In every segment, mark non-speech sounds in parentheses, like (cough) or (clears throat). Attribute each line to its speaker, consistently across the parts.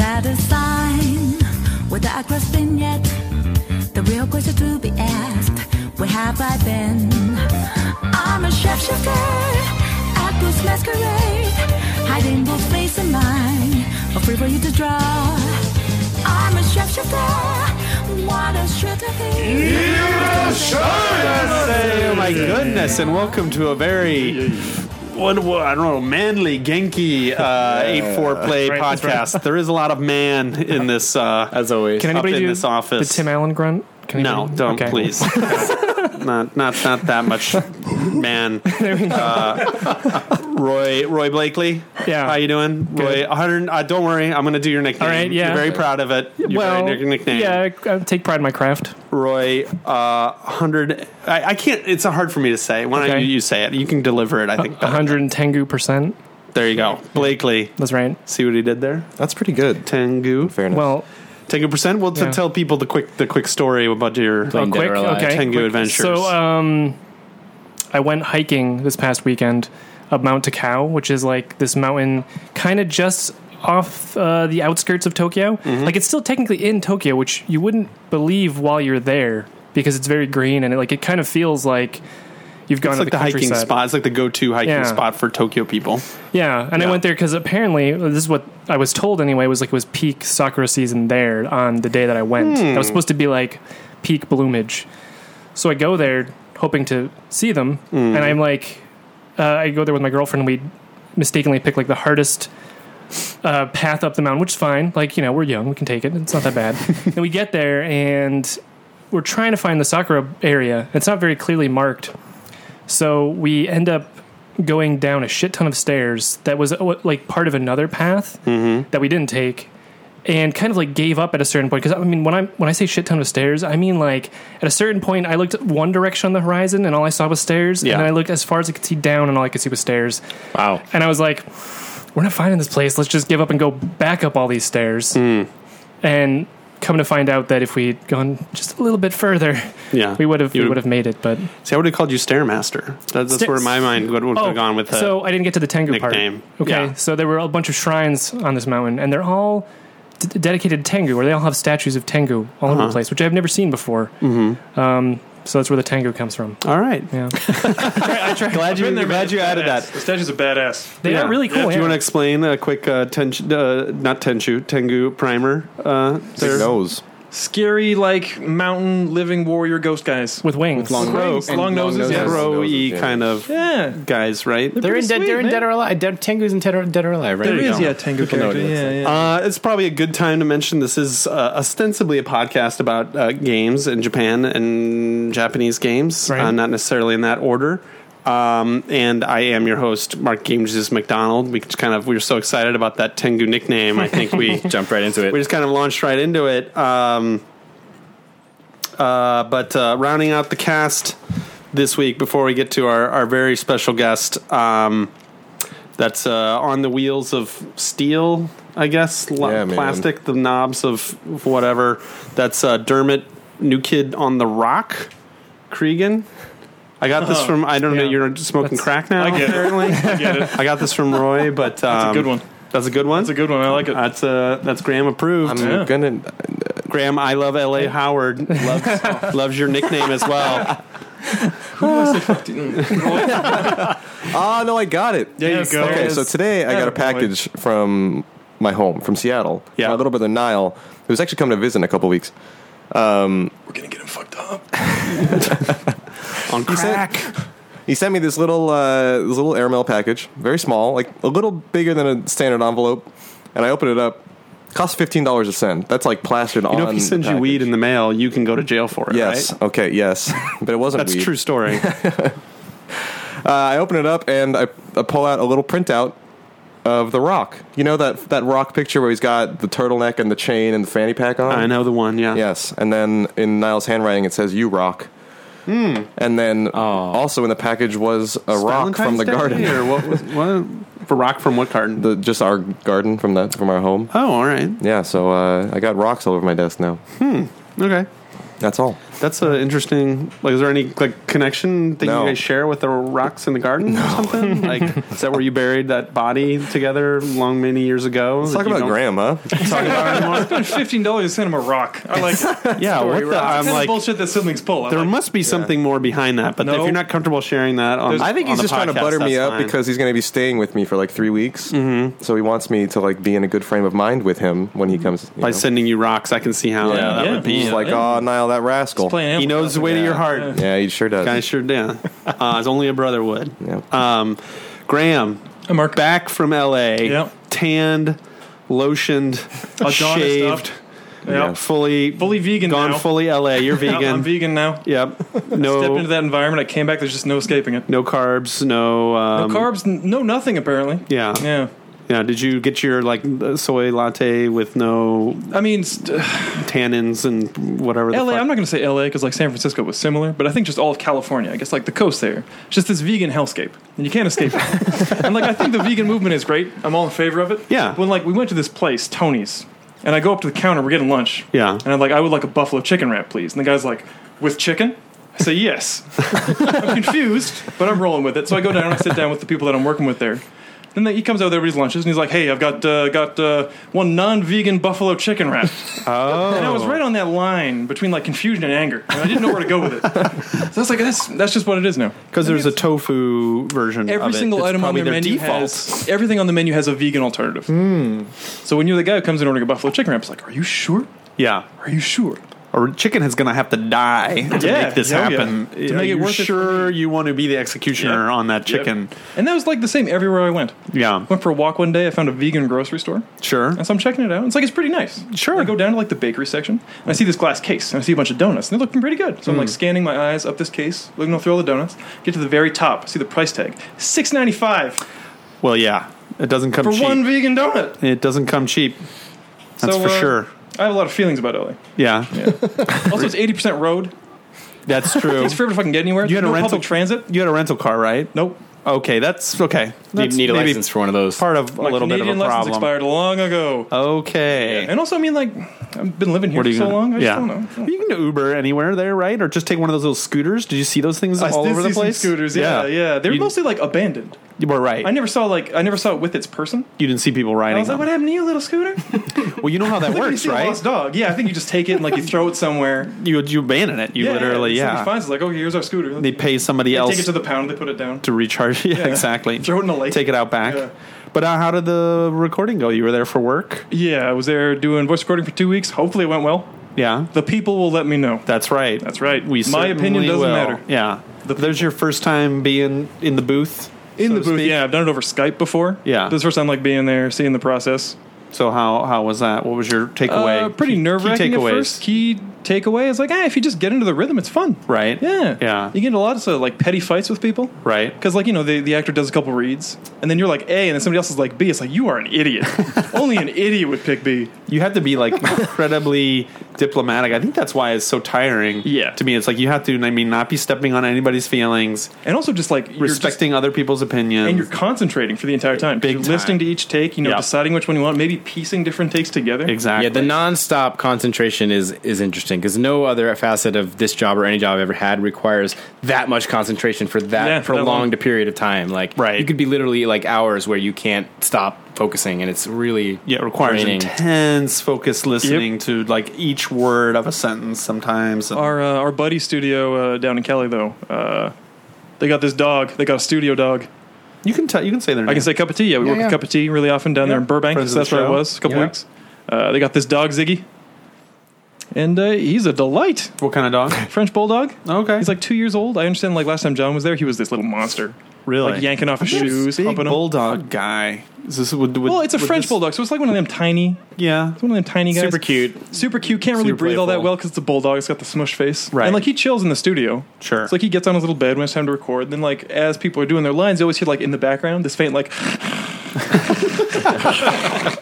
Speaker 1: at a sign with a grasping yet. The real question to be asked, where have I been? I'm a shapeshifter, actor's masquerade, hiding both face and mind, a free for you to draw. I'm a shapeshifter, what a shit to be.
Speaker 2: Oh my goodness, and welcome to a very one, one- I don't know, manly Genki uh, eight four play
Speaker 3: Right, that's
Speaker 2: podcast. There is a lot of man in this uh,
Speaker 4: As always.
Speaker 3: Can
Speaker 2: up
Speaker 3: anybody
Speaker 2: in
Speaker 3: do
Speaker 2: this office.
Speaker 3: the Tim Allen grunt? Can
Speaker 2: no,
Speaker 3: anybody-
Speaker 2: don't
Speaker 3: okay.
Speaker 2: please.
Speaker 3: (laughs)
Speaker 2: not not not that much man. Uh,
Speaker 3: (laughs) There we go.
Speaker 2: Roy Roy Blakely.
Speaker 3: Yeah.
Speaker 2: How you doing? Roy
Speaker 3: Good.
Speaker 2: 100 uh, don't worry, I'm going to do your nickname.
Speaker 3: All right, yeah.
Speaker 2: You're very proud of it. You're
Speaker 3: well,
Speaker 2: very nick- nickname.
Speaker 3: yeah, I, I take pride in my craft.
Speaker 2: Roy uh 100 I, I can't it's hard for me to say. Why don't
Speaker 3: Okay.
Speaker 2: you, you say it? You can deliver it, I think. better.
Speaker 3: 110 percent.
Speaker 2: There you go. Blakely.
Speaker 3: That's right.
Speaker 2: See what he did there?
Speaker 4: That's pretty good.
Speaker 2: Tengu.
Speaker 4: Fair enough.
Speaker 3: Well,
Speaker 2: Tengu percent. Well, to
Speaker 3: Yeah.
Speaker 2: tell people the quick the quick story about your
Speaker 3: oh,
Speaker 4: Playing Dead
Speaker 3: quick.
Speaker 4: or Alive.
Speaker 3: Okay.
Speaker 2: Tengu
Speaker 3: quick.
Speaker 2: Adventures.
Speaker 3: So, um, I went hiking this past weekend up Mount Takao, which is like this mountain kind of just off uh, the outskirts of Tokyo.
Speaker 2: Mm-hmm.
Speaker 3: Like it's still technically in Tokyo, which you wouldn't believe while you're there because it's very green and it, like it kind of feels like you've gone
Speaker 2: it's
Speaker 3: to
Speaker 2: like
Speaker 3: the,
Speaker 2: the, hiking
Speaker 3: countryside.
Speaker 2: spot. It's like the go-to hiking
Speaker 3: Yeah.
Speaker 2: spot for Tokyo people.
Speaker 3: Yeah, and
Speaker 2: Yeah.
Speaker 3: I went there because apparently this is what I was told anyway was like it was peak sakura season there on the day that I went. That was supposed to be like peak bloomage. So I go there hoping to see them, and I'm like, uh, I go there with my girlfriend. We mistakenly pick like the hardest uh, path up the mountain, which is fine. Like you know we're young, we can take it. It's not that bad. and we get there and we're trying to find the sakura area. It's not very clearly marked. So we end up going down a shit ton of stairs that was uh, like part of another path that we didn't take and kind of like gave up at a certain point because I mean when I when I say shit ton of stairs I mean like at a certain point I looked one direction on the horizon and all I saw was stairs
Speaker 2: Yeah.
Speaker 3: and then I looked as far as I could see down and all I could see was stairs
Speaker 4: wow.
Speaker 3: and I was like, we're not finding this place. Let's just give up and go back up all these stairs. And come to find out that if we'd gone just a little
Speaker 2: (laughs)
Speaker 3: bit further,
Speaker 2: Yeah.
Speaker 3: we would have
Speaker 2: You
Speaker 3: we
Speaker 2: would-
Speaker 3: would have made it. But
Speaker 2: See, I would have called you Stairmaster. That, that's
Speaker 3: Stair-
Speaker 2: where my mind would, would have gone with that.
Speaker 3: Oh, so I didn't get to the Tengu
Speaker 2: nickname.
Speaker 3: part. Okay,
Speaker 2: Yeah.
Speaker 3: so there were a bunch of shrines on this mountain, and they're all d- dedicated to Tengu, or they all have statues of Tengu all
Speaker 2: Uh-huh.
Speaker 3: over the place, which I've never seen before. Um,
Speaker 2: Mm-hmm.
Speaker 3: so that's where the Tengu comes from.
Speaker 2: All right.
Speaker 3: Yeah,
Speaker 2: Glad you, glad you added that.
Speaker 5: The statues are badass.
Speaker 3: they
Speaker 2: Yeah.
Speaker 3: are really cool.
Speaker 2: Do
Speaker 3: yeah.
Speaker 2: you want to explain a quick uh, ten, uh, not Tenchu, Tengu primer? Uh, there?
Speaker 4: Big nose.
Speaker 5: Scary, like mountain living warrior ghost guys.
Speaker 3: with wings?
Speaker 4: long-
Speaker 5: Long,
Speaker 4: And long
Speaker 5: noses,
Speaker 4: noses.
Speaker 5: yeah.
Speaker 4: Bro.
Speaker 2: Bro-y
Speaker 4: Yeah.
Speaker 2: kind of
Speaker 5: Yeah.
Speaker 2: guys, right?
Speaker 4: They're in, dead,
Speaker 5: sweet,
Speaker 4: they're in
Speaker 5: man.
Speaker 4: Dead or Alive. Dead, Tengu's in Dead or, dead or Alive, right?
Speaker 5: There
Speaker 4: You
Speaker 5: is,
Speaker 4: know.
Speaker 5: yeah, Tango
Speaker 4: People know
Speaker 5: character.
Speaker 4: what it
Speaker 5: Yeah,
Speaker 4: is.
Speaker 5: yeah.
Speaker 2: Uh, it's probably a good time to mention this is uh, ostensibly a podcast about uh, games in Japan and Japanese games,
Speaker 3: Right.
Speaker 2: uh, not necessarily in that order. Um, and I am your host, Mark Games McDonald. We just kind of we were so excited about that Tengu nickname. I think we
Speaker 4: Jump right into it.
Speaker 2: we just kind of launched right into it. Um, uh, but uh, rounding out the cast this week before we get to our, our very special guest um, that's uh, on the wheels of steel, I guess, lo-
Speaker 4: Yeah, man.
Speaker 2: plastic, the knobs of of whatever. That's uh, Dermot, new kid on the rock, Cregan. I got this from I don't know
Speaker 3: Yeah.
Speaker 2: you're smoking
Speaker 3: That's-
Speaker 2: crack now
Speaker 5: Oh, I get it.
Speaker 2: apparently. I
Speaker 5: (laughs) Get it.
Speaker 2: got this from Roy, but um,
Speaker 5: That's a good one.
Speaker 2: That's a good one.
Speaker 5: That's a good one. I like it.
Speaker 2: That's uh, that's Graham approved.
Speaker 4: I'm
Speaker 5: Yeah.
Speaker 4: gonna.
Speaker 2: Graham, I love L.A. Howard (laughs) loves loves your nickname as (laughs) well.
Speaker 4: Oh no, I got it.
Speaker 5: there
Speaker 3: Yes,
Speaker 5: you go.
Speaker 4: Okay,
Speaker 3: Yes.
Speaker 4: so today I got a
Speaker 5: Attaboy.
Speaker 4: package from my home, from Seattle.
Speaker 2: Yeah.
Speaker 4: My little brother Niall, who's actually coming to visit in a couple weeks.
Speaker 5: We're gonna get him fucked up.
Speaker 2: On crack.
Speaker 4: He sent me this little uh, this little airmail package, very small, like a little bigger than a standard envelope. And I opened it up. Cost fifteen dollars to send. That's like plastered on.
Speaker 2: You know, if he
Speaker 4: the
Speaker 2: sends you
Speaker 4: package.
Speaker 2: weed in the mail, you can go to jail for it.
Speaker 4: Yes.
Speaker 2: right?
Speaker 4: Okay. Yes. (laughs) but it wasn't.
Speaker 2: that's
Speaker 4: weed.
Speaker 2: true
Speaker 4: (laughs)
Speaker 2: story.
Speaker 4: Uh, I open it up and I, I pull out a little printout of the Rock. You know that that Rock picture where he's got the turtleneck and the chain and the fanny pack on.
Speaker 2: I know the one. Yeah.
Speaker 4: Yes, and then in Niall's handwriting it says "You rock." And then also in the package was a
Speaker 2: Oh. It's
Speaker 4: rock
Speaker 2: Valentine's
Speaker 4: from the
Speaker 2: Day,
Speaker 4: garden,
Speaker 2: or what? Was, what? For rock from what garden?
Speaker 4: the, just our garden from that from our home.
Speaker 2: oh, all right.
Speaker 4: Yeah, so uh, I got rocks all over my desk now.
Speaker 2: Okay.
Speaker 4: That's all.
Speaker 2: That's an interesting. Like, is there any like connection that
Speaker 4: No.
Speaker 2: you guys share with the rocks in the garden or
Speaker 4: (laughs)
Speaker 2: something? Like, is that where you buried that body together long many years ago?
Speaker 4: Let's talk about grandma.
Speaker 2: Talk about it anymore?
Speaker 5: Spent fifteen dollars to send him a rock. I like.
Speaker 2: yeah, what the? I'm
Speaker 5: kind of
Speaker 2: like,
Speaker 5: bullshit that siblings pull. I
Speaker 2: there
Speaker 5: like,
Speaker 2: must be something more behind that. But if
Speaker 5: No.
Speaker 2: you're not comfortable sharing that, on,
Speaker 4: I think
Speaker 2: on
Speaker 4: he's
Speaker 2: the
Speaker 4: just trying to
Speaker 2: podcast,
Speaker 4: butter me
Speaker 2: that's
Speaker 4: up
Speaker 2: fine.
Speaker 4: because he's going to be staying with me for like three weeks. Mm-hmm. So he wants me to like be in a good frame of mind with him when he comes. you
Speaker 2: by
Speaker 4: know.
Speaker 2: sending you rocks, I can see how
Speaker 4: yeah, that
Speaker 2: that
Speaker 5: Yeah.
Speaker 4: would be like, oh, Niall, that
Speaker 2: would-
Speaker 4: rascal.
Speaker 5: playing
Speaker 2: he
Speaker 5: Animal
Speaker 2: knows the way to your heart.
Speaker 4: Yeah, he sure does.
Speaker 2: Guy sure did. Uh, as only a brother would.
Speaker 4: Yeah.
Speaker 2: Um, Graham,
Speaker 5: Hey, Mark.
Speaker 2: back from L.A.
Speaker 5: Yep.
Speaker 2: Tanned, lotioned, shaved,
Speaker 5: Yeah.
Speaker 4: Yes.
Speaker 2: fully
Speaker 5: Fully vegan
Speaker 2: gone
Speaker 5: now.
Speaker 2: fully L.A. You're vegan.
Speaker 5: I'm vegan now.
Speaker 2: Yep.
Speaker 5: Stepped into
Speaker 2: No.
Speaker 5: that environment. I came back. There's just no escaping it.
Speaker 2: No carbs. No. Um,
Speaker 5: Carbs, n- no nothing apparently.
Speaker 2: Yeah.
Speaker 5: Yeah.
Speaker 2: Yeah. Did you get your like soy latte with no
Speaker 5: I mean, st-
Speaker 2: tannins and whatever? The
Speaker 5: LA,
Speaker 2: fuck?
Speaker 5: I'm not going to say LA because like San Francisco was similar, but I think just all of California, I guess like the coast there, it's just this vegan hellscape, and you can't escape
Speaker 2: (laughs)
Speaker 5: it. and like I think the vegan movement is great. I'm all in favor of it.
Speaker 2: Yeah.
Speaker 5: When like we went to this place, Tony's, and I go up to the counter, we're getting lunch.
Speaker 2: Yeah.
Speaker 5: And I'm like, I would like a buffalo chicken wrap, please. And the guy's like, with chicken. I
Speaker 2: (laughs)
Speaker 5: say yes. I'm confused, but I'm rolling with it. So I go down and I sit down with the people that I'm working with there. Then they, he comes out with everybody's lunches and he's like, "Hey, I've got uh, got uh, one non-vegan buffalo chicken wrap."
Speaker 2: Oh.
Speaker 5: And I was right on that line between like confusion and anger. And I didn't know where to go with it. So that's like that's that's just what it is now.
Speaker 2: Because there's a tofu version.
Speaker 5: Every
Speaker 2: of it
Speaker 5: single
Speaker 2: that's
Speaker 5: item on
Speaker 2: probably
Speaker 5: their, menu
Speaker 2: default. Hmm.
Speaker 5: has everything on the menu has a vegan alternative. So when you're the guy who comes in ordering a buffalo chicken wrap, it's like, are you sure?
Speaker 2: Yeah.
Speaker 5: Are you sure?
Speaker 2: Or chicken is going to have to die to
Speaker 5: Yeah,
Speaker 2: make this
Speaker 5: hell yeah.
Speaker 2: happen.
Speaker 5: To
Speaker 2: Are
Speaker 5: make it
Speaker 2: you
Speaker 5: worth it for
Speaker 2: sure you want to be the executioner
Speaker 5: Yeah.
Speaker 2: on that
Speaker 5: Yep.
Speaker 2: chicken?
Speaker 5: And that was like the same everywhere I went.
Speaker 2: Yeah.
Speaker 5: Went for a walk one day. I found a vegan grocery store.
Speaker 2: Sure.
Speaker 5: And so I'm checking it out. It's like it's pretty nice. Sure. I go down to like the bakery section and I see this glass case and I see a bunch of donuts and they're looking pretty good. So I'm
Speaker 2: Hmm.
Speaker 5: like scanning my eyes up this case, looking through all the donuts. Get to the very top, see the price tag, six ninety five
Speaker 2: Well, yeah. It doesn't come
Speaker 5: for
Speaker 2: cheap.
Speaker 5: one vegan donut.
Speaker 2: it doesn't come cheap. That's
Speaker 5: So,
Speaker 2: for
Speaker 5: uh,
Speaker 2: sure.
Speaker 5: I have a lot of feelings about LA.
Speaker 2: Yeah,
Speaker 5: Also, it's eighty percent road. (laughs)
Speaker 2: that's true.
Speaker 5: It's forever if I can get anywhere.
Speaker 2: You had
Speaker 5: There's
Speaker 2: a
Speaker 5: no
Speaker 2: rental-
Speaker 5: public transit.
Speaker 2: you had a rental car, right?
Speaker 5: Nope.
Speaker 2: Okay, that's okay.
Speaker 6: You
Speaker 2: That's
Speaker 6: need a
Speaker 2: maybe
Speaker 6: license for one of those.
Speaker 2: part of a
Speaker 5: My
Speaker 2: little
Speaker 5: Canadian
Speaker 2: bit of a
Speaker 5: license
Speaker 2: problem.
Speaker 5: expired long ago.
Speaker 2: Okay.
Speaker 5: And also, I mean, like, I've been living here
Speaker 2: What are
Speaker 5: for
Speaker 2: you
Speaker 5: so
Speaker 2: gonna-
Speaker 5: long. I
Speaker 2: yeah.
Speaker 5: just don't know.
Speaker 2: You can Uber anywhere there, right? Or just take one of those little scooters. Did you see those things
Speaker 5: I
Speaker 2: all
Speaker 5: did
Speaker 2: over the
Speaker 5: see some
Speaker 2: place?
Speaker 5: scooters. Yeah, yeah. They were
Speaker 2: You-
Speaker 5: mostly like abandoned.
Speaker 2: You were right.
Speaker 5: I never saw like I never saw it with its person.
Speaker 2: you didn't see people
Speaker 5: I
Speaker 2: riding
Speaker 5: was like,
Speaker 2: them.
Speaker 5: "What happened to you, little scooter?"
Speaker 2: Well, you know how that
Speaker 5: Like, (laughs) you
Speaker 2: works,
Speaker 5: see a
Speaker 2: right?
Speaker 5: Lost dog. Yeah, I think you just take it and like you throw it somewhere.
Speaker 2: You you abandon it. You literally,
Speaker 5: Somebody
Speaker 2: yeah.
Speaker 5: finds it like, "Oh, here's our scooter."
Speaker 2: They pay somebody else
Speaker 5: take it to the pound. They put it down.
Speaker 2: to recharge. (laughs) Yeah, exactly.
Speaker 5: Throw it in the lake.
Speaker 2: Take it out back.
Speaker 5: Yeah.
Speaker 2: But uh, how did the recording go? You were there for work.
Speaker 5: Yeah, I was there doing voice recording for two weeks. Hopefully, it went well.
Speaker 2: Yeah,
Speaker 5: The people will let me know.
Speaker 2: that's right.
Speaker 5: That's right.
Speaker 2: We
Speaker 5: My opinion
Speaker 2: certainly
Speaker 5: doesn't
Speaker 2: will.
Speaker 5: matter.
Speaker 2: Yeah. There's your first time being in the booth.
Speaker 5: In
Speaker 2: so
Speaker 5: the
Speaker 2: to
Speaker 5: booth,
Speaker 2: speak.
Speaker 5: yeah, I've done it over Skype before.
Speaker 2: Yeah.
Speaker 5: this is the first time like being there, seeing the process.
Speaker 2: So how how was that? What was your takeaway?
Speaker 5: Uh, pretty
Speaker 2: Key- key
Speaker 5: nerve wracking at
Speaker 2: takeaways.
Speaker 5: first. Key takeaway is like, ah, if you just get into the rhythm, it's fun.
Speaker 2: Right.
Speaker 5: Yeah.
Speaker 2: Yeah.
Speaker 5: You get into a lot of sort of, like petty fights with people.
Speaker 2: Right.
Speaker 5: Because like you know the, the actor does a couple reads and then you're like A and then somebody else is like B. It's like you are an
Speaker 2: (laughs)
Speaker 5: idiot. Only an idiot would pick B.
Speaker 2: You have to be
Speaker 5: (laughs)
Speaker 2: like incredibly diplomatic. I think that's why it's so tiring.
Speaker 5: Yeah.
Speaker 2: To me, it's like you have to. I mean, not be stepping on anybody's feelings,
Speaker 5: And also just like you're just-
Speaker 2: respecting other people's opinions.
Speaker 5: and you're concentrating for the entire time. 'Cause
Speaker 2: Big
Speaker 5: you're
Speaker 2: time.
Speaker 5: listening to each take, you know,
Speaker 2: Yeah.
Speaker 5: deciding which one you want, maybe piecing different takes together.
Speaker 2: exactly.
Speaker 6: Yeah, the nonstop concentration is is interesting because no other facet of this job or any job I've ever had requires that much concentration for that
Speaker 5: Yeah, for that long.
Speaker 6: prolonged period of time. Like,
Speaker 2: Right.
Speaker 6: you could be literally like hours where you can't stop focusing, and it's really
Speaker 2: Yeah, it requires
Speaker 6: draining.
Speaker 2: intense focused listening to like each word of a sentence sometimes. And-
Speaker 5: Our uh, our buddy studio uh, down in Cali though, uh, they got this dog. They got a studio dog.
Speaker 2: you can tell you can say their name.
Speaker 5: I can say cup of tea. Yeah, we work
Speaker 6: yeah.
Speaker 5: with cup of tea really often down there in Burbank.
Speaker 2: Friends
Speaker 5: so
Speaker 2: of
Speaker 5: that's
Speaker 2: the
Speaker 5: where I
Speaker 2: show.
Speaker 5: was a couple
Speaker 2: Yeah.
Speaker 5: weeks. Uh, they got this dog Ziggy, and uh, he's a delight.
Speaker 2: what kind of
Speaker 5: (laughs)
Speaker 2: dog?
Speaker 5: French bulldog.
Speaker 2: Okay.
Speaker 5: He's like two years old. I understand. Like last time John was there, he was this little monster,
Speaker 2: really?
Speaker 5: like yanking off his shoes,
Speaker 2: big
Speaker 5: humping him.
Speaker 2: bulldog guy. Is this with, with,
Speaker 5: well, it's a
Speaker 2: with
Speaker 5: French
Speaker 2: this-
Speaker 5: bulldog, so it's like one of them tiny,
Speaker 2: Yeah.
Speaker 5: it's one of them tiny guys.
Speaker 6: Super cute.
Speaker 5: super cute. Can't really
Speaker 6: Super
Speaker 5: breathe all that
Speaker 6: playful.
Speaker 5: well because it's a bulldog. It's got the smush face,
Speaker 2: Right.
Speaker 5: And like he chills in the studio.
Speaker 2: Sure.
Speaker 5: It's like he gets on his little bed when it's time to record. And then like as people are doing their lines, you always hear like in the background this
Speaker 2: (laughs)
Speaker 5: faint like. (laughs)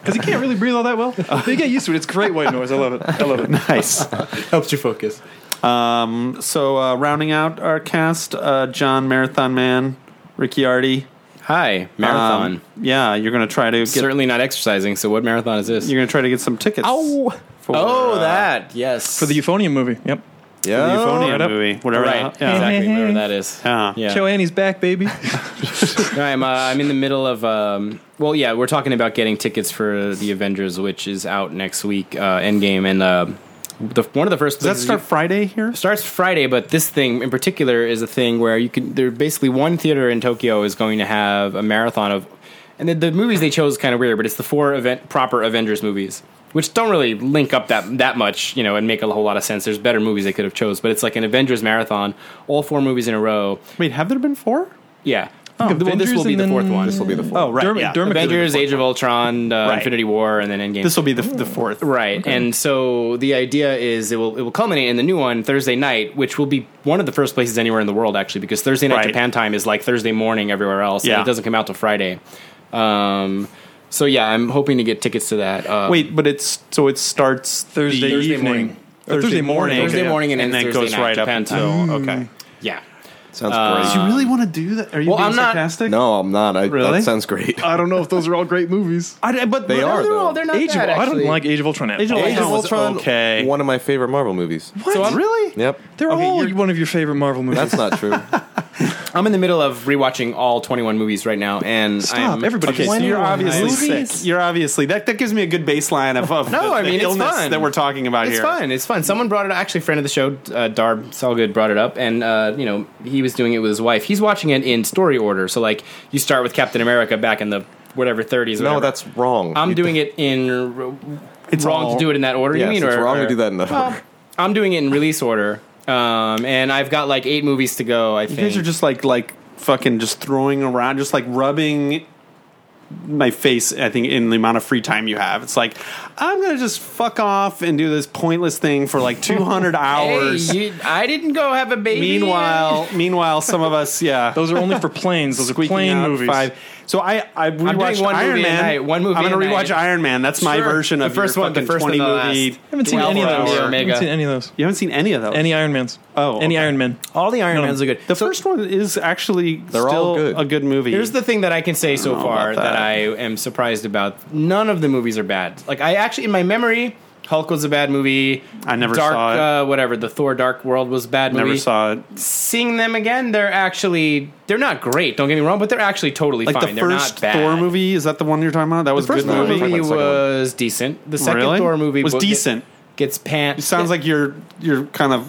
Speaker 5: Because he can't really breathe all that well. But you get used to it. It's great white noise. I love it. I love it.
Speaker 2: (laughs) Nice.
Speaker 6: helps you focus.
Speaker 2: Um, so uh, rounding out our cast, uh, John Marathon Man, Ricky Artie.
Speaker 6: Hi, marathon.
Speaker 2: Um, yeah, you're gonna try to get
Speaker 6: Certainly not exercising. So, what marathon is this?
Speaker 2: you're gonna try to get some tickets.
Speaker 6: Ow.
Speaker 2: For,
Speaker 6: oh,
Speaker 2: uh,
Speaker 6: that yes
Speaker 5: For the Oh, Euphonium movie. Yep.
Speaker 4: Yeah.
Speaker 2: the Euphonium
Speaker 5: Right up.
Speaker 2: movie, whatever.
Speaker 6: right.
Speaker 2: that- yeah.
Speaker 6: Exactly. Whatever that is.
Speaker 2: (laughs) Yeah.
Speaker 6: Yeah.
Speaker 5: Show Annie's back, baby.
Speaker 6: No, I'm, uh, I'm in the middle of. Um, well, yeah, we're talking about getting tickets for the Avengers, which is out next week. Uh, Endgame and uh, the one of the first.
Speaker 2: Does that
Speaker 6: places you-
Speaker 2: start Friday here?
Speaker 6: starts Friday, but this thing in particular is a thing where you can. There basically one theater in Tokyo is going to have a marathon of, and the, the movies they chose is kind of weird, but it's the four event proper Avengers movies, which don't really link up that that much, you know, and make a whole lot of sense. There's better movies they could have chose, but it's like an Avengers marathon, all four movies in a row.
Speaker 2: Wait, have there been four?
Speaker 6: Yeah. well, this
Speaker 5: Avengers
Speaker 6: will be
Speaker 5: and
Speaker 6: the fourth
Speaker 5: then-
Speaker 6: one.
Speaker 4: This will be the fourth.
Speaker 2: Oh, right.
Speaker 5: Derm-
Speaker 2: yeah.
Speaker 5: Derm-
Speaker 6: Avengers, Age of Ultron, uh,
Speaker 2: Right.
Speaker 6: Infinity War, and then Endgame.
Speaker 2: this will be the, the fourth.
Speaker 6: Right, and so the idea is it will it will culminate in the new one Thursday night, which will be one of the first places anywhere in the world actually, because Thursday night
Speaker 2: Right.
Speaker 6: Japan time is like Thursday morning everywhere else,
Speaker 2: Yeah.
Speaker 6: and it doesn't come out till Friday. Um, so yeah, I'm hoping to get tickets to that. Um,
Speaker 2: Wait, but it's so it starts
Speaker 5: Thursday
Speaker 2: the-
Speaker 5: evening. Or Thursday morning.
Speaker 6: Thursday
Speaker 2: okay.
Speaker 6: morning and
Speaker 2: and
Speaker 6: ends
Speaker 2: then it
Speaker 6: Thursday
Speaker 2: goes
Speaker 6: night,
Speaker 2: right up
Speaker 6: Japan
Speaker 2: until Mm.
Speaker 6: time.
Speaker 2: okay.
Speaker 6: yeah,
Speaker 4: Sounds
Speaker 2: Do you really want to do that? Are you
Speaker 6: well,
Speaker 2: being
Speaker 6: I'm not-
Speaker 2: sarcastic?
Speaker 4: great. No, I'm not. I,
Speaker 2: Really?
Speaker 4: That sounds great.
Speaker 5: I don't know if those are all great movies.
Speaker 2: (laughs) I, but
Speaker 4: (laughs) They
Speaker 2: but-
Speaker 4: are, though.
Speaker 6: Oh, they're not
Speaker 5: Age of,
Speaker 6: bad,
Speaker 5: I don't
Speaker 6: actually.
Speaker 5: like Age of Ultron. At
Speaker 2: Age of
Speaker 5: all.
Speaker 4: Age of
Speaker 2: Ultron was
Speaker 4: Ultron,
Speaker 2: okay.
Speaker 4: one of my favorite Marvel movies.
Speaker 2: What?
Speaker 6: So I'm-
Speaker 2: really?
Speaker 4: Yep.
Speaker 5: They're
Speaker 6: Okay,
Speaker 5: all
Speaker 6: you're-
Speaker 5: one of your favorite Marvel movies.
Speaker 4: That's not true.
Speaker 6: I'm in the middle of rewatching all 21 movies right now, and
Speaker 5: Stop.
Speaker 6: I'm,
Speaker 5: Everybody
Speaker 2: Okay, so
Speaker 5: just-
Speaker 2: you're obviously
Speaker 6: Movies?
Speaker 2: sick. You're obviously that that gives me a good baseline of, of
Speaker 6: No,
Speaker 2: the,
Speaker 6: I
Speaker 2: the
Speaker 6: mean, it's
Speaker 2: illness
Speaker 6: fun.
Speaker 2: that we're talking about
Speaker 6: It's
Speaker 2: here.
Speaker 6: fun. It's fun. Someone brought it. Actually, a friend of the show, uh, Darb Salgood, brought it up, and uh, you know he was doing it with his wife. He's watching it in story order. So like you start with Captain America back in the whatever 30s.
Speaker 4: No,
Speaker 6: whatever.
Speaker 4: that's wrong.
Speaker 6: I'm
Speaker 4: You-
Speaker 6: doing it in. It's wrong
Speaker 2: all-
Speaker 6: to do it in that order.
Speaker 4: Yes,
Speaker 6: you mean
Speaker 4: it's
Speaker 6: or,
Speaker 4: wrong
Speaker 6: or,
Speaker 4: to do that in that
Speaker 6: Well,
Speaker 4: order.
Speaker 6: I'm doing it in release order, um, and I've got like eight movies to go. I
Speaker 2: You
Speaker 6: think
Speaker 2: guys are just like like fucking just throwing around, just like rubbing my face. I think in the amount of free time you have, it's like I'm gonna just fuck off and do this pointless thing for
Speaker 6: (laughs)
Speaker 2: like 200
Speaker 6: Hey,
Speaker 2: hours.
Speaker 6: you, I didn't go have a baby.
Speaker 2: meanwhile, meanwhile, some of us,
Speaker 6: (laughs)
Speaker 2: yeah,
Speaker 5: Those are only for planes. Those are
Speaker 2: squeaking
Speaker 5: plane
Speaker 2: out
Speaker 5: movies.
Speaker 2: Five. So I I rewatched
Speaker 6: one
Speaker 2: Iron
Speaker 6: movie a
Speaker 2: Man.
Speaker 6: night, one movie
Speaker 2: I'm gonna
Speaker 6: a night.
Speaker 2: rewatch Iron Man. That's my
Speaker 6: Sure.
Speaker 2: version
Speaker 6: The
Speaker 2: of
Speaker 6: first
Speaker 2: your
Speaker 6: one, the
Speaker 2: fucking
Speaker 6: first
Speaker 2: 20
Speaker 6: and the last.
Speaker 2: movie.
Speaker 5: I haven't seen
Speaker 6: 12
Speaker 5: any of those.
Speaker 6: hour
Speaker 5: I haven't
Speaker 6: Omega.
Speaker 5: seen any of those.
Speaker 2: You haven't seen any of those.
Speaker 5: Any Iron Mans.
Speaker 2: Oh,
Speaker 5: Any
Speaker 2: okay.
Speaker 5: Iron Man.
Speaker 6: all the Iron
Speaker 5: No.
Speaker 6: Man's are good.
Speaker 2: The first one is actually
Speaker 4: all
Speaker 2: still
Speaker 4: good.
Speaker 2: a good movie.
Speaker 6: Here's the thing that I can say so
Speaker 2: know
Speaker 6: far
Speaker 2: about
Speaker 6: that.
Speaker 2: that.
Speaker 6: I am surprised about. None of the movies are bad. Like I actually, in my memory, Hulk was a bad movie.
Speaker 2: I never
Speaker 6: Dark,
Speaker 2: saw it.
Speaker 6: Uh, whatever the Thor Dark World was a bad.
Speaker 2: Never
Speaker 6: movie.
Speaker 2: saw it.
Speaker 6: Seeing them again, they're actually they're not great. Don't get me wrong, but they're actually totally
Speaker 2: Like
Speaker 6: fine.
Speaker 2: the
Speaker 6: they're
Speaker 2: first
Speaker 6: not bad.
Speaker 2: Thor movie is that the one you're talking about? That
Speaker 6: The
Speaker 2: was a
Speaker 6: first
Speaker 2: good
Speaker 6: Thor
Speaker 4: one.
Speaker 2: movie.
Speaker 4: Talking
Speaker 6: movie
Speaker 4: about the second
Speaker 6: was decent. The second
Speaker 2: Really?
Speaker 6: Thor movie
Speaker 2: Was
Speaker 6: wo- get-
Speaker 2: decent.
Speaker 6: Gets panned.
Speaker 2: Sounds like you're you're kind of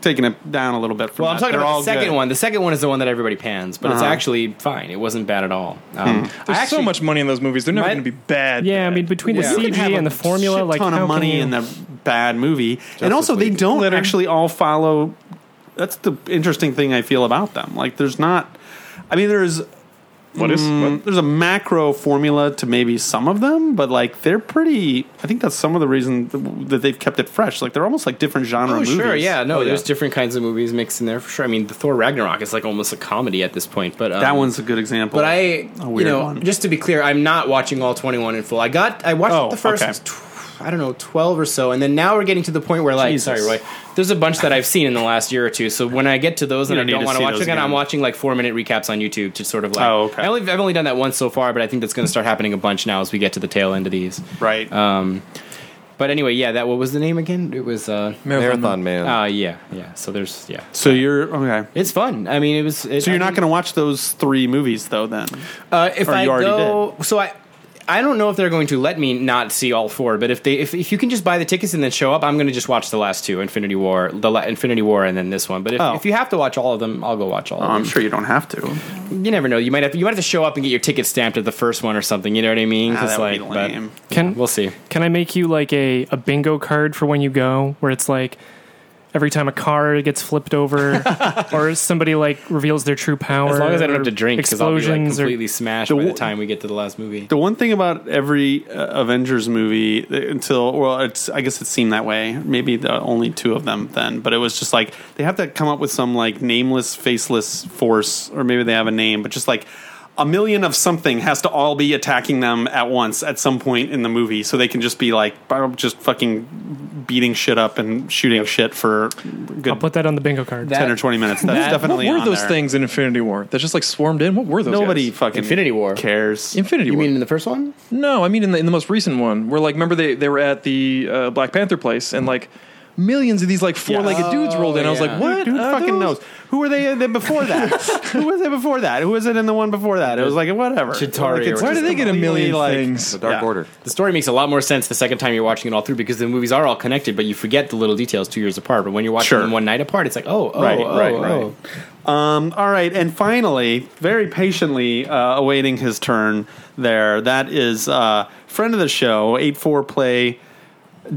Speaker 2: taking it down a little bit. From
Speaker 6: Well, I'm
Speaker 2: that.
Speaker 6: talking
Speaker 2: They're
Speaker 6: about
Speaker 2: all
Speaker 6: the second
Speaker 2: good.
Speaker 6: one. The second one is the one that everybody pans, but it's
Speaker 2: Uh-huh. Hmm.
Speaker 6: actually fine. It wasn't bad at all. Um, I
Speaker 5: There's so
Speaker 6: actually-
Speaker 5: much money in those movies. They're never
Speaker 6: My-
Speaker 5: going to be bad.
Speaker 3: Yeah, I
Speaker 5: bad.
Speaker 3: mean, between
Speaker 6: Yeah.
Speaker 3: the
Speaker 6: You
Speaker 2: You can have
Speaker 3: CG
Speaker 2: a
Speaker 3: and the formula,
Speaker 2: shit
Speaker 3: like
Speaker 2: ton
Speaker 3: how
Speaker 2: of money
Speaker 3: can you,
Speaker 2: in the bad movie, and also they
Speaker 4: League.
Speaker 2: don't
Speaker 5: Litter.
Speaker 2: actually all follow. That's the interesting thing I feel about them. Like, there's not. I mean, there's
Speaker 5: what is?
Speaker 2: Mm, there's a macro formula to maybe some of them, but like they're pretty. I think that's some of the reason th- that they've kept it fresh. Like they're almost like different genre
Speaker 6: Oh,
Speaker 2: movies.
Speaker 6: sure, yeah. No,
Speaker 4: Oh,
Speaker 6: there's
Speaker 4: yeah.
Speaker 6: different kinds of movies mixed in there for sure. I mean, the Thor Ragnarok is like almost a comedy at this point, but um,
Speaker 2: that one's a good example.
Speaker 6: But I, you
Speaker 2: weird
Speaker 6: know,
Speaker 2: one.
Speaker 6: just to be clear, I'm not watching all 21 in full. I got, I watched
Speaker 2: Oh,
Speaker 6: the first,
Speaker 2: okay.
Speaker 6: tw- I don't know, 12 or so, and then now we're getting to the point where, like,
Speaker 2: Jesus.
Speaker 6: sorry, Roy, there's a bunch that I've seen in the last year or two. So when I get to those
Speaker 2: You
Speaker 6: and I
Speaker 2: don't need
Speaker 6: don't
Speaker 2: to
Speaker 6: want to
Speaker 2: see
Speaker 6: watch
Speaker 2: those
Speaker 6: again, I'm
Speaker 2: again.
Speaker 6: watching like four minute recaps on YouTube to sort of like,
Speaker 2: Oh, okay.
Speaker 6: I only, I've only done that once so far, but I think that's going to start happening a bunch now as we get to the tail end of these.
Speaker 2: right.
Speaker 6: Um, but anyway, yeah, that what was the name again? It was uh,
Speaker 4: Marathon Man.
Speaker 6: uh yeah, yeah. So there's yeah,
Speaker 2: so you're okay.
Speaker 6: it's fun. I mean, it was. It,
Speaker 2: So you're
Speaker 6: I
Speaker 2: not
Speaker 6: mean-
Speaker 2: going to watch those three movies though. Then
Speaker 6: Uh, if
Speaker 2: Or
Speaker 6: I
Speaker 2: you already
Speaker 6: go, so I, I don't know if they're going to let me not see all four. But if they, if, if you can just buy the tickets and then show up, I'm going to just watch the last two, Infinity War, the la- Infinity War, and then this one. But if,
Speaker 2: Oh.
Speaker 6: if you have to watch all of them, I'll go watch all
Speaker 2: Oh,
Speaker 6: of
Speaker 2: I'm
Speaker 6: them.
Speaker 2: sure you don't have to.
Speaker 6: You never know. You might have to, you might have to show up and get your ticket stamped at the first one or something. You know what I mean?
Speaker 2: Ah,
Speaker 6: 'Cause,
Speaker 2: that would be
Speaker 6: like, but
Speaker 2: lame.
Speaker 3: Can
Speaker 6: we'll see.
Speaker 3: Can I make you like a, a bingo card for when you go, where it's like every time a car gets flipped over, or somebody like reveals their true power?
Speaker 6: As long as I don't
Speaker 3: or
Speaker 6: have to drink, because I'll be like
Speaker 3: explosions or-
Speaker 6: completely smashed
Speaker 2: The
Speaker 6: by the
Speaker 2: wo-
Speaker 6: time we get to the last movie.
Speaker 2: The one thing about every uh, Avengers movie uh, until well, it's I guess it seemed that way. Maybe the only two of them then, but it was just like they have to come up with some like nameless, faceless force, or maybe they have a name, but just like a million of something has to all be attacking them at once at some point in the movie, so they can just be like "I'm just fucking beating shit up and shooting shit for
Speaker 3: I'll
Speaker 2: good
Speaker 3: put that on the bingo card.
Speaker 6: That-
Speaker 2: ten or twenty minutes. That's
Speaker 6: That-
Speaker 2: definitely
Speaker 5: What were
Speaker 2: on
Speaker 5: those
Speaker 2: there.
Speaker 5: things in Infinity War that just like swarmed in? What were those?
Speaker 2: Nobody
Speaker 5: guys?
Speaker 2: fucking
Speaker 6: Infinity War.
Speaker 2: cares.
Speaker 5: Infinity
Speaker 6: You
Speaker 5: War.
Speaker 6: mean in the first one?
Speaker 5: no, I mean in the, in the most recent one, where like remember they they were at the uh, Black Panther place and like millions of these like four-legged
Speaker 2: Yeah.
Speaker 5: dudes rolled in. I was
Speaker 6: yeah.
Speaker 5: like, what?
Speaker 2: Who
Speaker 5: are
Speaker 2: fucking
Speaker 5: those?
Speaker 2: knows? Who were they uh, before that?
Speaker 5: (laughs)
Speaker 2: Who was it before that? Who was it in the one before that? It was like whatever.
Speaker 6: Chitauri
Speaker 2: Like, it's
Speaker 6: or
Speaker 5: Why do
Speaker 2: just
Speaker 5: they get a million
Speaker 2: completely, like-
Speaker 5: things?
Speaker 4: The Dark
Speaker 2: Yeah.
Speaker 4: Order.
Speaker 6: The story makes a lot more sense the second time you're watching it all through because the movies are all connected, but you forget the little details two years apart. But when you're watching
Speaker 2: Sure.
Speaker 6: them one night apart, it's like, oh, oh,
Speaker 2: Right,
Speaker 6: oh,
Speaker 2: right,
Speaker 6: oh.
Speaker 2: right. Um, all right, and finally, very patiently uh, awaiting his turn there, that is uh, friend of the show, 8 4 play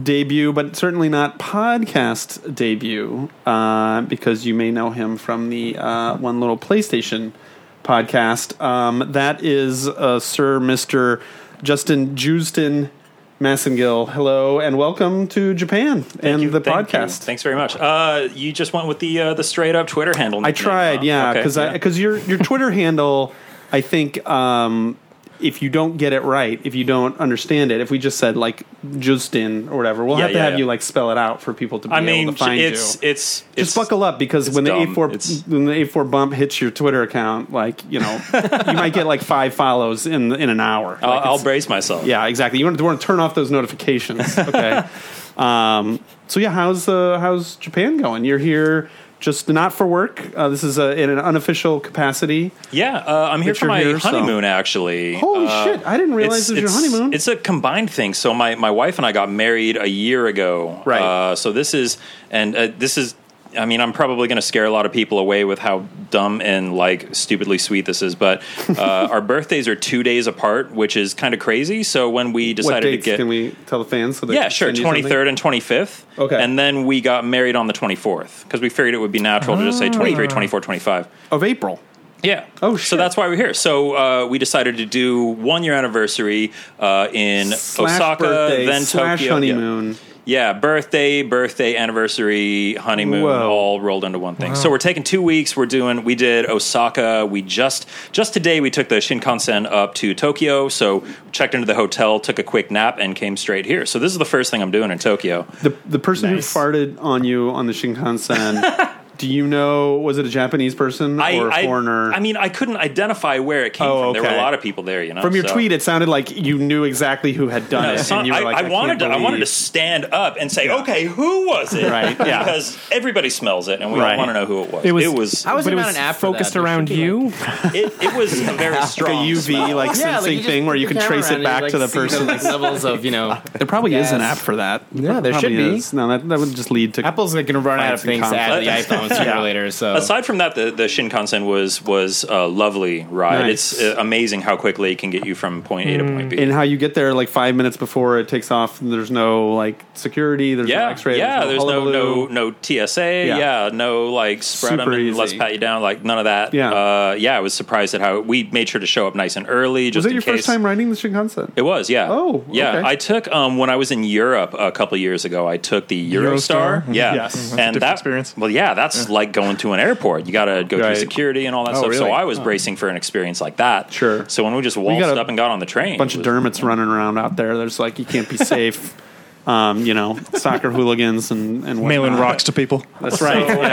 Speaker 2: debut, but certainly not podcast debut, uh, because you may know him from the uh, One Little PlayStation podcast. Um, that is uh, Sir Mr. Justin Justin Massengill. Hello, and welcome to Japan and
Speaker 7: you.
Speaker 2: the
Speaker 7: Thank you.
Speaker 2: podcast.
Speaker 7: Thanks very much. Uh, you just went with the uh, the straight up Twitter handle.
Speaker 2: I
Speaker 7: nickname,
Speaker 2: tried,
Speaker 7: huh?
Speaker 2: yeah,
Speaker 7: Okay,
Speaker 2: because because your
Speaker 7: (laughs)
Speaker 2: your Twitter handle, I think, um, if you don't get it right, if you don't understand it, if we just said like Justin or whatever, we'll
Speaker 7: Yeah,
Speaker 2: have to
Speaker 7: yeah,
Speaker 2: have
Speaker 7: yeah.
Speaker 2: you like spell it out for people to be
Speaker 7: I mean,
Speaker 2: able to find
Speaker 7: it's,
Speaker 2: you.
Speaker 7: it's
Speaker 2: just
Speaker 7: it's
Speaker 2: buckle up because
Speaker 7: it's
Speaker 2: when the
Speaker 7: dumb.
Speaker 2: A four
Speaker 7: It's-
Speaker 2: when the A four bump hits your Twitter account, like you
Speaker 7: (laughs)
Speaker 2: know, you might get like five follows in in an hour.
Speaker 7: I'll,
Speaker 2: Like,
Speaker 7: I'll
Speaker 2: it's-
Speaker 7: brace myself.
Speaker 2: yeah, exactly. You want to, want to turn off those
Speaker 7: (laughs)
Speaker 2: notifications. Okay. um, so yeah, how's uh, how's Japan going? You're here just not for work. Uh, this is uh in an unofficial capacity.
Speaker 7: Yeah, uh, I'm here
Speaker 2: That
Speaker 7: for
Speaker 2: you're
Speaker 7: my
Speaker 2: here, so-
Speaker 7: honeymoon. Actually,
Speaker 2: Holy
Speaker 7: Uh,
Speaker 2: shit! I didn't realize it was your honeymoon.
Speaker 7: It's a combined thing. So my, my wife and I got married a year ago.
Speaker 2: Right.
Speaker 7: Uh, so this is and uh, this is. I mean, I'm probably going to scare a lot of people away with how dumb and like stupidly sweet this is, but
Speaker 2: (laughs)
Speaker 7: uh, our birthdays are two days apart, which is kind of crazy. So when we
Speaker 2: what
Speaker 7: decided to
Speaker 2: dates
Speaker 7: get,
Speaker 2: can we tell the fans? So they
Speaker 7: yeah,
Speaker 2: can
Speaker 7: sure,
Speaker 2: send you something?
Speaker 7: 23rd and 25th.
Speaker 2: Okay.
Speaker 7: and then we got married on the 24th because we figured it would be natural to just say 23, 24, 25.
Speaker 2: of April.
Speaker 7: Yeah.
Speaker 2: Ah. Oh,
Speaker 7: So
Speaker 2: shit.
Speaker 7: that's why we're here. So uh, we decided to do one year anniversary uh, in
Speaker 2: Slash
Speaker 7: Osaka,
Speaker 2: birthday,
Speaker 7: then
Speaker 2: slash
Speaker 7: Tokyo.
Speaker 2: honeymoon.
Speaker 7: Yeah. yeah, birthday, birthday, anniversary, honeymoon,
Speaker 2: Whoa.
Speaker 7: all rolled into one thing. So we're taking two weeks. We're doing. We did Osaka. We just just today we took the Shinkansen up to Tokyo. So checked into the hotel, took a quick nap, and came straight here. So this is the first thing I'm doing in Tokyo.
Speaker 2: The the person
Speaker 3: Nice.
Speaker 2: who farted on you on the
Speaker 7: (laughs)
Speaker 2: Shinkansen. do you know? Was it a Japanese person or a foreigner?
Speaker 7: I mean, I couldn't identify where it came
Speaker 2: Oh,
Speaker 7: from. There were
Speaker 2: okay.
Speaker 7: a lot of people there, you know.
Speaker 2: from your
Speaker 7: so-
Speaker 2: tweet, it sounded like you knew exactly who had done
Speaker 7: No,
Speaker 2: it.
Speaker 7: it's not-
Speaker 2: and you were
Speaker 7: I,
Speaker 2: like,
Speaker 7: I
Speaker 2: can't
Speaker 7: wanted to. I wanted to
Speaker 2: believe-
Speaker 7: stand up and say, "Okay, who was it?"
Speaker 2: Right, yeah.
Speaker 7: Because everybody smells it, and we all
Speaker 2: Right.
Speaker 7: want to know who it was.
Speaker 3: It was-
Speaker 7: It was.
Speaker 6: How is
Speaker 3: but
Speaker 6: there
Speaker 3: it
Speaker 6: not
Speaker 3: was
Speaker 6: an app for
Speaker 3: focused
Speaker 6: that? There
Speaker 3: around
Speaker 6: should be,
Speaker 3: you.
Speaker 7: It, it was a very
Speaker 2: like a
Speaker 6: (laughs)
Speaker 7: strong
Speaker 2: UV like
Speaker 6: Yeah, like,
Speaker 2: sensing
Speaker 6: you just
Speaker 2: thing
Speaker 6: put
Speaker 2: where
Speaker 6: the
Speaker 2: you can
Speaker 6: camera
Speaker 2: trace
Speaker 6: around
Speaker 2: it
Speaker 6: and
Speaker 2: back
Speaker 6: like,
Speaker 2: to the
Speaker 6: see
Speaker 2: person.
Speaker 6: like, (laughs) levels of you know
Speaker 2: There probably is an
Speaker 6: Yes.
Speaker 2: app for that.
Speaker 6: Yeah, there
Speaker 2: Probably
Speaker 6: should be.
Speaker 2: is. No, that, that would just lead to
Speaker 6: Apple's like gonna run out of
Speaker 2: Find
Speaker 6: things
Speaker 2: some
Speaker 6: to add to the iPhone sooner (laughs) or later.
Speaker 2: uh,
Speaker 6: So
Speaker 7: Aside from that, the, the Shinkansen was was a lovely ride.
Speaker 2: Nice. Hmm.
Speaker 7: It's uh, amazing how quickly it can get you from point A to point B.
Speaker 2: and how you get there like five minutes before it takes off. And there's no like security. There's no
Speaker 7: yeah,
Speaker 2: X-ray.
Speaker 7: yeah. There's no no,
Speaker 2: hullabaloo.
Speaker 7: no TSA.
Speaker 2: Yeah.
Speaker 7: Yeah. no like spread 'em
Speaker 2: Super
Speaker 7: and let's
Speaker 2: easy.
Speaker 7: pat you down. Like none of that.
Speaker 2: Yeah.
Speaker 7: uh, yeah. I was surprised at how we made sure to show up nice and early. Just
Speaker 2: Was it
Speaker 7: in
Speaker 2: your
Speaker 7: case.
Speaker 2: first time riding the Shinkansen?
Speaker 7: It was, yeah.
Speaker 2: Oh,
Speaker 7: yeah.
Speaker 2: okay.
Speaker 7: I took um, when I was in Europe a couple years ago. I took the Eurostar,
Speaker 5: Eurostar?
Speaker 7: yeah,
Speaker 2: Yes. Mhm.
Speaker 7: and
Speaker 5: Different
Speaker 7: that
Speaker 5: experience.
Speaker 7: Well, yeah, that's like going to an airport. You got to go through
Speaker 2: Right. Oh,
Speaker 7: security and all that stuff. So
Speaker 2: really?
Speaker 7: I was bracing for an experience like that.
Speaker 2: Sure.
Speaker 7: So when we just waltzed
Speaker 2: got a
Speaker 7: up and got on the train,
Speaker 2: bunch
Speaker 7: it
Speaker 2: of
Speaker 7: was-
Speaker 2: Dermots running around out there. There's like you can't be safe. Um, you know, soccer hooligans and and
Speaker 5: Mailing
Speaker 2: whatnot.
Speaker 5: rocks to people.
Speaker 2: That's right.
Speaker 7: (laughs) So,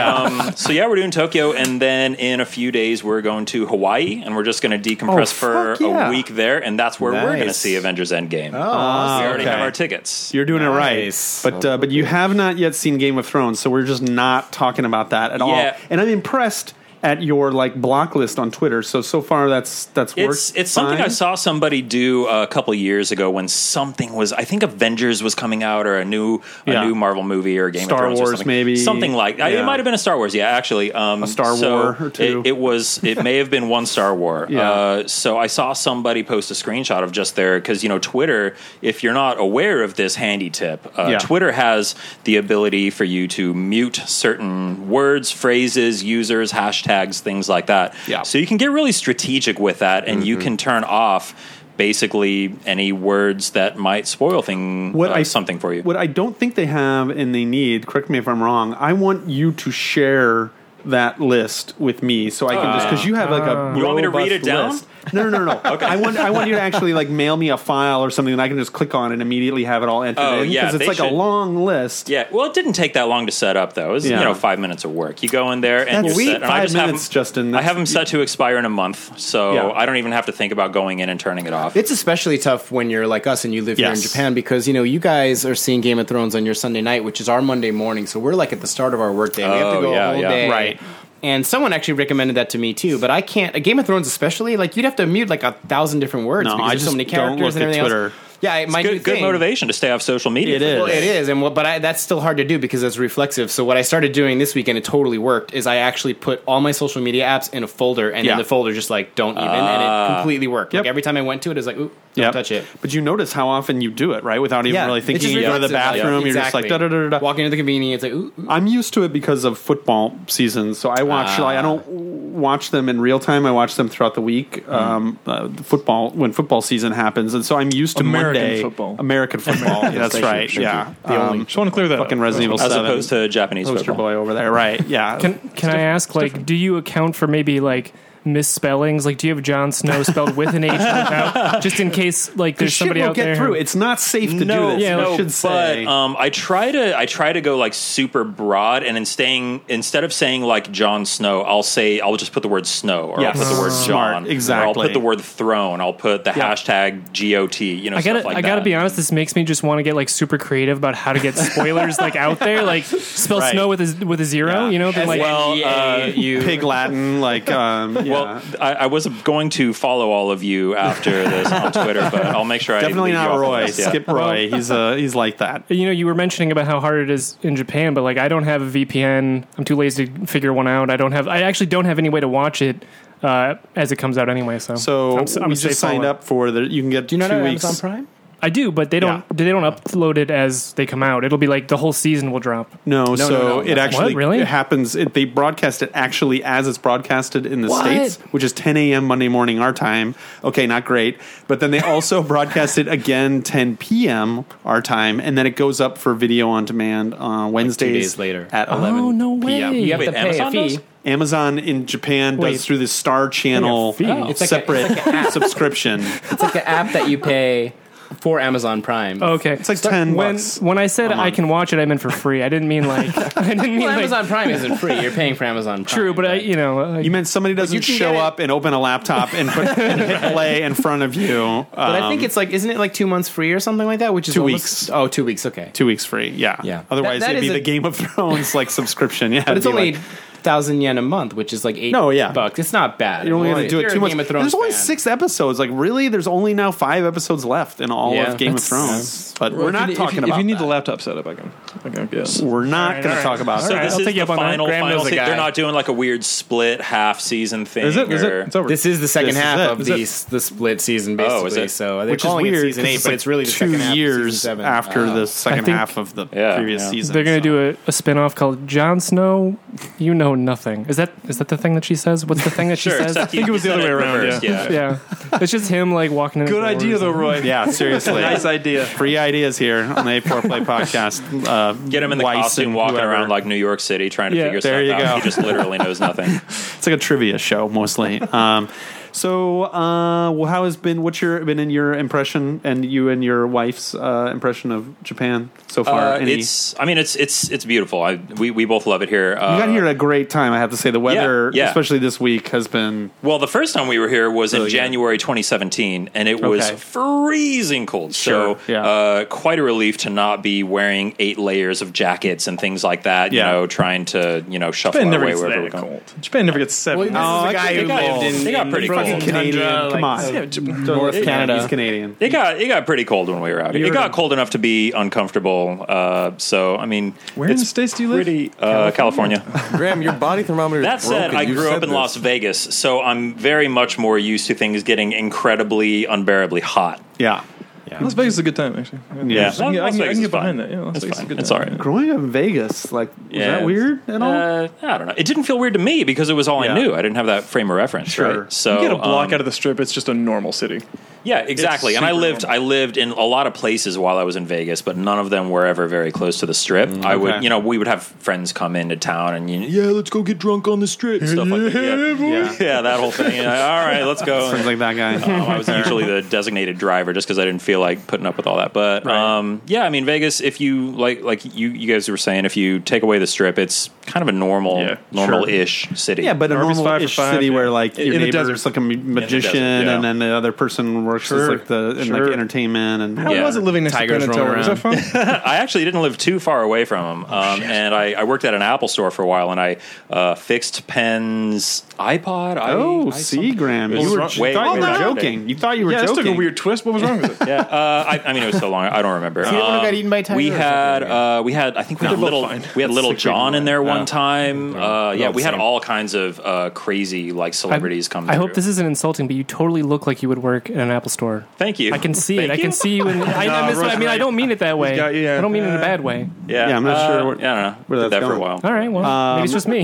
Speaker 7: um, so yeah, we're doing Tokyo, and then in a few days we're going to Hawaii, and we're just going to decompress
Speaker 2: Oh, fuck
Speaker 7: for
Speaker 2: yeah.
Speaker 7: a week there, and that's where we're going to
Speaker 6: Nice.
Speaker 7: see Avengers Endgame. Oh, we already
Speaker 2: okay.
Speaker 7: have our tickets.
Speaker 2: You're doing
Speaker 6: Nice.
Speaker 2: it right, but uh, but you have not yet seen Game of Thrones, so we're just not talking about that at all.
Speaker 7: Yeah.
Speaker 2: And I'm impressed at your like block list on Twitter. So so far that's that's worked.
Speaker 7: It's it's something
Speaker 2: fine.
Speaker 7: I saw somebody do a couple years ago when something was I think Avengers was coming out or a new a
Speaker 2: Yeah.
Speaker 7: new Marvel movie or a Game
Speaker 2: Star
Speaker 7: of Thrones or
Speaker 2: Wars,
Speaker 7: something.
Speaker 2: maybe.
Speaker 7: something like I-
Speaker 2: Yeah.
Speaker 7: it might have been a Star Wars yeah actually um, a
Speaker 2: Star War or two.
Speaker 7: it, it was it may have been one Star War
Speaker 2: (laughs) Yeah.
Speaker 7: uh, so I saw somebody post a screenshot of just their because you know Twitter if you're not aware of this handy tip uh,
Speaker 2: Yeah.
Speaker 7: Twitter has the ability for you to mute certain words phrases users hashtags things like that
Speaker 2: Yeah. Mm-hmm.
Speaker 7: so you can get really strategic with that, and you can turn off basically any words that might spoil thing
Speaker 2: what
Speaker 7: uh,
Speaker 2: I
Speaker 7: something for you.
Speaker 2: What I don't think they have and they need. Correct me if I'm wrong. I want you to share that list with me so I can just because you have like a
Speaker 7: You want me to
Speaker 2: robust
Speaker 7: read it down?
Speaker 2: list. No, no, no,
Speaker 7: (laughs)
Speaker 2: no. okay. I want I want you to actually like mail me a file or something, and I can just click on it and immediately have it all entered
Speaker 7: Oh,
Speaker 2: in
Speaker 7: yeah,
Speaker 2: because it's
Speaker 7: they
Speaker 2: like
Speaker 7: should-
Speaker 2: a long list.
Speaker 7: Yeah, well, it didn't take that long to set up, though. It was,
Speaker 2: Yeah.
Speaker 7: you know, five minutes of work. You go in there and
Speaker 2: That's
Speaker 7: you
Speaker 2: sweet.
Speaker 7: set. And
Speaker 2: Five
Speaker 7: I just have
Speaker 2: minutes,
Speaker 7: them-
Speaker 2: Justin.
Speaker 7: I have them set to expire in a month, so
Speaker 2: Yeah.
Speaker 7: I don't even have to think about going in and turning it off.
Speaker 6: It's especially tough when you're like us and you live here in
Speaker 2: Yes.
Speaker 6: Japan because you know you guys are seeing Game of Thrones on your Sunday night, which is our Monday morning. So we're like at the start of our workday. we have to
Speaker 7: Oh,
Speaker 6: go
Speaker 7: yeah,
Speaker 6: a whole
Speaker 7: yeah.
Speaker 6: day,
Speaker 2: Right.
Speaker 6: And someone actually recommended that to me too, but I can't. uh, Game of Thrones, especially, like you'd have to mute like a thousand different words
Speaker 2: No,
Speaker 6: because
Speaker 2: I
Speaker 6: there's so
Speaker 2: just
Speaker 6: many
Speaker 2: don't look
Speaker 6: characters and
Speaker 2: at
Speaker 6: everything
Speaker 2: Twitter.
Speaker 6: else. Yeah, it might
Speaker 7: good, good motivation to stay off social media.
Speaker 2: It is.
Speaker 6: Well, it is, and what, but I, that's still hard to do because it's reflexive. So what I started doing this weekend, it totally worked. Is I actually put all my social media apps in a folder, and
Speaker 2: Yeah.
Speaker 6: then the folder just like don't even, and it completely worked.
Speaker 2: Yep.
Speaker 6: Like every time I went to it, it was like, ooh, don't
Speaker 2: Yep.
Speaker 6: touch it.
Speaker 2: But you notice how often you do it, right? Without even really
Speaker 6: it's just
Speaker 2: thinking. You go to the
Speaker 6: reflexive.
Speaker 2: bathroom, you're just like da da da da. da.
Speaker 6: Walking into the convenience, like ooh, ooh.
Speaker 2: I'm used to it because of football seasons, so I watch. like, I don't watch them in real time. I watch them throughout the week. Um, uh, the football when football season happens, and so I'm used to
Speaker 5: American
Speaker 2: Monday
Speaker 5: football.
Speaker 2: American football. that's right. Yeah, um,
Speaker 5: Just want to clear that.
Speaker 2: fucking
Speaker 5: up.
Speaker 2: Resident Evil
Speaker 7: As
Speaker 2: Seven.
Speaker 7: opposed to Japanese
Speaker 2: poster
Speaker 7: football.
Speaker 2: boy over there, right? Yeah.
Speaker 3: Can can I ask, like, do you account for maybe like misspellings? Like, do you have Jon Snow spelled with an H, without, just in case like there's
Speaker 2: Shit
Speaker 3: somebody
Speaker 2: will
Speaker 3: out
Speaker 2: get
Speaker 3: there?
Speaker 2: through. It's not safe to do this.
Speaker 3: yeah,
Speaker 2: I
Speaker 3: no,
Speaker 2: should say.
Speaker 7: But um, I try to I try to go like super broad, and in staying, instead of saying like John Snow, I'll say I'll just put the word snow, or
Speaker 2: Yes.
Speaker 7: I'll put the word
Speaker 2: Smart,
Speaker 7: John, or I'll
Speaker 2: exactly.
Speaker 7: put the word throne, I'll put the hashtag got. You know,
Speaker 3: I gotta,
Speaker 7: stuff like
Speaker 3: I gotta
Speaker 7: that.
Speaker 3: be honest. This makes me just want to get like super creative about how to get spoilers like out there. Like, spell
Speaker 2: Right.
Speaker 3: snow with a with a zero.
Speaker 2: Yeah.
Speaker 3: You know, they're like
Speaker 7: Well, uh,
Speaker 2: pig Latin, like um, yeah.
Speaker 7: Well, I, I was going to follow all of you after this on Twitter, but I'll make sure I
Speaker 2: definitely
Speaker 7: leave you
Speaker 2: not
Speaker 7: off the
Speaker 2: Roy.
Speaker 7: list, yeah.
Speaker 2: Skip Roy. He's uh, he's like that.
Speaker 3: you know, you were mentioning about how hard it is in Japan, but like I don't have a VPN. I'm too lazy to figure one out. I don't have. I actually don't have any way to watch it uh, as it comes out anyway. So,
Speaker 2: So
Speaker 3: s-
Speaker 2: we
Speaker 3: a safe
Speaker 2: just signed
Speaker 3: follower.
Speaker 2: up for the. You can get
Speaker 6: do you not
Speaker 2: two
Speaker 6: have
Speaker 2: weeks.
Speaker 6: Amazon Prime?
Speaker 3: I do, but they don't. They don't upload it as they come out. It'll be like the whole season will drop.
Speaker 2: No, so
Speaker 6: no,
Speaker 2: it actually
Speaker 3: What, really?
Speaker 2: it happens. It, they broadcast it actually as it's broadcasted in the states, which is 10 a.m. Monday morning our time. Okay, not great, but then they also (laughs) broadcast it again 10 p.m. our time, and then it goes up for video on demand on Wednesdays
Speaker 6: days later.
Speaker 2: at 11.
Speaker 3: Oh no way!
Speaker 2: PM.
Speaker 6: You have
Speaker 7: Wait,
Speaker 6: to pay
Speaker 7: Amazon
Speaker 6: a fee.
Speaker 7: does?
Speaker 2: Amazon in Japan
Speaker 3: Wait.
Speaker 2: does through the Star Channel
Speaker 3: fee? Oh.
Speaker 6: It's like a-
Speaker 2: separate subscription.
Speaker 6: (laughs) It's like the app that you pay for Amazon Prime.
Speaker 3: Okay,
Speaker 2: It's like 10
Speaker 3: when
Speaker 2: bucks.
Speaker 3: when I said
Speaker 2: a
Speaker 3: I
Speaker 2: month.
Speaker 3: can watch it, I meant for free. I didn't mean like I didn't mean
Speaker 6: Well,
Speaker 3: like
Speaker 6: Amazon Prime isn't free. You're paying for Amazon. Prime,
Speaker 3: true, but I you know like,
Speaker 2: You meant somebody doesn't
Speaker 6: can
Speaker 2: show
Speaker 6: get it-
Speaker 2: up and open a laptop and, put,
Speaker 6: (laughs)
Speaker 2: and hit play in front of you.
Speaker 6: But I
Speaker 2: um,
Speaker 6: think it's like, isn't it like two months free or something like that? Which is
Speaker 2: Two
Speaker 6: almost-
Speaker 2: weeks.
Speaker 6: Oh, two weeks. Okay.
Speaker 2: two weeks free. Yeah,
Speaker 6: Yeah.
Speaker 2: Otherwise,
Speaker 6: That- that
Speaker 2: it'd be
Speaker 6: is
Speaker 2: the
Speaker 6: a-
Speaker 2: Game of Thrones like subscription. Yeah,
Speaker 6: but it's only thousand yen a month, which is like eight.
Speaker 2: No, yeah.
Speaker 6: bucks. It's not bad.
Speaker 2: you're only going to do it too much.
Speaker 6: Game of Thrones
Speaker 2: There's only
Speaker 6: fan.
Speaker 2: six episodes. Like, really, there's only now five episodes left in all
Speaker 6: Yeah.
Speaker 2: of Game of
Speaker 6: That's-
Speaker 2: Thrones. But we're
Speaker 5: If you
Speaker 2: not
Speaker 5: need- if
Speaker 2: talking
Speaker 5: you-
Speaker 2: about.
Speaker 5: If you need
Speaker 2: that.
Speaker 5: the laptop setup, I can. I can guess.
Speaker 2: we're not going
Speaker 3: all
Speaker 2: to
Speaker 3: right.
Speaker 2: talk about.
Speaker 3: All
Speaker 7: So
Speaker 2: that.
Speaker 3: right.
Speaker 7: this
Speaker 3: I'll
Speaker 7: is
Speaker 3: take you
Speaker 7: the
Speaker 3: up on that.
Speaker 7: final,
Speaker 3: Graham
Speaker 7: final
Speaker 6: knows a
Speaker 7: se-
Speaker 6: guy.
Speaker 7: They're not doing like a weird split half season thing.
Speaker 5: Is it? Is
Speaker 7: or-
Speaker 5: it? It's over.
Speaker 6: This is the second
Speaker 2: This is
Speaker 6: half
Speaker 2: it.
Speaker 6: of
Speaker 2: Is
Speaker 6: the
Speaker 2: it-
Speaker 6: s- the split season, basically.
Speaker 7: Oh, is it?
Speaker 6: So they're
Speaker 2: Which is
Speaker 6: calling
Speaker 2: weird.
Speaker 6: it season
Speaker 2: 'cause
Speaker 6: eight,
Speaker 2: it's
Speaker 6: but
Speaker 2: like
Speaker 6: it's really the
Speaker 2: two
Speaker 6: second half of season
Speaker 2: years
Speaker 6: seven.
Speaker 2: after
Speaker 6: Uh,
Speaker 2: the second
Speaker 3: think
Speaker 2: half of the
Speaker 7: Yeah,
Speaker 2: previous
Speaker 7: yeah.
Speaker 2: season.
Speaker 3: They're going to
Speaker 2: so.
Speaker 3: do a, a spin-off called Jon Snow, You Know Nothing. Is that is that the thing that she says? What's the thing that she
Speaker 7: Sure.
Speaker 3: says?
Speaker 7: I think it was
Speaker 5: the other way around,
Speaker 7: Yeah.
Speaker 3: (laughs) yeah. It's just him like walking in. the
Speaker 5: Good
Speaker 3: doors
Speaker 5: idea,
Speaker 3: and-
Speaker 5: though, Roy.
Speaker 2: Yeah, seriously.
Speaker 5: Nice idea.
Speaker 2: Free ideas here on the A4 Play podcast. Uh,
Speaker 7: Get him in the
Speaker 2: Weiss
Speaker 7: costume
Speaker 2: and
Speaker 7: walking
Speaker 2: whoever.
Speaker 7: around like New York City trying to
Speaker 3: Yeah,
Speaker 7: figure
Speaker 2: there
Speaker 7: stuff
Speaker 2: you
Speaker 7: out.
Speaker 2: go.
Speaker 7: He just literally knows nothing.
Speaker 2: It's like a trivia show mostly. um, so, uh, well, how has been? What's your been in your impression and you and your wife's uh, impression of Japan so far?
Speaker 7: Uh,
Speaker 2: Any-
Speaker 7: it's, I mean, it's it's it's beautiful. I we, we both love it here. Uh,
Speaker 2: you got here at a great time. I have to say the weather,
Speaker 7: yeah.
Speaker 2: especially this week, has been
Speaker 7: Well, the first time we were here was in
Speaker 2: Oh, yeah.
Speaker 7: January 2017, and it was
Speaker 2: Okay.
Speaker 7: freezing cold.
Speaker 2: Sure,
Speaker 7: So,
Speaker 2: yeah.
Speaker 7: uh, quite a relief to not be wearing eight layers of jackets and things like that.
Speaker 2: Yeah.
Speaker 7: You know, trying to you know shuffle
Speaker 5: Japan
Speaker 7: our
Speaker 5: never
Speaker 7: way
Speaker 5: gets
Speaker 7: wherever we're
Speaker 5: that
Speaker 7: going.
Speaker 5: cold. Japan never gets seven.
Speaker 6: Well, this is
Speaker 2: I
Speaker 6: a Oh, guy
Speaker 2: think
Speaker 6: who
Speaker 2: they got-
Speaker 6: lived in,
Speaker 7: Oh, they got
Speaker 6: in
Speaker 7: pretty
Speaker 6: fucking
Speaker 7: cold.
Speaker 2: Canadian.
Speaker 6: Tundra,
Speaker 2: Come
Speaker 6: like,
Speaker 2: on,
Speaker 6: uh,
Speaker 2: North
Speaker 6: Canada.
Speaker 2: He's Canadian.
Speaker 7: It got it got pretty cold when we were out here. It
Speaker 5: You're-
Speaker 7: got cold enough to be uncomfortable. Uh, so I mean,
Speaker 5: Where in the states do you live?
Speaker 7: pretty uh, California.
Speaker 4: Graham, your body thermometer.
Speaker 7: That
Speaker 4: is broken.
Speaker 7: said, I
Speaker 4: You
Speaker 7: grew
Speaker 4: said
Speaker 7: up in
Speaker 4: this.
Speaker 7: Las Vegas, so I'm very much more used to things getting incredibly, unbearably hot.
Speaker 2: Yeah.
Speaker 6: Yeah.
Speaker 5: Las Vegas is a good time, actually. I
Speaker 7: Yeah,
Speaker 5: can, I
Speaker 7: Las
Speaker 5: can, I
Speaker 7: Vegas
Speaker 5: can
Speaker 7: is
Speaker 5: get behind
Speaker 7: fine.
Speaker 5: that. Yeah, Las
Speaker 7: It's
Speaker 5: Vegas is
Speaker 7: fine.
Speaker 5: a good
Speaker 7: It's
Speaker 5: time.
Speaker 7: all right.
Speaker 2: Growing up in Vegas, like,
Speaker 7: Yeah,
Speaker 2: was that
Speaker 7: it's-
Speaker 2: weird at all?
Speaker 7: Uh, I don't know. It didn't feel weird to me because it was all
Speaker 2: Yeah.
Speaker 7: I knew. I didn't have that frame of reference.
Speaker 2: Sure.
Speaker 7: Right? So
Speaker 5: You get a block
Speaker 7: um,
Speaker 5: out of the strip, it's just a normal city.
Speaker 7: Yeah, exactly. And I
Speaker 5: super
Speaker 7: lived I lived in a lot of places while I was in Vegas, but none of them were ever very close to the strip.
Speaker 2: Mm,
Speaker 7: I would, you know, we would have friends come into town and you yeah, let's go get drunk on the strip, stuff like that.
Speaker 2: (laughs)
Speaker 7: Yeah,
Speaker 2: yeah.
Speaker 7: (laughs) yeah that whole thing. Yeah, all right, let's go.
Speaker 2: Sounds like that guy.
Speaker 7: (laughs) Um, I was usually the designated driver just because I didn't feel like putting up with all that. But um, yeah, I mean Vegas. If you like, like you, you guys were saying, if you take away the strip, it's kind of a normal,
Speaker 5: Yeah,
Speaker 7: normal-ish city.
Speaker 2: Yeah, but a
Speaker 5: Arby's
Speaker 2: normal ish
Speaker 5: five for five,
Speaker 2: city where
Speaker 5: yeah.
Speaker 2: like your
Speaker 5: In the
Speaker 2: neighbor's
Speaker 5: desert.
Speaker 2: like a ma- magician,
Speaker 7: desert, yeah.
Speaker 2: and then the other person works as
Speaker 5: Sure,
Speaker 2: like the in like
Speaker 5: sure.
Speaker 2: entertainment and
Speaker 5: How
Speaker 7: Yeah.
Speaker 5: was it living next
Speaker 6: Tigers
Speaker 5: to
Speaker 6: roll
Speaker 5: Penn and Teller? Was that fun?
Speaker 7: I actually didn't live too far away from
Speaker 2: Oh,
Speaker 7: him, um, and I, I worked at an Apple store for a while, and I uh, fixed Penn's iPod. I,
Speaker 2: Oh,
Speaker 7: I
Speaker 2: see,
Speaker 7: some-
Speaker 2: Graham,
Speaker 7: It was
Speaker 2: you were
Speaker 7: wrong-
Speaker 2: you
Speaker 7: way-
Speaker 2: thought you
Speaker 7: way
Speaker 2: were
Speaker 7: back in the day.
Speaker 2: joking. You thought you were
Speaker 5: yeah, this took a
Speaker 2: joking.
Speaker 5: weird twist. What was
Speaker 2: (laughs)
Speaker 5: wrong with it?
Speaker 7: Yeah, uh, I, I mean it was so long. I don't remember.
Speaker 6: the one who
Speaker 7: Um,
Speaker 6: got eaten by a tiger
Speaker 7: We
Speaker 6: or something?
Speaker 7: had uh, we had I think we had
Speaker 5: both
Speaker 7: little
Speaker 5: fine.
Speaker 7: we had Little John in there one time. Uh, yeah,
Speaker 6: all
Speaker 7: we
Speaker 6: the
Speaker 7: had
Speaker 6: same.
Speaker 7: all kinds of uh, crazy like celebrities come.
Speaker 3: I hope
Speaker 7: through.
Speaker 3: this isn't insulting, but you totally look like you would work in an Apple store.
Speaker 7: Thank you.
Speaker 3: I can see it.
Speaker 7: Thank
Speaker 3: I
Speaker 7: you.
Speaker 3: can see
Speaker 7: (laughs)
Speaker 3: you. In, I, that's what I mean, I don't mean it that way.
Speaker 5: got you, yeah.
Speaker 3: I don't mean it in a
Speaker 5: Uh,
Speaker 3: bad way.
Speaker 7: Yeah,
Speaker 2: Yeah, I'm not sure where-
Speaker 7: yeah, I don't know.
Speaker 2: where
Speaker 7: Did
Speaker 2: that's
Speaker 7: that for a
Speaker 2: going.
Speaker 7: while.
Speaker 3: All right. Well, maybe it's
Speaker 7: Um,
Speaker 3: just me.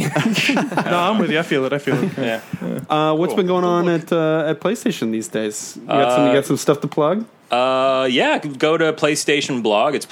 Speaker 3: (laughs)
Speaker 5: no, I'm with you. I feel it. I (laughs) feel it.
Speaker 7: Yeah.
Speaker 2: Uh, what's been going on at uh, at PlayStation these days? You got some you got some stuff to plug.
Speaker 7: Uh, yeah, go to PlayStation blog. It's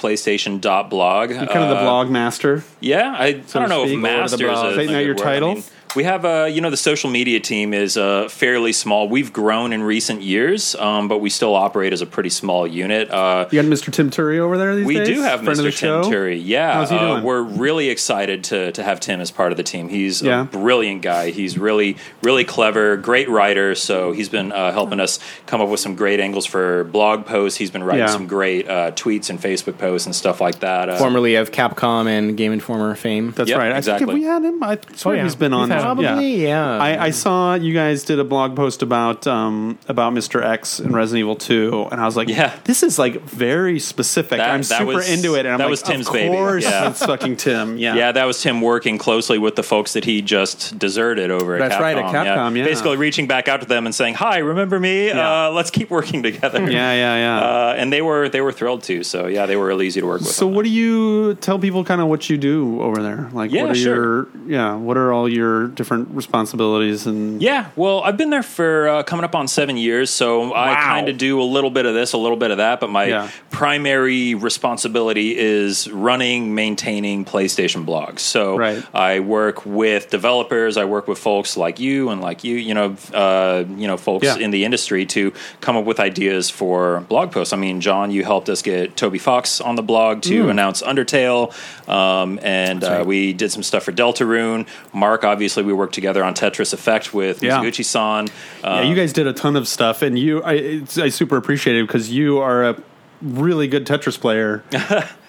Speaker 7: PlayStation.blog.
Speaker 2: You're kind of the
Speaker 5: uh,
Speaker 2: blog master.
Speaker 7: Yeah, I, I
Speaker 2: to
Speaker 7: don't know
Speaker 2: speak,
Speaker 7: if
Speaker 2: or the
Speaker 7: master is
Speaker 2: blog.
Speaker 7: a-
Speaker 2: Is that
Speaker 7: a
Speaker 2: not
Speaker 7: good
Speaker 2: your
Speaker 7: word.
Speaker 2: title?
Speaker 7: I mean, we have uh, you know, the social media team is uh, fairly small. We've grown in recent years, um, but we still operate as a pretty small unit. Uh,
Speaker 2: You got Mr. Tim Turry over there these
Speaker 7: we
Speaker 2: days.
Speaker 7: do have
Speaker 2: Friend of the
Speaker 7: Mr.
Speaker 2: show?
Speaker 7: Tim Turry. Yeah,
Speaker 2: How's he
Speaker 7: uh,
Speaker 2: doing?
Speaker 7: we're really excited to to have Tim as part of the team. He's
Speaker 2: Yeah.
Speaker 7: a brilliant guy. He's really really clever, great writer. So he's been uh, helping us come up with some great angles for blog posts. He's been writing
Speaker 2: Yeah.
Speaker 7: some great uh, tweets and Facebook posts and stuff like that. Uh,
Speaker 6: Formerly of Capcom and Game Informer fame.
Speaker 2: That's
Speaker 7: Yep,
Speaker 2: right. I think
Speaker 7: exactly.
Speaker 2: if we had him, I swear
Speaker 3: Oh, yeah.
Speaker 2: he's been on.
Speaker 3: We've had
Speaker 2: now.
Speaker 3: him.
Speaker 6: Probably, yeah.
Speaker 2: I, I saw you guys did a blog post about um, about Mr. X and Resident Evil 2, and I was like,
Speaker 7: Yeah.
Speaker 2: this is like very specific.
Speaker 7: That-
Speaker 2: I'm
Speaker 7: that
Speaker 2: super
Speaker 7: was-
Speaker 2: into it, and I'm
Speaker 7: that
Speaker 2: like,
Speaker 7: was Tim's
Speaker 2: of
Speaker 7: baby."
Speaker 2: course,
Speaker 7: Yeah.
Speaker 2: it's fucking
Speaker 7: (laughs)
Speaker 2: Tim. Yeah,
Speaker 7: Yeah, that was him working closely with the folks that he just deserted over at
Speaker 2: That's
Speaker 7: Capcom.
Speaker 2: right, at Capcom, yeah.
Speaker 7: Basically reaching back out to them and saying, "Hi, remember me?
Speaker 2: Yeah.
Speaker 7: Uh, let's keep working together."
Speaker 2: (laughs) yeah, yeah. yeah.
Speaker 7: Uh, and they were they were thrilled too. So yeah, they were really easy to work with.
Speaker 2: so, what do you tell people? Kind of what you do over there? Like,
Speaker 7: Yeah,
Speaker 2: what are
Speaker 7: sure.
Speaker 2: your yeah? What are all your different responsibilities and
Speaker 7: Yeah, well, I've been there for uh, coming up on seven years, so I kind of do a little bit of this, a little bit of that, but my
Speaker 2: Yeah.
Speaker 7: primary responsibility is running, maintaining PlayStation blogs. So
Speaker 2: Right.
Speaker 7: I work with developers, I work with folks like you and like you, you know, uh, you know, folks
Speaker 2: Yeah.
Speaker 7: in the industry to come up with ideas for blog posts. I mean, John, you helped us get Toby Fox on the blog to
Speaker 2: Mm.
Speaker 7: announce Undertale, um, and uh, we did some stuff for Deltarune. Mark, obviously, we worked together on Tetris Effect with
Speaker 2: Yeah.
Speaker 7: Mizuguchi-san. Uh,
Speaker 2: Yeah, you guys did a ton of stuff, and you, I, it's, I super appreciate it because you are a really good Tetris
Speaker 7: (laughs)
Speaker 2: player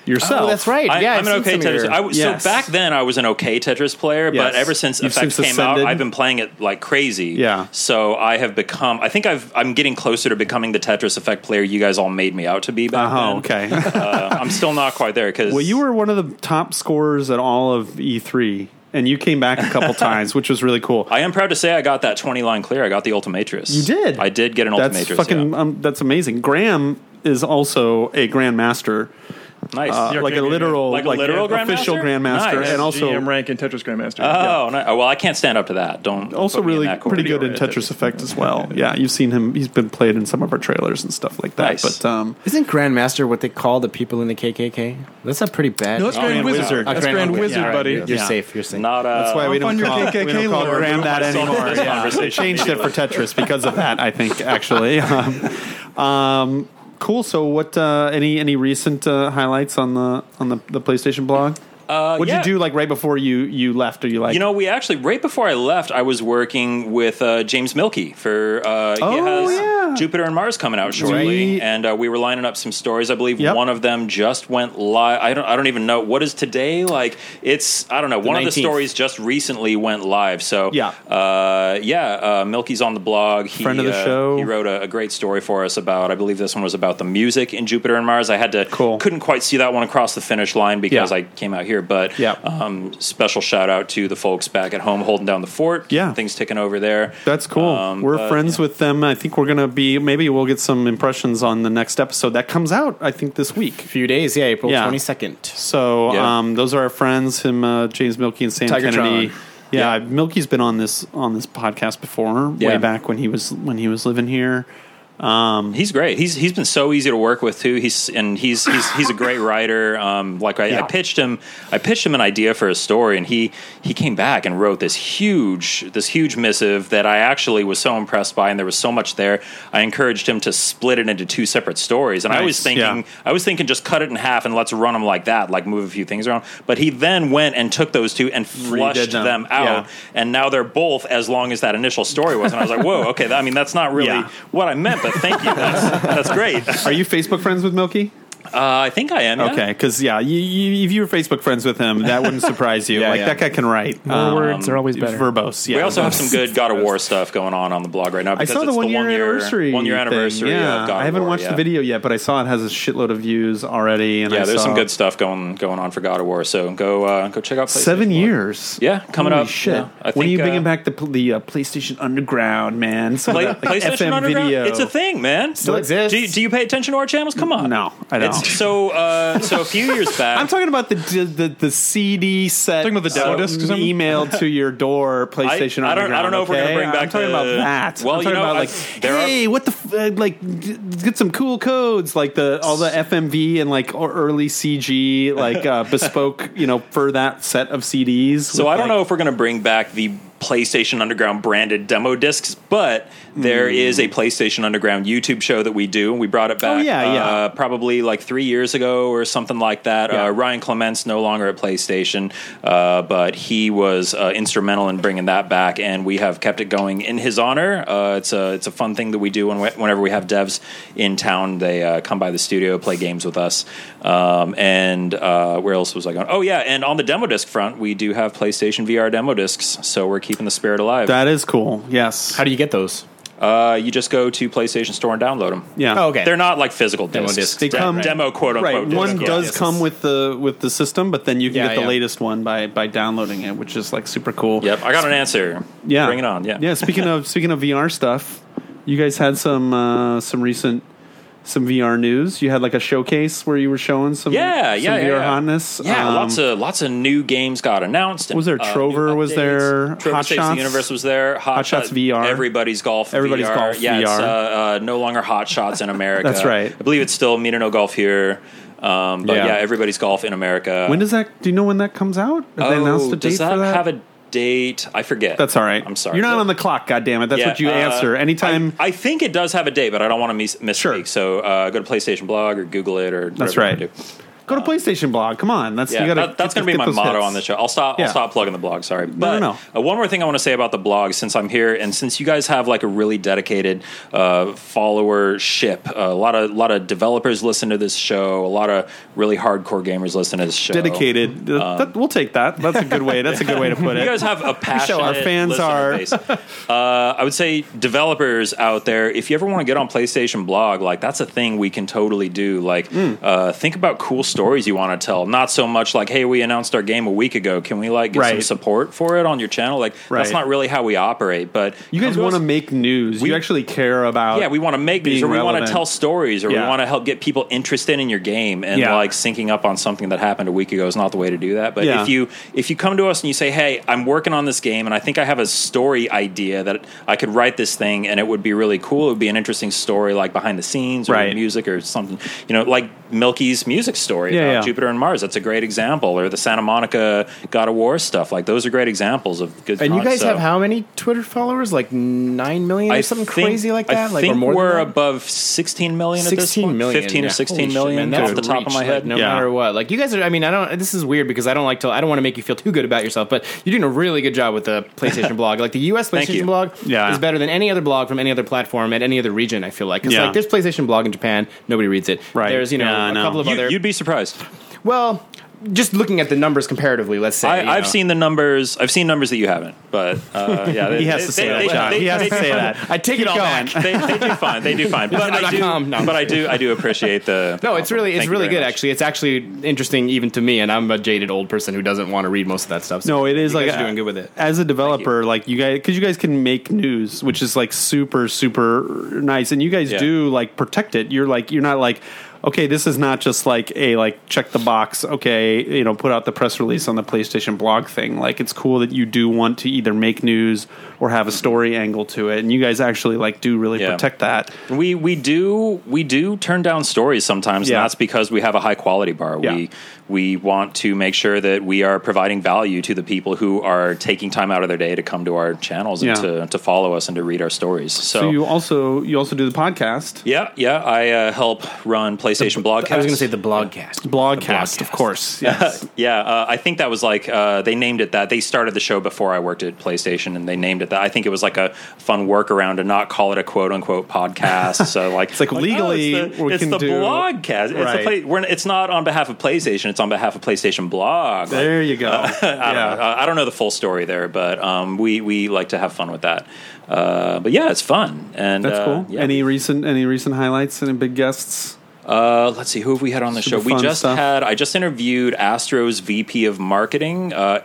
Speaker 2: yourself.
Speaker 6: oh, that's right.
Speaker 7: I,
Speaker 6: yeah,
Speaker 7: I'm an
Speaker 6: I've
Speaker 7: okay
Speaker 6: seen some of
Speaker 7: Tetris.
Speaker 6: your-
Speaker 7: I w
Speaker 2: Yes.
Speaker 7: So back then, I was an okay Tetris player,
Speaker 2: Yes.
Speaker 7: but ever since
Speaker 2: You've
Speaker 7: Effect
Speaker 2: since
Speaker 7: came out,
Speaker 2: ascended.
Speaker 7: I've been playing it like crazy.
Speaker 2: Yeah.
Speaker 7: So I have become. I think I've. I'm getting closer to becoming the Tetris Effect player you guys all made me out to be back
Speaker 2: Uh-huh,
Speaker 7: then. (laughs)
Speaker 2: okay.
Speaker 7: uh, I'm still not quite there because
Speaker 2: Well, you were one of the top scorers at all of E3, and you came back a
Speaker 7: (laughs)
Speaker 2: couple times, which was really cool.
Speaker 7: I am proud to say I got that 20 line clear. I got the Ultimatrix.
Speaker 2: You did.
Speaker 7: I did get an
Speaker 2: that's
Speaker 7: Ultimatrix.
Speaker 2: fucking
Speaker 7: yeah.
Speaker 2: um, that's amazing. Graham is also a grandmaster,
Speaker 7: nice.
Speaker 2: uh, like a
Speaker 5: yeah, yeah.
Speaker 2: literal,
Speaker 7: Like a literal
Speaker 2: official
Speaker 7: grandmaster?
Speaker 2: grandmaster,
Speaker 7: Nice.
Speaker 2: and also
Speaker 5: GM rank and Tetris Grandmaster.
Speaker 7: Oh, ni- oh, well, I can't stand up to that. Don't
Speaker 2: also
Speaker 7: put me in
Speaker 2: really
Speaker 7: that
Speaker 2: pretty good in
Speaker 7: corridor.
Speaker 2: Tetris Effect as well. Yeah, you've seen him; he's been played in some of our trailers and stuff like that.
Speaker 7: Nice.
Speaker 2: But um,
Speaker 6: Isn't Grandmaster what they call the people in the KKK? That's a pretty bad.
Speaker 5: No, that's Grand
Speaker 2: Grand
Speaker 5: Wizard.
Speaker 2: Wizard.
Speaker 6: Oh,
Speaker 5: That's Grand
Speaker 6: okay.
Speaker 5: Wizard,
Speaker 6: All right,
Speaker 5: buddy.
Speaker 6: You're, you're safe. You're safe.
Speaker 7: Not. Uh,
Speaker 2: That's why we
Speaker 5: Up on
Speaker 2: don't,
Speaker 5: your
Speaker 2: call,
Speaker 5: KKK
Speaker 2: we don't call
Speaker 5: lore.
Speaker 2: Graham that
Speaker 7: Myself in
Speaker 2: anymore.
Speaker 7: this
Speaker 2: Yeah. They
Speaker 7: conversation
Speaker 2: changed it for Tetris because of that, I think, actually. (laughs) Um, um, cool. So what uh, any any recent uh, highlights on the on the, the PlayStation blog?
Speaker 7: uh,
Speaker 2: What'd
Speaker 7: yeah.
Speaker 2: you do like right before you you left? Or you like
Speaker 7: You know, we actually right before I left, I was working with uh, James Milkey for uh, he
Speaker 2: Oh,
Speaker 7: has
Speaker 2: yeah.
Speaker 7: Jupiter and Mars coming out shortly,
Speaker 2: We-
Speaker 7: and uh, we were lining up some stories. I believe
Speaker 2: Yep.
Speaker 7: one of them just went live. I don't, I don't even know what is today. Like it's, I don't know. one of the
Speaker 6: 19th.
Speaker 7: stories just recently went live. So
Speaker 2: Yeah.
Speaker 7: uh, yeah. Uh, Milky's on the blog. He,
Speaker 2: Friend of the
Speaker 7: uh,
Speaker 2: show.
Speaker 7: He wrote a, a great story for us about. I believe this one was about the music in Jupiter and Mars. I had to
Speaker 2: Cool.
Speaker 7: couldn't quite see that one across the finish line because
Speaker 2: Yeah.
Speaker 7: I came out here, but
Speaker 2: Yeah.
Speaker 7: um, special shout out to the folks back at home holding down the fort.
Speaker 2: Yeah.
Speaker 7: things ticking over there.
Speaker 2: that's cool.
Speaker 7: Um,
Speaker 2: we're
Speaker 7: but-
Speaker 2: friends with them. I think we're gonna be maybe we'll get some impressions on the next episode that comes out. I think this week.
Speaker 6: few days, yeah, April
Speaker 2: Yeah.
Speaker 6: twenty second.
Speaker 2: So
Speaker 4: Yeah.
Speaker 2: um, those are our friends, him, uh, James Milky, and Sam
Speaker 6: Tigertron.
Speaker 2: Kennedy. Yeah, Milky's been on this on this podcast before, way
Speaker 6: Yeah.
Speaker 2: back when he was when he was living here. Um,
Speaker 7: He's great. He's he's been so easy to work with too. He's and he's he's he's a great writer. Um, like I, I pitched him, I pitched him an idea for a story, and he he came back and wrote this huge this huge missive that I actually was so impressed by, and there was so much there. I encouraged him to split it into two separate stories, and I was
Speaker 2: Nice,
Speaker 7: thinking
Speaker 2: yeah.
Speaker 7: I was thinking just cut it in half and let's run them like that, like move a few things around. But he then went and took those two and flushed
Speaker 2: them.
Speaker 7: them. out, and now they're both as long as that initial story was. And I was like, whoa, okay. that- I mean, that's not really
Speaker 2: Yeah.
Speaker 7: what I meant, but thank you. That's, that's great. Uh,
Speaker 2: are you Facebook friends with Milky?
Speaker 7: I think I am. yeah.
Speaker 2: Okay, because yeah, you, you, if you were Facebook friends with him, that wouldn't surprise
Speaker 7: (laughs)
Speaker 2: you. like
Speaker 4: yeah.
Speaker 2: that guy can write. um,
Speaker 3: More words are
Speaker 7: um,
Speaker 3: always better.
Speaker 2: verbose. Yeah,
Speaker 7: We also have some good God of War stuff going on on the blog right now.
Speaker 2: I
Speaker 7: Because
Speaker 2: saw the
Speaker 7: it's
Speaker 2: one year anniversary.
Speaker 7: One year
Speaker 2: thing,
Speaker 7: anniversary.
Speaker 2: Yeah,
Speaker 7: of God
Speaker 2: I
Speaker 7: of
Speaker 2: haven't
Speaker 7: War,
Speaker 2: watched
Speaker 7: yeah.
Speaker 2: the video yet, but I saw it has a shitload of views already. And
Speaker 7: Yeah,
Speaker 2: I
Speaker 7: there's
Speaker 2: saw
Speaker 7: some good stuff going going on for God of War. So go uh, go check out PlayStation
Speaker 2: Seven
Speaker 7: One.
Speaker 2: years.
Speaker 7: Yeah, coming
Speaker 2: Holy
Speaker 7: up.
Speaker 2: Shit.
Speaker 7: Yeah,
Speaker 2: when are
Speaker 7: I think,
Speaker 2: you
Speaker 7: uh,
Speaker 2: bringing back the pl- the uh, PlayStation Underground, man? Some
Speaker 7: Play,
Speaker 2: of that, like,
Speaker 7: PlayStation
Speaker 2: FM
Speaker 7: Underground.
Speaker 2: video.
Speaker 7: It's a thing, man.
Speaker 2: Still exists.
Speaker 7: Do you, do you pay attention to our channels? Come on.
Speaker 2: No, I don't.
Speaker 7: It's, so uh, so a few
Speaker 2: (laughs)
Speaker 7: years back.
Speaker 2: I'm talking about the the, the, the CD set.
Speaker 5: Talking about the demo disc or something?
Speaker 2: emailed
Speaker 7: (laughs)
Speaker 2: to your door.
Speaker 7: I,
Speaker 2: PlayStation.
Speaker 7: I don't. I don't know if we're going to
Speaker 2: okay?
Speaker 7: bring back.
Speaker 2: I'm talking
Speaker 7: the-
Speaker 2: about that.
Speaker 7: Well,
Speaker 2: I'm talking
Speaker 7: you know,
Speaker 2: about like,
Speaker 7: I- there are
Speaker 2: hey, what the f- uh, like? d- Get some cool codes, like the all the FMV and like or early CG, like
Speaker 7: (laughs)
Speaker 2: uh, bespoke, you know, for that set of CDs.
Speaker 7: So I don't know if we're going to bring back the PlayStation Underground branded demo discs, but there
Speaker 2: Hmm.
Speaker 7: is a PlayStation Underground YouTube show that we do, and we brought it back.
Speaker 2: Oh, yeah, yeah.
Speaker 7: Uh, probably like three years ago or something like that.
Speaker 2: Yeah.
Speaker 7: Uh, Ryan Clements no longer at PlayStation, uh, but he was uh, instrumental in bringing that back, and we have kept it going in his honor. Uh, it's a it's a fun thing that we do when we, whenever we have devs in town. They uh, come by the studio, play games with us, um, and uh, where else was I going? Oh yeah, and on the demo disc front, we do have PlayStation VR demo discs, so we're keeping the spirit alive.
Speaker 2: That is cool. Yes.
Speaker 6: How do you get those?
Speaker 7: uh, you just go to PlayStation Store and download them.
Speaker 2: yeah.
Speaker 6: Oh, okay.
Speaker 7: They're not like physical
Speaker 6: Demo
Speaker 7: discs.
Speaker 6: discs.
Speaker 2: They
Speaker 7: De-
Speaker 2: come-
Speaker 7: demo quote unquote.
Speaker 2: Right, one
Speaker 7: discs.
Speaker 2: does
Speaker 7: Yes.
Speaker 2: come with the with the system, but then you can
Speaker 6: Yeah,
Speaker 2: get the
Speaker 6: yeah.
Speaker 2: latest one by by downloading it, which is like super cool.
Speaker 7: Yep, I got an answer.
Speaker 2: Yeah,
Speaker 7: bring it on. Yeah,
Speaker 2: yeah. Speaking
Speaker 7: (laughs)
Speaker 2: of speaking of VR stuff, you guys had some uh, some recent some VR news. You had like a showcase where you were showing some
Speaker 7: yeah,
Speaker 2: some
Speaker 7: yeah,
Speaker 2: VR
Speaker 7: yeah, yeah.
Speaker 2: hotness.
Speaker 7: Yeah,
Speaker 2: Um,
Speaker 7: lots of lots of new games got announced. and,
Speaker 2: Was there
Speaker 7: uh, new
Speaker 2: Trover was
Speaker 7: updates.
Speaker 2: there,
Speaker 7: Trover
Speaker 2: Hot
Speaker 7: Saves
Speaker 2: Shots?
Speaker 7: the Universe was there. Hot,
Speaker 2: Hot Shots
Speaker 7: Shot-
Speaker 2: VR.
Speaker 7: Everybody's golf.
Speaker 2: Everybody's
Speaker 7: VR.
Speaker 2: Golf
Speaker 7: Yeah, it's
Speaker 2: VR.
Speaker 7: uh, uh, no longer Hot Shots in America.
Speaker 2: That's right.
Speaker 7: I believe it's still Mina No Golf here. Um, but yeah.
Speaker 6: Yeah.
Speaker 7: everybody's golf in America.
Speaker 2: When does that? Do you know when that comes out? Have
Speaker 7: oh,
Speaker 2: they announced a date
Speaker 7: does that,
Speaker 2: for that?
Speaker 7: have a date? I forget.
Speaker 2: That's all right.
Speaker 7: I'm sorry.
Speaker 2: You're not
Speaker 7: But-
Speaker 2: on the clock. God damn it! That's what you
Speaker 7: uh,
Speaker 2: answer anytime.
Speaker 7: I, I think it does have a date, but I don't want to mis- misspeak.
Speaker 2: Sure.
Speaker 7: So uh, go to PlayStation Blog or Google it or
Speaker 2: That's
Speaker 7: whatever you
Speaker 2: right.
Speaker 7: do.
Speaker 2: Go to PlayStation blog. Come on, that's
Speaker 7: uh, Yeah,
Speaker 2: you gotta.
Speaker 7: that- that's
Speaker 2: get-
Speaker 7: going to be
Speaker 2: get
Speaker 7: my
Speaker 2: those
Speaker 7: motto
Speaker 2: hits.
Speaker 7: on the show. I'll stop.
Speaker 2: Yeah.
Speaker 7: I'll stop plugging the blog. Sorry, but
Speaker 2: no,
Speaker 7: Uh, one more thing I want to say about the blog, since I'm here and since you guys have like a really dedicated uh, followership, uh, a lot of lot of developers listen to this show, a lot of really hardcore gamers listen to this show.
Speaker 2: Dedicated. Th- that- we'll take that. That's a good way. That's a good way to put it.
Speaker 7: um, (laughs) You
Speaker 2: (laughs)
Speaker 7: guys have a passion.
Speaker 2: our fans are.
Speaker 7: Uh, I would say developers out there, if you ever want to get on PlayStation Blog, like that's a thing we can totally do. Like,
Speaker 2: Hmm.
Speaker 7: uh, think about cool stories you want to tell. Not so much like, hey, we announced our game a week ago. Can we like get some
Speaker 2: Right.
Speaker 7: support for it on your channel? Like,
Speaker 2: Right.
Speaker 7: that's not really how we operate. But
Speaker 2: You guys
Speaker 7: come
Speaker 2: want
Speaker 7: us-
Speaker 2: to make news.
Speaker 7: We-
Speaker 2: you actually care about.
Speaker 7: yeah, we want to make these,
Speaker 2: being
Speaker 7: or we want
Speaker 2: relevant.
Speaker 7: to tell stories, or we
Speaker 2: Yeah.
Speaker 7: want to help get people interested in your game. And
Speaker 2: Yeah.
Speaker 7: like syncing up on something that happened a week ago is not the way to do that. But
Speaker 2: Yeah.
Speaker 7: if you if you come to us and you say, "Hey, I'm working on this game, and I think I have a story idea that I could write this thing, and it would be really cool. It would be an interesting story, like behind the scenes, or
Speaker 2: Right.
Speaker 7: music, or something. You know, like Milky's music story
Speaker 2: Yeah,
Speaker 7: about
Speaker 2: yeah.
Speaker 7: Jupiter and Mars. That's a great example, or the Santa Monica God of War stuff. Like those are great examples of good.
Speaker 6: And you
Speaker 7: con-
Speaker 6: guys
Speaker 7: so-
Speaker 6: have how many Twitter followers? Like nine million or something
Speaker 7: think-
Speaker 6: crazy like that?
Speaker 7: I
Speaker 6: like
Speaker 7: think
Speaker 6: or more
Speaker 7: we're
Speaker 6: than that?
Speaker 7: above 16 million at this
Speaker 6: 16
Speaker 7: point.
Speaker 6: million.
Speaker 7: 15 or
Speaker 6: yeah.
Speaker 7: 16
Speaker 6: Holy
Speaker 7: million
Speaker 6: shit, man,
Speaker 7: off the
Speaker 6: that's
Speaker 7: top of my
Speaker 6: reach,
Speaker 7: head.
Speaker 6: like, no
Speaker 2: Yeah.
Speaker 6: matter what. Like you guys are I mean, I don't this is weird because I don't like to I don't want to make you feel too good about yourself, but you're doing a really good job with the
Speaker 7: (laughs)
Speaker 6: PlayStation blog. Like the US
Speaker 7: Thank you.
Speaker 6: PlayStation blog
Speaker 2: Yeah.
Speaker 6: is better than any other blog from any other platform at any other region, I feel like. Cuz
Speaker 2: Yeah.
Speaker 6: like there's PlayStation blog in Japan, nobody reads it.
Speaker 2: Right.
Speaker 6: There's, you know,
Speaker 2: Yeah, I
Speaker 6: a
Speaker 2: know.
Speaker 6: couple of
Speaker 7: You,
Speaker 6: other
Speaker 7: would be surprised.
Speaker 6: Well, just looking at the numbers comparatively, let's say you
Speaker 7: I, I've
Speaker 6: know. (laughs)
Speaker 7: seen the numbers. I've seen numbers that you haven't, but uh, yeah, they,
Speaker 2: He has
Speaker 7: they-
Speaker 2: to say
Speaker 7: they-
Speaker 2: that,
Speaker 7: they-
Speaker 2: John.
Speaker 7: they-
Speaker 2: He has to
Speaker 7: they- (laughs)
Speaker 2: say that.
Speaker 6: I take it all back.
Speaker 7: they, they do fine. They do
Speaker 6: (laughs)
Speaker 7: fine. But I do.
Speaker 6: Nintendo.com. No.
Speaker 7: But I do. I do appreciate the.
Speaker 6: No, it's really it's
Speaker 7: Thank you
Speaker 6: really
Speaker 7: very
Speaker 6: good
Speaker 7: much.
Speaker 6: actually. It's actually interesting even to me, and I'm a jaded old person who doesn't want to read most of that stuff. So
Speaker 2: No, it is
Speaker 6: you
Speaker 2: like
Speaker 6: guys are doing good with it.
Speaker 2: As a developer, like you guys, because you guys can make news, which is like super super nice, and you guys
Speaker 7: Yeah.
Speaker 2: do like protect it. You're like you're not like okay, this is not just like a like check the box. Okay, you know, put out the press release on the PlayStation blog thing. Like it's cool that you do want to either make news or have a story angle to it, and you guys actually like do really
Speaker 7: Yeah.
Speaker 2: protect that.
Speaker 7: We we do we do turn down stories sometimes,
Speaker 2: Yeah.
Speaker 7: and that's because we have a high quality bar.
Speaker 2: Yeah.
Speaker 7: We we want to make sure that we are providing value to the people who are taking time out of their day to come to our channels and
Speaker 2: Yeah.
Speaker 7: to, to follow us and to read our stories. So,
Speaker 2: So, you also you also do the podcast.
Speaker 7: yeah, yeah, I uh, help run PlayStation Blogcast.
Speaker 6: I was going to say the blogcast.
Speaker 2: Blogcast, of (laughs) course. Yes.
Speaker 7: (laughs) Yeah, uh, I think that was like uh, they named it that. They started the show before I worked at PlayStation, and they named it that. I think it was like a fun workaround to not call it a quote unquote podcast.
Speaker 2: (laughs)
Speaker 7: so like, it's
Speaker 2: like legally
Speaker 7: it's the,
Speaker 2: we
Speaker 7: it's
Speaker 2: can
Speaker 7: the
Speaker 2: do-
Speaker 7: blogcast. It's,
Speaker 2: Right.
Speaker 7: the play, we're, it's not on behalf of PlayStation. It's on behalf of PlayStation Blog. Like,
Speaker 2: there you go.
Speaker 7: (laughs) I,
Speaker 2: yeah.
Speaker 7: don't know, uh, I don't know the full story there, but um, we we like to have fun with that. Uh, but yeah, it's fun and
Speaker 2: That's
Speaker 7: uh,
Speaker 2: cool.
Speaker 7: yeah.
Speaker 2: Any recent any recent highlights? Any big guests?
Speaker 7: Uh, let's see who have we had on the
Speaker 2: Super
Speaker 7: show. We
Speaker 2: fun
Speaker 7: just
Speaker 2: stuff.
Speaker 7: had. I just interviewed Astros VP of marketing, uh,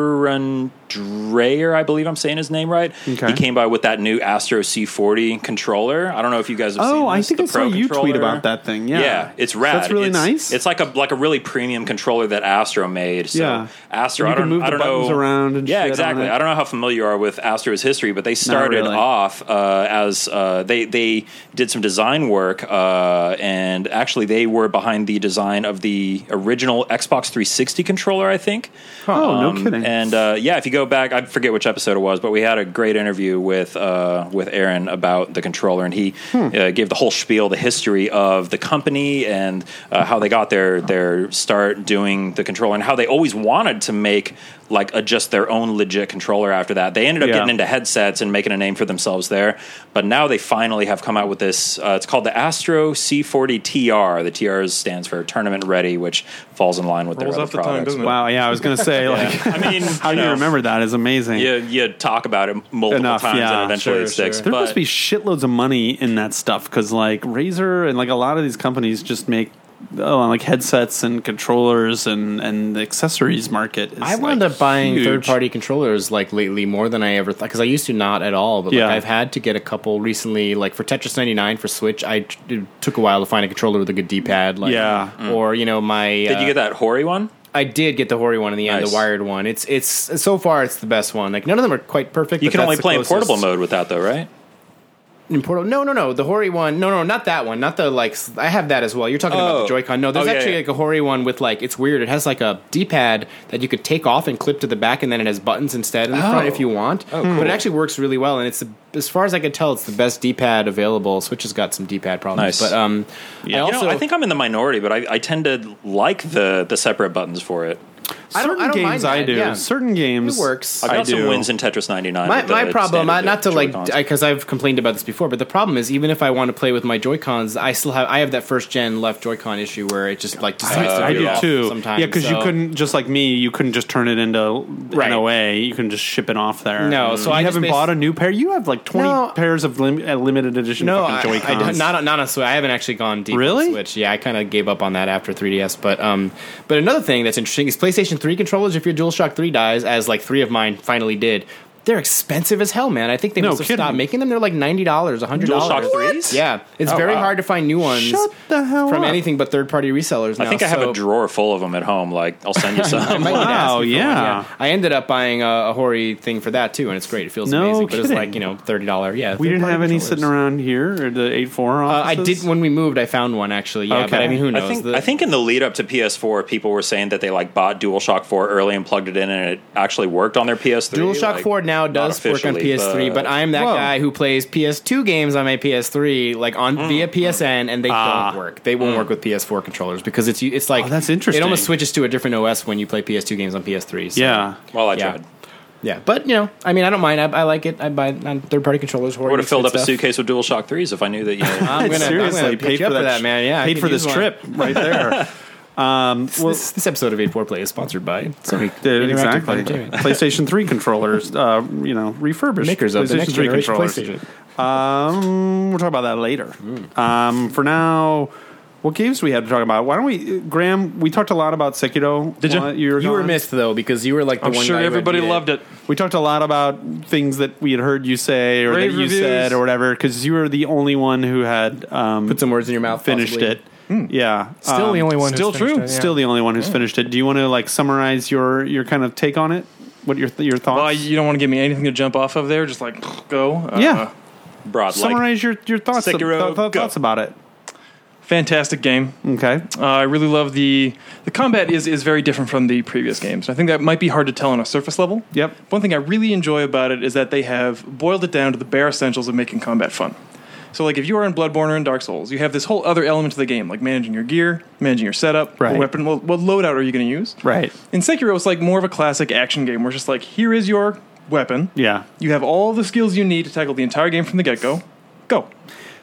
Speaker 7: Aaron Dreyer. I believe I'm saying his name right.
Speaker 2: Okay.
Speaker 7: He came by with that new Astro C40 controller. I don't know if you guys have seen.
Speaker 2: Oh, I
Speaker 7: this,
Speaker 2: think
Speaker 7: the
Speaker 2: I saw
Speaker 7: Pro
Speaker 2: you tweet
Speaker 7: controller.
Speaker 2: about that thing. Yeah,
Speaker 7: Yeah. it's rad.
Speaker 2: That's really
Speaker 7: It's-
Speaker 2: nice.
Speaker 7: It's like a like a really premium controller that Astro made. So
Speaker 2: Yeah.
Speaker 7: Astro,
Speaker 2: You
Speaker 7: I
Speaker 2: can
Speaker 7: don't,
Speaker 2: move
Speaker 7: I
Speaker 2: the
Speaker 7: don't know.
Speaker 2: buttons around and
Speaker 7: yeah,
Speaker 2: shit on
Speaker 7: exactly.
Speaker 2: it.
Speaker 7: I don't know how familiar you are with Astro's history, but they started
Speaker 2: really.
Speaker 7: off uh, as uh, they they did some design work, uh, and actually they were behind the design of the original Xbox 360 controller, I think.
Speaker 2: Oh, no kidding.
Speaker 7: And uh, yeah, if you go back, I forget which episode it was, but we had a great interview with uh, with Aaron about the controller, and he
Speaker 2: Hmm.
Speaker 7: uh, gave the whole spiel, the history of the company, and uh, how they got their their start doing the controller, and how they always wanted to make like a, just their own legit controller. After that, they ended up
Speaker 2: Yeah.
Speaker 7: getting into headsets and making a name for themselves there, but now they finally have come out with this. Uh, it's called the Astro C40 TR. The TR stands for Tournament Ready, which falls in line with
Speaker 5: Rolls
Speaker 7: their
Speaker 5: off
Speaker 7: other
Speaker 5: the tongue,
Speaker 7: products.
Speaker 5: doesn't it?
Speaker 2: wow. Yeah, I was gonna
Speaker 7: (laughs)
Speaker 2: say like (laughs)
Speaker 7: I mean,
Speaker 2: how you
Speaker 7: know.
Speaker 2: remember that is amazing.
Speaker 7: You, you talk about it multiple
Speaker 2: Enough,
Speaker 7: times
Speaker 2: yeah.
Speaker 7: and eventually
Speaker 5: Sure,
Speaker 7: it sticks.
Speaker 5: sure.
Speaker 2: There
Speaker 7: but
Speaker 2: must be shitloads of money in that stuff because like Razer and like a lot of these companies just make oh, like headsets and controllers and and the accessories market. Is
Speaker 6: I wound
Speaker 2: like,
Speaker 6: up buying
Speaker 2: huge.
Speaker 6: third party controllers like lately more than I ever thought because I used to not at all. But
Speaker 2: Yeah.
Speaker 6: like I've had to get a couple recently, like for Tetris 99 for Switch. I it took a while to find a controller with a good D pad. Like,
Speaker 2: Yeah.
Speaker 6: Or you know my
Speaker 7: Mm.
Speaker 6: uh,
Speaker 7: did you get that Hori one?
Speaker 6: I did get the Hori one in the end,
Speaker 7: Nice.
Speaker 6: the wired one. It's it's so far it's the best one. Like none of them are quite perfect.
Speaker 7: You
Speaker 6: but
Speaker 7: can
Speaker 6: that's
Speaker 7: only
Speaker 6: the
Speaker 7: play in
Speaker 6: closest.
Speaker 7: portable mode with that though, right?
Speaker 6: In portable? No, no, no. The Hori one. No, no, not that one. Not the like. s- I have that as well. You're talking about
Speaker 7: Oh.
Speaker 6: the Joy-Con. No, there's
Speaker 7: Oh, yeah,
Speaker 6: actually
Speaker 7: yeah.
Speaker 6: like a Hori one with like it's weird. It has like a D-pad that you could take off and clip to the back, and then it has buttons instead in the front if you want. Oh, But it actually works really well, and it's the- as far as I can tell, it's the best D-pad available. Switch has got some D-pad problems,
Speaker 7: Nice.
Speaker 6: but um, I
Speaker 7: you
Speaker 6: also
Speaker 7: know, I think I'm in the minority, but I, I tend to like the the separate buttons for it.
Speaker 6: I don't-
Speaker 2: certain
Speaker 6: I don't mind
Speaker 2: games I
Speaker 6: that,
Speaker 2: do.
Speaker 6: yeah.
Speaker 2: Certain games
Speaker 6: it works.
Speaker 7: I've
Speaker 2: I
Speaker 7: got some
Speaker 2: do.
Speaker 7: wins in Tetris 99.
Speaker 6: my,
Speaker 7: with the
Speaker 6: my problem not,
Speaker 7: standard
Speaker 6: not to like
Speaker 7: Joy-Cons.
Speaker 6: because i've complained about this before but the problem is even if i want to play with my joy cons i still have i have that first gen left joy con issue where it just like decides to
Speaker 2: I
Speaker 6: veer
Speaker 2: do
Speaker 6: off
Speaker 2: too.
Speaker 6: Uh, sometimes
Speaker 2: yeah, because you
Speaker 6: so-
Speaker 2: couldn't just like me. You couldn't just turn it into
Speaker 6: Right.
Speaker 2: NOA. You can just ship it off there. Mm.
Speaker 6: No, so
Speaker 2: you
Speaker 6: I just
Speaker 2: haven't
Speaker 6: basi-
Speaker 2: bought a new pair. You have like twenty
Speaker 6: No.
Speaker 2: pairs of lim- uh, limited edition
Speaker 6: no I,
Speaker 2: fucking Joy
Speaker 6: I don't-
Speaker 2: Cons.
Speaker 6: not, on- not on switch i haven't actually gone deep
Speaker 2: Really?
Speaker 6: on switch yeah i kind of gave up on that after 3ds but um but another thing that's interesting is playstation 3 controllers if your dualshock 3 dies as like three of mine finally did they're expensive as hell, man. I think they
Speaker 2: No
Speaker 6: must have
Speaker 2: kidding.
Speaker 6: stopped making them. They're like ninety dollars, hundred dollars.
Speaker 7: DualShock threes?
Speaker 6: Yeah, it's very
Speaker 7: wow.
Speaker 6: hard to find new ones
Speaker 2: Oh, Shut the hell
Speaker 6: from
Speaker 2: up.
Speaker 6: anything but third-party resellers. Now.
Speaker 7: I think I have
Speaker 6: so-
Speaker 7: a drawer full of them at home. Like I'll
Speaker 6: (laughs)
Speaker 7: send you some.
Speaker 6: might need to
Speaker 2: Wow,
Speaker 6: ask you for
Speaker 2: yeah.
Speaker 6: I ended up buying a, a Hori thing for that too, and it's great. It feels
Speaker 2: No
Speaker 6: amazing, but it's
Speaker 2: kidding.
Speaker 6: like you know thirty dollar. Yeah,
Speaker 2: we didn't
Speaker 6: third-party
Speaker 2: have any
Speaker 6: controllers.
Speaker 2: sitting around here or the eight four.
Speaker 6: Uh, I did when we moved. I found one actually. Yeah, but
Speaker 2: Okay.
Speaker 6: I mean, who knows?
Speaker 7: I think,
Speaker 6: The-
Speaker 7: I think in the lead up to PS4, people were saying that they like bought DualShock 4 early and plugged it in, and it actually worked on their PS3.
Speaker 6: DualShock
Speaker 7: like,
Speaker 6: 4 now
Speaker 7: not
Speaker 6: does work on
Speaker 7: officially,
Speaker 6: PS3, but, I'm that
Speaker 2: Whoa.
Speaker 6: guy who plays PS2 games on my PS3, like on via PSN, and they don't work. They won't work with PS4 controllers because it's it's like
Speaker 2: Oh, that's
Speaker 6: It
Speaker 2: interesting.
Speaker 6: almost switches to a different OS when you play PS2 games on PS3. so-
Speaker 2: Yeah.
Speaker 7: well, I
Speaker 6: Yeah.
Speaker 7: tried.
Speaker 6: yeah, but you know, I mean, I don't mind. I, I like it. I buy third party controllers.
Speaker 7: I would have filled up a suitcase with DualShock 3s if I knew that
Speaker 5: (laughs)
Speaker 7: you.
Speaker 6: I'm gonna,
Speaker 2: Seriously,
Speaker 6: I'm gonna
Speaker 2: paid
Speaker 6: pitch
Speaker 2: for
Speaker 6: you up
Speaker 2: that,
Speaker 6: for that,
Speaker 2: sh-
Speaker 6: man. Yeah, I
Speaker 2: paid
Speaker 6: could
Speaker 2: for this
Speaker 6: use one. (laughs)
Speaker 2: trip right there. Um, well,
Speaker 6: this, this episode of 8 4 Play is sponsored by Sony.
Speaker 2: dude,
Speaker 6: Interactive
Speaker 2: exactly.
Speaker 6: Entertainment.
Speaker 2: PlayStation 3 controllers, uh, you know, refurbished.
Speaker 6: Makers of the next
Speaker 2: PlayStation 3
Speaker 6: generation
Speaker 2: controllers.
Speaker 6: PlayStation.
Speaker 2: Um, we'll talk about that later. Um, for now, what games do we have to talk about? Why don't we, Graham? We talked a lot about Sekiro.
Speaker 5: Did you?
Speaker 2: while You were,
Speaker 6: You were
Speaker 2: gone.
Speaker 6: missed, though, because you were like the
Speaker 5: I'm
Speaker 6: one
Speaker 5: sure
Speaker 6: guy who
Speaker 5: everybody
Speaker 6: had beat
Speaker 5: loved it.
Speaker 2: We talked a lot about things that we had heard you say or
Speaker 5: Rave
Speaker 2: that you
Speaker 5: reviews.
Speaker 2: said or whatever because you were the only one who had um,
Speaker 6: Put some words in your mouth.
Speaker 2: finished
Speaker 6: possibly. Hmm.
Speaker 2: it. Yeah,
Speaker 3: Still
Speaker 2: Um,
Speaker 3: the only one. who's
Speaker 5: still
Speaker 3: finished
Speaker 5: true.
Speaker 3: it, yeah.
Speaker 2: Still the only one who's finished it. Do you want to like summarize your your kind of take on it? What your your
Speaker 5: Well,
Speaker 2: thoughts?
Speaker 5: you don't want to give me anything to jump off of there. Just like go. Uh,
Speaker 2: yeah,
Speaker 7: broad like
Speaker 2: summarize your your thoughts th-
Speaker 7: Sekiro,
Speaker 2: th- th-
Speaker 7: go.
Speaker 2: thoughts about it.
Speaker 5: Fantastic game.
Speaker 2: Okay,
Speaker 5: Uh, I really love the the combat is is very different from the previous games. I think that might be hard to tell on a surface level.
Speaker 2: Yep.
Speaker 5: One thing I really enjoy about it is that they have boiled it down to the bare essentials of making combat fun. So like if you are in Bloodborne or in Dark Souls, you have this whole other element to the game, like managing your gear, managing your setup,
Speaker 2: Right.
Speaker 5: what weapon, what, what loadout are you going to use?
Speaker 2: right.
Speaker 5: In Sekiro, it's like more of a classic action game where it's just like here is your weapon.
Speaker 2: Yeah.
Speaker 5: You have all the skills you need to tackle the entire game from the get go. Go.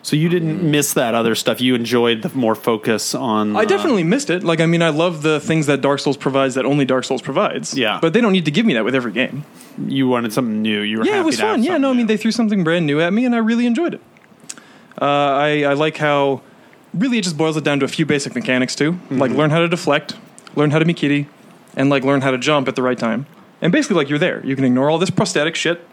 Speaker 2: So you didn't miss that other stuff. You enjoyed the more focus on.
Speaker 5: Mm. I
Speaker 2: uh,
Speaker 5: definitely missed it. Like, I mean, I love the things that Dark Souls provides that only Dark Souls provides.
Speaker 2: Yeah.
Speaker 5: But they don't need to give me that with every game.
Speaker 2: um, you wanted something new. You were
Speaker 5: yeah, it
Speaker 2: happy
Speaker 5: was
Speaker 2: to have
Speaker 5: fun. Yeah,
Speaker 2: something
Speaker 5: no, I mean,
Speaker 2: new.
Speaker 5: they threw something brand new at me, and I really enjoyed it. Uh, I, I like how really it just boils it down to a few basic mechanics, too. Like,
Speaker 7: Mm-hmm.
Speaker 5: learn how to deflect, learn how to Mikiti, and, like, learn how to jump at the right time. And basically, like, you're there. You can ignore all this prosthetic shit.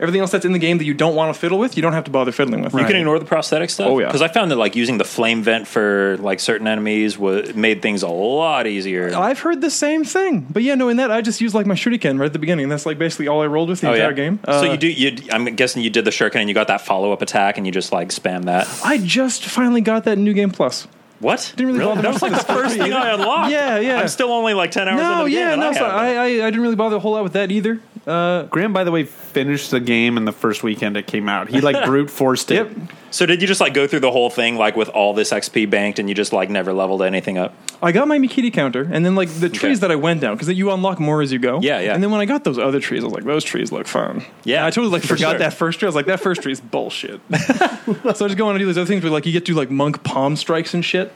Speaker 5: Everything else that's in the game that you don't want to fiddle with, you don't have to bother fiddling with.
Speaker 7: You can ignore the prosthetic stuff.
Speaker 5: Oh, yeah.
Speaker 7: because I found that like using the flame vent for like certain enemies was made things a lot easier.
Speaker 5: I've heard the same thing, but yeah, no. In that, I just used like my shuriken right at the beginning. That's like basically all I rolled with the entire game.
Speaker 7: Oh, so
Speaker 5: Uh,
Speaker 7: you do. You, I'm guessing you did the shuriken and you got that follow up attack and you just like spam that.
Speaker 5: I just finally got that new game plus.
Speaker 7: What?
Speaker 5: Didn't really bother
Speaker 7: That was like
Speaker 5: (laughs)
Speaker 7: the first thing I unlocked.
Speaker 5: Yeah, yeah.
Speaker 7: I'm still only like ten hours.
Speaker 5: No,
Speaker 7: into the game
Speaker 5: yeah,
Speaker 7: and
Speaker 5: no.
Speaker 7: I
Speaker 5: so
Speaker 7: have
Speaker 5: I,
Speaker 7: that.
Speaker 5: I, I didn't really bother a whole lot with that either. Uh,
Speaker 2: Graham, by the way, finished the game in the first weekend it came out. He (laughs) like brute forced it.
Speaker 5: Yep.
Speaker 7: So did you just like go through the whole thing like with all this XP banked and you just like never leveled anything up?
Speaker 5: I got my Mikiti counter, and then like the trees
Speaker 7: Okay.
Speaker 5: that I went down because you unlock more as you go.
Speaker 7: Yeah, yeah.
Speaker 5: And then when I got those other trees, I was like, those trees look fun.
Speaker 7: Yeah,
Speaker 5: I totally like
Speaker 7: for
Speaker 5: forgot
Speaker 7: sure.
Speaker 5: that first tree. I was like, that first tree's bullshit. (laughs) so I just go on and do these other things where like you get to do like monk palm strikes and shit.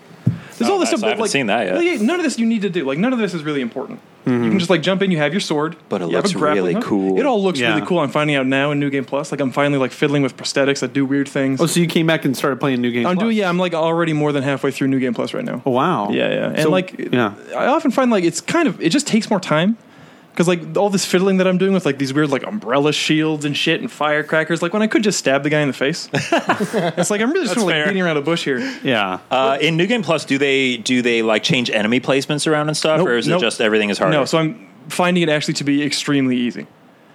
Speaker 5: There's
Speaker 7: Oh,
Speaker 5: all this
Speaker 7: nice. I
Speaker 5: stuff. but,
Speaker 7: haven't
Speaker 5: like,
Speaker 7: seen that yet. Mm-hmm.
Speaker 5: like, yeah, none of this you need to do. Like none of this is really important. You can just like jump in. You have your sword,
Speaker 7: But it
Speaker 5: you have a
Speaker 7: looks
Speaker 5: grappling
Speaker 7: really
Speaker 5: hook.
Speaker 7: cool.
Speaker 5: It all looks
Speaker 2: Yeah.
Speaker 5: really cool. I'm finding out now in New Game Plus. Like I'm finally like fiddling with prosthetics that do weird things.
Speaker 2: Oh, so you came back and started playing new games.
Speaker 5: I'm doing
Speaker 2: Plus.
Speaker 5: yeah. I'm like already more than halfway through New Game Plus right now.
Speaker 2: Oh, wow.
Speaker 5: Yeah, yeah. And
Speaker 2: So-
Speaker 5: like,
Speaker 2: yeah.
Speaker 5: I often find like it's kind of it just takes more time because like all this fiddling that I'm doing with like these weird like umbrella shields and shit and firecrackers. Like when I could just stab the guy in
Speaker 2: (laughs)
Speaker 5: the face. it's like I'm really just sort of
Speaker 7: fair.
Speaker 5: like beating around a bush here.
Speaker 2: Yeah.
Speaker 7: Uh, in New Game Plus, do they do they like change enemy placements around and stuff,
Speaker 5: Nope,
Speaker 7: or is
Speaker 5: nope.
Speaker 7: it just everything is harder?
Speaker 5: No, so I'm finding it actually to be extremely easy.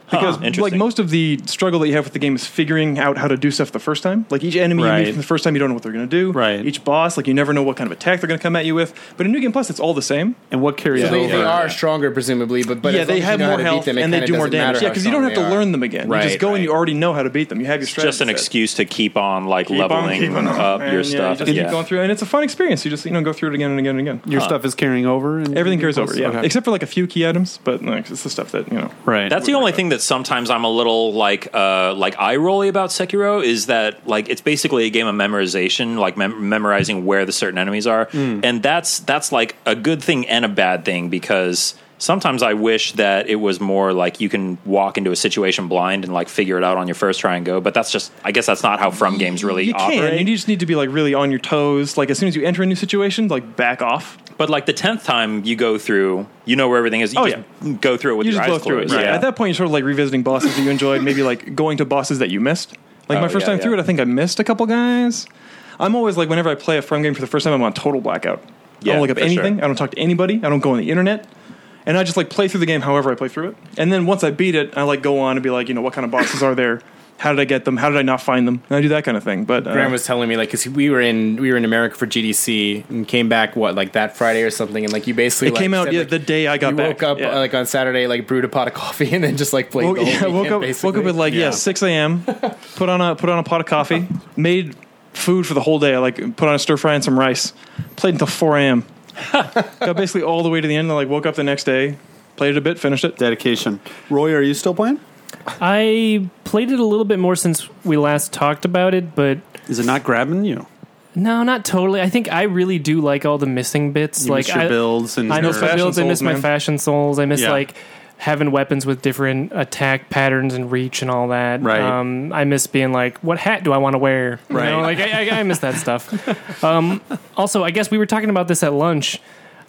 Speaker 5: Because like
Speaker 7: interesting.
Speaker 5: most of the struggle that you have with the game is figuring out how to do stuff the first time. Like each enemy you
Speaker 2: Right.
Speaker 5: meet from the first time, you don't know what they're going to do.
Speaker 2: Right.
Speaker 5: Each boss, like you never know what kind of attack they're going to come at you with. But in New Game Plus, it's all the same.
Speaker 2: and what carries
Speaker 6: So they,
Speaker 2: over?
Speaker 6: they are stronger, presumably, but, but
Speaker 5: yeah,
Speaker 6: as long
Speaker 5: they
Speaker 6: as you
Speaker 5: have
Speaker 6: know how
Speaker 5: more
Speaker 6: to beat
Speaker 5: health
Speaker 6: them, it
Speaker 5: and they
Speaker 6: kinda
Speaker 5: do more
Speaker 6: doesn't matter
Speaker 5: damage. Yeah,
Speaker 6: how
Speaker 5: because you don't have
Speaker 6: strong
Speaker 5: to
Speaker 6: they are.
Speaker 5: learn them again. you just
Speaker 6: Right,
Speaker 5: go and
Speaker 6: right.
Speaker 5: you already know how to beat them. You have your
Speaker 7: It's
Speaker 5: strategy.
Speaker 7: just an
Speaker 5: set.
Speaker 7: excuse to keep on like
Speaker 5: Keep on
Speaker 7: leveling
Speaker 5: keeping on,
Speaker 7: up
Speaker 5: man.
Speaker 7: your
Speaker 5: Yeah,
Speaker 7: stuff.
Speaker 5: You just keep going through, and it's a fun experience. You just you know go through it again and again and again.
Speaker 2: Your stuff is carrying over. And
Speaker 5: Everything carries over, yeah,
Speaker 2: Okay.
Speaker 5: except for like a few key items, but like it's the stuff that you know.
Speaker 2: Right.
Speaker 7: That's the only thing that sometimes I'm a little like uh, like eye rolly about Sekiro is that like it's basically a game of memorization, like mem- memorizing where the certain enemies are,
Speaker 5: Hmm.
Speaker 7: and that's that's like a good thing and a bad thing because sometimes I wish that it was more like you can walk into a situation blind and like figure it out on your first try and go. But that's just I guess that's not how From games really
Speaker 5: You
Speaker 7: operate.
Speaker 5: can. You just need to be like really on your toes. Like as soon as you enter a new situation, like back off.
Speaker 7: But like the tenth time you go through, you know where everything is. You
Speaker 5: Oh,
Speaker 7: just go through it with
Speaker 5: You
Speaker 7: your
Speaker 5: just blow
Speaker 7: eyes
Speaker 5: through it.
Speaker 7: closed.
Speaker 5: Yeah. At that point, you're sort of like revisiting bosses that you enjoyed. Maybe like going to bosses that you missed. Like
Speaker 7: Oh,
Speaker 5: my first
Speaker 7: yeah,
Speaker 5: time through
Speaker 7: yeah.
Speaker 5: it, I think I missed a couple guys. I'm always like, whenever I play a From game for the first time, I'm on total blackout. I
Speaker 7: Yeah,
Speaker 5: don't look up
Speaker 7: for sure.
Speaker 5: anything. I don't talk to anybody. I don't go on the internet. And I just like play through the game however I play through it. And then once I beat it, I like go on and be like, you know, what kind of bosses are there? How did I get them? How did I not find them? And I do that kind of thing. But uh,
Speaker 6: Graham was telling me like because we were in we were in America for GDC and came back what like that Friday or something and like you basically
Speaker 5: it
Speaker 6: like,
Speaker 5: came out
Speaker 6: said,
Speaker 5: yeah,
Speaker 6: like,
Speaker 5: the day I got
Speaker 6: you
Speaker 5: back.
Speaker 6: woke up
Speaker 5: Yeah.
Speaker 6: uh, like on Saturday like brewed a pot of (laughs) coffee and then just like played
Speaker 5: Woke,
Speaker 6: the whole
Speaker 5: yeah, woke
Speaker 6: weekend,
Speaker 5: up.
Speaker 6: basically.
Speaker 5: Woke up at like yeah, six a.m. put on a put on a pot of coffee. Made food for the whole day. I like put on a stir fry and some rice. Played until four a.m. (laughs) Got basically all the way to the end. I like woke up the next day, played it a bit, finished it.
Speaker 2: dedication. Roy, are you still playing?
Speaker 3: I played it a little bit more since we last talked about it, but
Speaker 2: Is it not grabbing you?
Speaker 3: No, not totally. I think I really do like all the missing bits.
Speaker 2: You
Speaker 3: like
Speaker 2: miss your
Speaker 3: I,
Speaker 2: builds and
Speaker 3: I
Speaker 2: your-
Speaker 3: miss my builds. I
Speaker 5: Fashion
Speaker 3: miss
Speaker 5: souls,
Speaker 3: my
Speaker 5: man.
Speaker 3: fashion souls. I miss
Speaker 2: Yeah.
Speaker 3: like having weapons with different attack patterns and reach and all that.
Speaker 2: Right.
Speaker 3: Um, I miss being like, what hat do I want to wear? You
Speaker 2: Right.
Speaker 3: know, like I, I, I miss that
Speaker 5: (laughs)
Speaker 3: stuff. Um, also, I guess we were talking about this at lunch.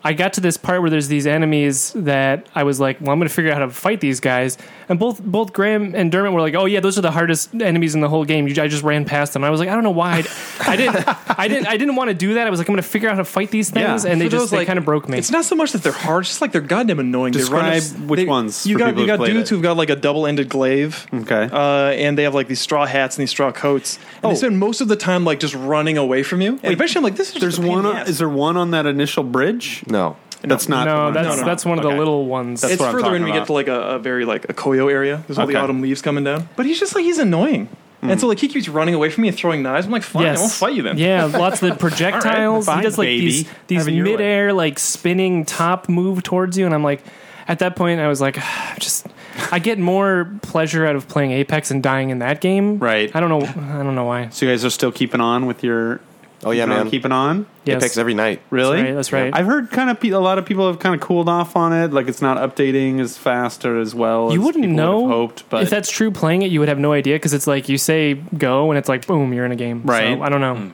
Speaker 3: I got to this part where there's these enemies that I was like, well, I'm going to figure out how to fight these guys. And both both Graham and Dermot were like, oh yeah, those are the hardest enemies in the whole game. You, I just ran past them. I was like, I don't know why. I'd, I didn't. I didn't. I didn't want to do that. I was like, I'm going to figure out how to fight these things,
Speaker 2: Yeah.
Speaker 3: and they
Speaker 5: For
Speaker 3: just
Speaker 5: those,
Speaker 3: they
Speaker 5: like,
Speaker 3: kind of broke me.
Speaker 5: It's not so much that they're hard, it's just like they're goddamn annoying. they run
Speaker 2: Describe which
Speaker 5: they-
Speaker 2: ones
Speaker 5: You
Speaker 2: for
Speaker 5: got
Speaker 2: people
Speaker 5: you
Speaker 2: who've
Speaker 5: got
Speaker 2: played
Speaker 5: dudes
Speaker 2: it.
Speaker 5: who've got like a double-ended glaive.
Speaker 2: Okay.
Speaker 5: Uh, and they have like these straw hats and these straw coats. And
Speaker 2: Oh.
Speaker 5: they spend most of the time like just running away from you. And eventually I'm like this is
Speaker 2: There's
Speaker 5: just a pain
Speaker 2: one.
Speaker 5: in the
Speaker 2: On,
Speaker 5: ass.
Speaker 2: is there one on that initial bridge?
Speaker 4: No.
Speaker 2: That's not. the
Speaker 3: no,
Speaker 2: one.
Speaker 3: that's
Speaker 5: No, no.
Speaker 3: that's one of
Speaker 2: Okay.
Speaker 3: the little ones.
Speaker 2: That's-
Speaker 5: it's
Speaker 2: what I'm
Speaker 5: further in.
Speaker 2: talking
Speaker 5: We
Speaker 2: about.
Speaker 5: get to like a, a very like a Koyo area. There's all the
Speaker 2: Okay.
Speaker 5: autumn leaves coming down. But he's just like he's annoying. And so like he keeps running away from me and throwing knives. I'm like, fine, I won't fight you then.
Speaker 3: Yeah, lots
Speaker 2: (laughs)
Speaker 3: of the projectiles.
Speaker 2: fine,
Speaker 3: he does like
Speaker 2: baby.
Speaker 3: these these
Speaker 2: Have it your way.
Speaker 3: midair like spinning top move towards you, and I'm like, at that point, I was like, (sighs) "Ah, just I get more pleasure out of playing Apex and dying in that game.
Speaker 2: Right.
Speaker 3: I don't know. I don't know why.
Speaker 2: So you guys are still keeping on with your.
Speaker 4: Oh, yeah,
Speaker 2: keeping on,
Speaker 4: man.
Speaker 2: keeping on.
Speaker 3: Yes.
Speaker 4: Apex every night.
Speaker 2: Really?
Speaker 3: right, that's right.
Speaker 2: I've heard kind of pe- a lot of people have kind of cooled off on it. Like it's not updating as fast or as well.
Speaker 3: you
Speaker 2: as
Speaker 3: wouldn't
Speaker 2: people would have
Speaker 3: know
Speaker 2: hoped, but
Speaker 3: if that's true. Playing it, you would have no idea because it's like you say go, and it's like boom, you're in a game. So,
Speaker 2: Right.
Speaker 3: I don't know.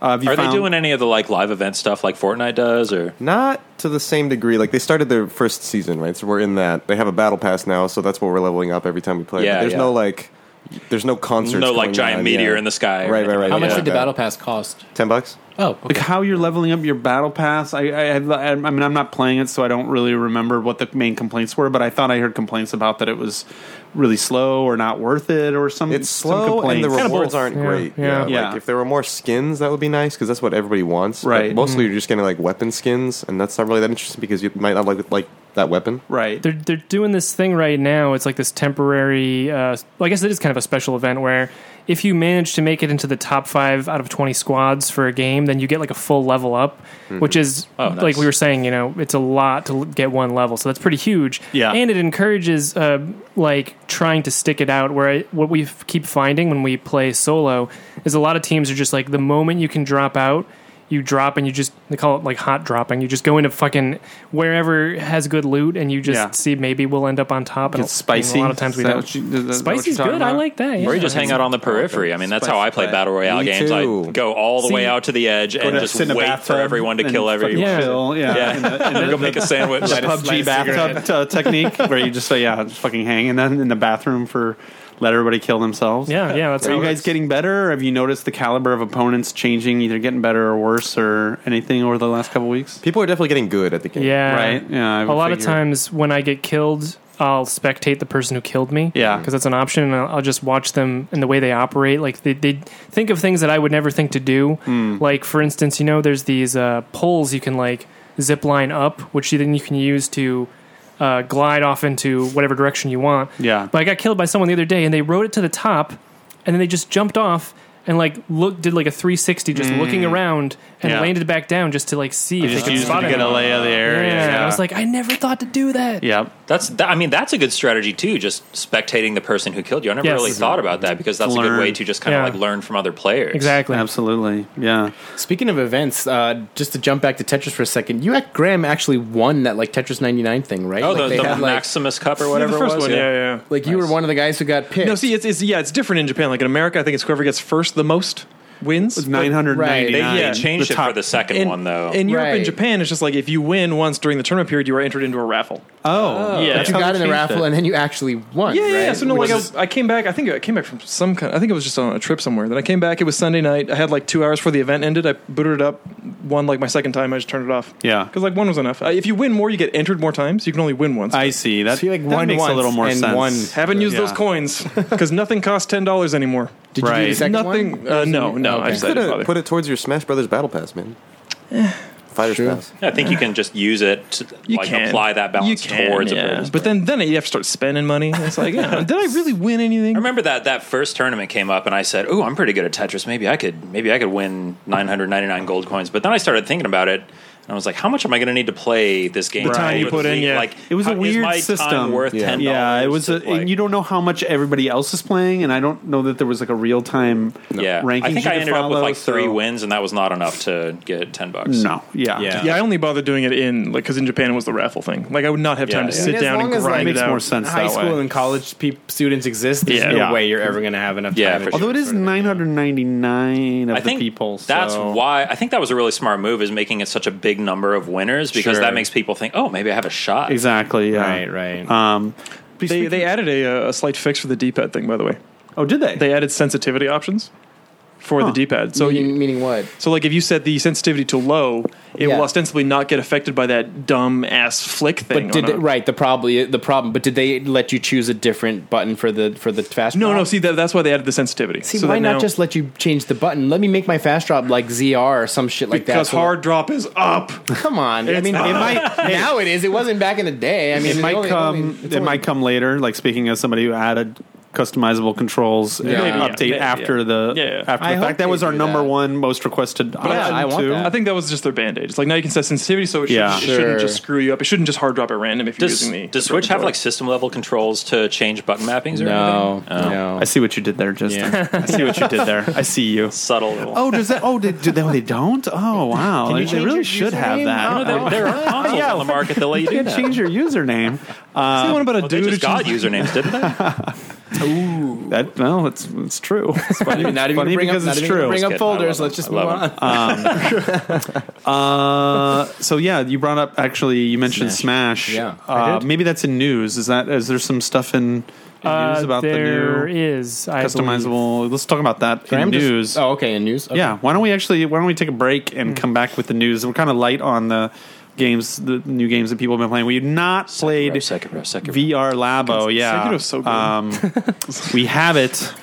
Speaker 2: uh, have you
Speaker 7: Are they
Speaker 2: found-
Speaker 7: doing any of the like live event stuff like Fortnite does, or
Speaker 4: Not to the same degree. Like they started their first season, right? So we're in that. They have a battle pass now, so that's what we're leveling up every time we play. But
Speaker 7: Yeah,
Speaker 4: there's
Speaker 7: yeah.
Speaker 4: no like, there's no concerts.
Speaker 7: no like
Speaker 4: going
Speaker 7: giant
Speaker 4: on,
Speaker 7: meteor
Speaker 4: yeah.
Speaker 7: in the sky? or
Speaker 4: Right, right, right.
Speaker 7: anything
Speaker 6: How
Speaker 7: like
Speaker 6: much
Speaker 7: that?
Speaker 4: Yeah.
Speaker 6: did the battle pass cost?
Speaker 4: Ten bucks.
Speaker 6: Oh,
Speaker 2: like
Speaker 6: okay.
Speaker 2: how you're leveling up your battle pass? I, I, I mean, I'm not playing it, so I don't really remember what the main complaints were. But I thought I heard complaints about that it was really slow or not worth it or some.
Speaker 4: It's
Speaker 2: some
Speaker 4: slow, and the
Speaker 2: complaints.
Speaker 4: rewards aren't
Speaker 3: Yeah,
Speaker 4: great.
Speaker 3: yeah.
Speaker 2: Yeah.
Speaker 4: Like, if there were more skins, that would be nice because that's what everybody wants. But
Speaker 2: Right.
Speaker 4: mostly, you're just getting like weapon skins, and that's not really that interesting because you might not like like that weapon.
Speaker 2: right.
Speaker 3: they're they're doing this thing right now. It's like this temporary. Uh, well, I guess it is kind of a special event where if you manage to make it into the top five out of twenty squads for a game, then you get like a full level up, which is
Speaker 7: Oh, nice.
Speaker 3: like we were saying. You know, it's a lot to l- get one level, so that's pretty huge.
Speaker 2: Yeah.
Speaker 3: and it encourages uh, like trying to stick it out. Where I, what we f- keep finding when we play solo is a lot of teams are just like the moment you can drop out you drop and you just they call it like hot dropping. You just go into fucking wherever has good loot and you just
Speaker 2: Yeah.
Speaker 3: see maybe we'll end up on top. And
Speaker 2: It's spicy.
Speaker 3: A lot of times we
Speaker 2: Is that
Speaker 3: don't.
Speaker 2: what you- is that what
Speaker 3: Spicy's
Speaker 2: you're talking
Speaker 3: good. I
Speaker 2: about?
Speaker 3: like that.
Speaker 7: Or you
Speaker 3: yeah.
Speaker 7: just hang out on the periphery. I mean, that's how I play
Speaker 2: Spice
Speaker 7: battle royale
Speaker 4: Me
Speaker 7: games.
Speaker 4: too.
Speaker 7: I go all the way
Speaker 3: See-
Speaker 7: out to the edge and
Speaker 2: Go to-
Speaker 7: just
Speaker 2: sit in a
Speaker 7: wait for
Speaker 2: bathtub
Speaker 7: everyone to
Speaker 2: and
Speaker 7: kill
Speaker 2: fucking
Speaker 7: everyone.
Speaker 3: Yeah.
Speaker 2: chill. (laughs) Yeah.
Speaker 7: Yeah.
Speaker 2: In the- in the-
Speaker 7: Go make a sandwich.
Speaker 2: the PUBG bathtub uh, technique where you just say, yeah, just fucking hang and then in the bathroom for let everybody kill themselves.
Speaker 3: Yeah, yeah. That's
Speaker 2: Are
Speaker 3: how
Speaker 2: you
Speaker 3: it
Speaker 2: guys
Speaker 3: is.
Speaker 2: getting better? Or have you noticed the caliber of opponents changing, either getting better or worse, or anything over the last couple weeks?
Speaker 4: People are definitely getting good at the game.
Speaker 3: Yeah,
Speaker 2: Right? Yeah, I
Speaker 3: A
Speaker 2: would
Speaker 3: lot of
Speaker 2: figure.
Speaker 3: times when I get killed, I'll spectate the person who killed me.
Speaker 2: Yeah.
Speaker 3: because that's an option, and I'll, I'll just watch them and the way they operate. Like they, they think of things that I would never think to do.
Speaker 2: Hmm.
Speaker 3: Like for instance, you know, there's these uh, poles you can like zip line up, which you then you can use to. Uh, glide off into whatever direction you want.
Speaker 2: Yeah.
Speaker 3: But I got killed by someone the other day, and they rode it to the top, and then they just jumped off and like looked, did like a 360, just looking around, and
Speaker 2: Hmm. Yeah.
Speaker 3: landed back down just to like see if
Speaker 2: You
Speaker 3: they
Speaker 2: just
Speaker 3: could
Speaker 2: use it
Speaker 3: spot
Speaker 2: to get a
Speaker 3: anyone.
Speaker 2: lay of the area.
Speaker 3: Yeah.
Speaker 2: Yeah.
Speaker 3: I was like, I never thought to do that.
Speaker 2: yeah.
Speaker 7: That's that, I mean that's a good strategy too. Just spectating the person who killed you. I never
Speaker 3: Yes.
Speaker 7: really thought about that because that's a
Speaker 2: Learn.
Speaker 7: good way to just kind of
Speaker 3: Yeah.
Speaker 7: like learn from other players.
Speaker 3: Exactly.
Speaker 2: Absolutely. Yeah.
Speaker 6: Speaking of events, uh, just to jump back to Tetris for a second, you at Graham actually won that like Tetris 99 thing, right?
Speaker 7: Oh,
Speaker 6: like
Speaker 7: the,
Speaker 6: they
Speaker 7: the
Speaker 6: had, like,
Speaker 7: Maximus Cup or whatever
Speaker 5: the first
Speaker 7: it was.
Speaker 5: one. Yeah, yeah. yeah.
Speaker 6: like you were one of the guys who got picked.
Speaker 5: No, see, it's, it's yeah, it's different in Japan. Like in America, I think it's whoever gets first the most wins.
Speaker 2: Nine hundred ninety
Speaker 7: They,
Speaker 2: nine.
Speaker 7: they changed it for the second
Speaker 5: in,
Speaker 7: one though.
Speaker 5: In Europe
Speaker 6: Right.
Speaker 5: and Japan, it's just like if you win once during the tournament period, you are entered into a raffle.
Speaker 2: Oh,
Speaker 5: Yeah.
Speaker 6: but you
Speaker 5: how
Speaker 6: got in the
Speaker 2: changed
Speaker 6: raffle
Speaker 2: it.
Speaker 6: and then you actually won.
Speaker 5: Yeah, yeah, yeah.
Speaker 6: right?
Speaker 5: So no,
Speaker 6: Which
Speaker 5: like I,
Speaker 6: is-
Speaker 5: was- I came back. I think I came back from some kind. I think it was just on a trip somewhere. Then I came back. It was Sunday night. I had like two hours before the event ended. I booted it up. Won like my second time. I just turned it off.
Speaker 2: Yeah.
Speaker 5: because like one was enough. Uh, if you win more, you get entered more times. You can only win once.
Speaker 2: I see. That,
Speaker 6: So you, like,
Speaker 2: that
Speaker 6: won
Speaker 2: makes a
Speaker 6: once
Speaker 2: little more
Speaker 6: and
Speaker 2: sense.
Speaker 6: won.
Speaker 5: haven't used
Speaker 2: Yeah.
Speaker 5: those coins because nothing costs ten dollars anymore.
Speaker 6: did you do
Speaker 2: Right.
Speaker 6: the second
Speaker 5: Nothing.
Speaker 6: one?
Speaker 5: Uh, no, no. I
Speaker 6: Okay.
Speaker 5: just I
Speaker 4: Could
Speaker 5: didn't
Speaker 4: have
Speaker 5: bother.
Speaker 4: put it towards your Smash Brothers Battle Pass, man. Fighters
Speaker 6: Sure.
Speaker 4: Pass.
Speaker 7: I think you can just use it to like apply that balance
Speaker 5: You can,
Speaker 7: towards
Speaker 5: yeah.
Speaker 7: a purpose.
Speaker 5: But then, then you have to start spending money. It's like, yeah, did I really win anything?
Speaker 7: I remember that that first tournament came up, and I said, "Oh, I'm pretty good at Tetris. Maybe I could, maybe I could win 999 gold coins." But then I started thinking about it, and And I was like, how much am I going to need to play this game?
Speaker 2: The time
Speaker 7: Like,
Speaker 2: you
Speaker 5: put in, yeah.
Speaker 7: Like,
Speaker 2: It was a
Speaker 7: how- is
Speaker 2: weird
Speaker 7: my Time
Speaker 2: system.
Speaker 7: worth
Speaker 4: Yeah.
Speaker 7: ten
Speaker 2: Yeah, it was. A, and you don't know how much everybody else is playing, and I don't know that there was like a real time.
Speaker 7: yeah.
Speaker 2: rankings
Speaker 7: I think
Speaker 2: you
Speaker 7: I
Speaker 2: could
Speaker 7: ended up with
Speaker 2: follow,
Speaker 7: like three
Speaker 2: so-
Speaker 7: wins, and that was not enough to get ten bucks.
Speaker 2: No, yeah,
Speaker 7: Yeah.
Speaker 5: Yeah, I only bothered doing it in like because in Japan it was the raffle thing. Like I would not have time
Speaker 7: Yeah,
Speaker 5: to
Speaker 7: yeah.
Speaker 5: sit
Speaker 6: As
Speaker 5: down
Speaker 6: long
Speaker 5: and
Speaker 6: as, like,
Speaker 5: grind
Speaker 2: Makes
Speaker 5: it out.
Speaker 2: more sense
Speaker 6: High
Speaker 2: that
Speaker 6: school
Speaker 2: way.
Speaker 6: and college pe- students exist. There's
Speaker 5: Yeah.
Speaker 6: no
Speaker 2: Yeah.
Speaker 6: way you're ever going to have enough
Speaker 7: Yeah,
Speaker 6: time.
Speaker 7: for
Speaker 6: to-
Speaker 2: Although it is 999 of
Speaker 7: I think
Speaker 2: the people. So.
Speaker 7: that's why I think that was a really smart move is making it such a big number of winners because
Speaker 6: Sure.
Speaker 7: that makes people think, oh, maybe I have a shot.
Speaker 2: Exactly. Yeah.
Speaker 6: Right, right.
Speaker 2: Um,
Speaker 5: They, they added a, uh, a slight fix for the D-pad thing, by the way.
Speaker 2: oh, did they?
Speaker 5: They added sensitivity options for the D-pad. So you,
Speaker 6: meaning what?
Speaker 5: so like if you set the sensitivity to low, it
Speaker 6: Yeah.
Speaker 5: will ostensibly not get affected by that dumb ass flick thing.
Speaker 6: But did
Speaker 5: on
Speaker 6: they,
Speaker 5: a-
Speaker 6: right the problem the problem? But did they let you choose a different button for the for the fast?
Speaker 5: No,
Speaker 6: drop?
Speaker 5: no. See, that, that's why they added the sensitivity.
Speaker 6: See,
Speaker 5: So
Speaker 6: why
Speaker 5: that
Speaker 6: not
Speaker 5: now-
Speaker 6: just let you change the button? Let me make my fast drop like ZR or some shit like
Speaker 5: because
Speaker 6: that. So-
Speaker 5: hard drop is up.
Speaker 6: Come (laughs) on, I mean, it might now it is. It wasn't back in the day. I mean,
Speaker 2: it
Speaker 6: it's
Speaker 2: might
Speaker 6: only-
Speaker 2: come.
Speaker 6: only- it's
Speaker 2: it
Speaker 6: only-
Speaker 2: might come later. Like speaking as somebody who added customizable controls and
Speaker 6: Maybe, yeah.
Speaker 2: update
Speaker 5: Maybe,
Speaker 2: after
Speaker 5: yeah.
Speaker 2: the
Speaker 5: Yeah, yeah.
Speaker 2: after
Speaker 6: I
Speaker 2: the
Speaker 6: hope
Speaker 2: fact that
Speaker 6: they
Speaker 2: was our
Speaker 6: do
Speaker 2: number
Speaker 6: that.
Speaker 2: one most requested option
Speaker 6: I want
Speaker 2: too.
Speaker 6: that.
Speaker 5: I think that was just their band aid. It's like now you can set sensitivity, so it,
Speaker 2: Yeah.
Speaker 5: should, it shouldn't
Speaker 6: Sure.
Speaker 5: just screw you up. It shouldn't just hard drop at random if you're
Speaker 7: Does,
Speaker 5: using the.
Speaker 7: does
Speaker 5: the
Speaker 7: Switch have
Speaker 5: controller.
Speaker 7: like system level controls to change button mappings or
Speaker 6: no,
Speaker 7: anything? Oh.
Speaker 6: no.
Speaker 2: I see what you did there, Justin. I see what you did there. I see you.
Speaker 7: Subtle. Little.
Speaker 2: (laughs) Oh, does that? Oh, did, did they, oh, they don't. Oh, wow.
Speaker 6: you
Speaker 2: they
Speaker 6: change
Speaker 2: really
Speaker 6: your
Speaker 2: should have
Speaker 6: username?
Speaker 2: that.
Speaker 6: No,
Speaker 7: there, there are consoles
Speaker 2: Yeah,
Speaker 7: on the market that let you Oh, do
Speaker 2: you can
Speaker 7: that.
Speaker 2: change your username. Uh,
Speaker 5: Say one about a
Speaker 7: Well, they
Speaker 5: dude who
Speaker 7: just got
Speaker 5: changes-
Speaker 7: usernames, didn't they?
Speaker 2: That no, it's it's true. It's funny,
Speaker 6: Not
Speaker 2: funny
Speaker 6: even gonna bring
Speaker 2: because
Speaker 6: up, not
Speaker 2: it's
Speaker 6: even gonna
Speaker 2: true.
Speaker 6: Bring up
Speaker 7: Kidding, I love
Speaker 6: folders.
Speaker 7: them.
Speaker 6: Let's just
Speaker 7: I
Speaker 6: move
Speaker 7: love
Speaker 6: on.
Speaker 2: Uh, so yeah, you brought up actually you mentioned Smash.
Speaker 6: Yeah.
Speaker 2: uh, maybe that's in news. Is that is there some stuff in, in news
Speaker 3: Uh,
Speaker 2: about the
Speaker 3: there
Speaker 2: new
Speaker 3: is I believe.
Speaker 2: customizable? Let's talk about that in
Speaker 6: I'm just-
Speaker 2: news.
Speaker 6: oh, okay, in news. Okay. Hmm.
Speaker 2: Yeah, why don't we actually why don't we take a break and come back with the news? We're kind of light on the games, the new games that people have been playing. We've not played
Speaker 7: row, second row, second row.
Speaker 2: VR Labo. Yeah,
Speaker 5: Sekiro's so good.
Speaker 6: (laughs)
Speaker 2: um, we have it.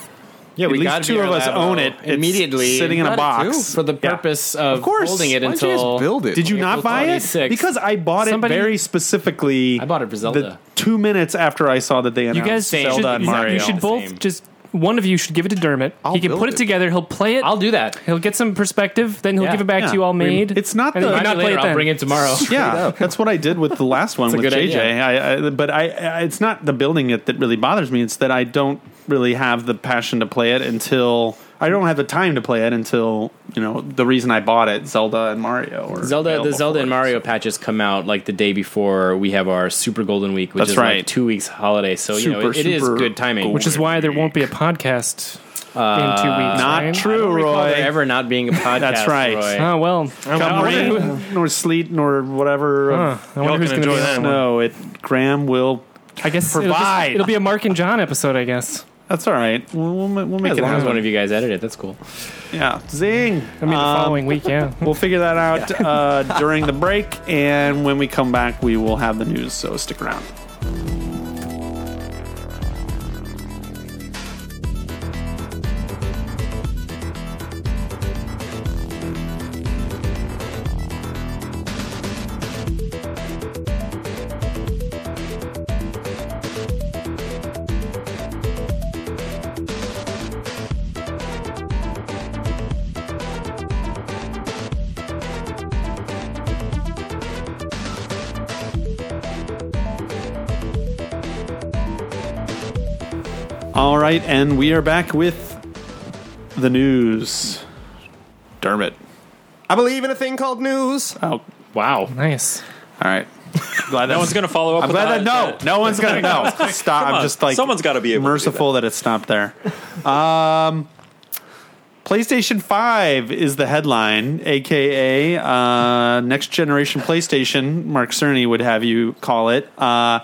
Speaker 6: yeah.
Speaker 2: At least
Speaker 6: got
Speaker 2: two of
Speaker 6: VR
Speaker 2: us
Speaker 6: Labo
Speaker 2: own it. It's
Speaker 6: immediately,
Speaker 2: sitting in a
Speaker 6: Got it
Speaker 2: box.
Speaker 6: too, for the
Speaker 2: Yeah.
Speaker 6: purpose of,
Speaker 2: Of course.
Speaker 6: holding it
Speaker 4: Why don't you
Speaker 6: until
Speaker 4: just build it?
Speaker 2: Did you
Speaker 6: April
Speaker 2: not buy it?
Speaker 6: 26th.
Speaker 2: Because I bought
Speaker 3: Somebody-
Speaker 2: it very specifically.
Speaker 6: I bought it for Zelda.
Speaker 2: the two minutes after I saw that they
Speaker 3: You
Speaker 2: announced
Speaker 3: guys
Speaker 6: Same.
Speaker 3: should,
Speaker 2: Zelda and
Speaker 3: you-
Speaker 2: Mario.
Speaker 3: You should both
Speaker 6: Same.
Speaker 3: just one of you should give it to Dermot. he can
Speaker 4: build
Speaker 3: put it,
Speaker 4: it.
Speaker 3: together. He'll play it.
Speaker 6: I'll do that.
Speaker 3: He'll get some perspective. Then he'll
Speaker 6: Yeah.
Speaker 3: give it back
Speaker 2: Yeah.
Speaker 3: to you all
Speaker 2: We-
Speaker 3: made.
Speaker 2: it's not
Speaker 3: and
Speaker 2: the-
Speaker 3: then you
Speaker 2: Why
Speaker 3: not
Speaker 6: Not
Speaker 3: play
Speaker 6: later.
Speaker 3: it then.
Speaker 6: I'll bring it tomorrow.
Speaker 2: yeah, that's what I did with the
Speaker 6: (laughs)
Speaker 2: last one
Speaker 6: a
Speaker 2: with
Speaker 6: good
Speaker 2: JJ.
Speaker 6: idea.
Speaker 2: I, I, but I, I, it's not the building it that really bothers me. It's that I don't really have the passion to play it until I don't have the time to play it until you know the reason I bought it, Zelda and Mario. Or
Speaker 6: Zelda, the Zelda and Mario patches come out like the day before we have our Super Golden Week, which
Speaker 2: That's
Speaker 6: is
Speaker 2: right.
Speaker 6: like two weeks holiday. So you know,
Speaker 2: Super,
Speaker 6: it- it is
Speaker 2: super
Speaker 6: good timing.
Speaker 3: Which is why there won't be a podcast in two weeks.
Speaker 2: Not
Speaker 3: right?
Speaker 2: true,
Speaker 6: Why there
Speaker 2: Roy. (laughs)
Speaker 6: ever not being a podcast.
Speaker 2: That's right.
Speaker 6: Roy.
Speaker 3: Oh well.
Speaker 2: Come
Speaker 3: I wonder, who,
Speaker 2: rain nor sleet nor whatever
Speaker 3: huh, I wonder
Speaker 5: Y'all
Speaker 3: who's
Speaker 5: can
Speaker 3: going to be
Speaker 5: enjoy
Speaker 3: on one.
Speaker 5: that.
Speaker 2: snow, it Graham will.
Speaker 3: I guess it'll, just-
Speaker 2: Provide.
Speaker 3: it'll be a Mark and John episode. I guess.
Speaker 2: That's all right. We'll, we'll, ma- we'll make
Speaker 6: As
Speaker 2: it
Speaker 6: long as
Speaker 2: happen.
Speaker 6: one of you guys edit it, that's cool.
Speaker 2: Yeah, zing.
Speaker 3: I mean, the
Speaker 2: Um,
Speaker 3: following
Speaker 2: (laughs)
Speaker 3: week. Yeah.
Speaker 2: We'll figure that out uh, during the break, and when we come back, we will have the news. So stick around. All right, and we are back with the news. Dermot.
Speaker 4: I believe in a thing called news.
Speaker 2: Oh, all
Speaker 6: Wow.
Speaker 3: Nice.
Speaker 2: right. Glad
Speaker 7: No one's going to follow up
Speaker 2: I'm
Speaker 7: with
Speaker 2: glad that no, no one's gonna know. (laughs) Stop. I'm
Speaker 7: on.
Speaker 2: just like
Speaker 7: Someone's gotta be able to do
Speaker 2: merciful that. it stopped there. Um, PlayStation Five is the headline, aka uh, next generation PlayStation. Mark Cerny would have you call it. Uh,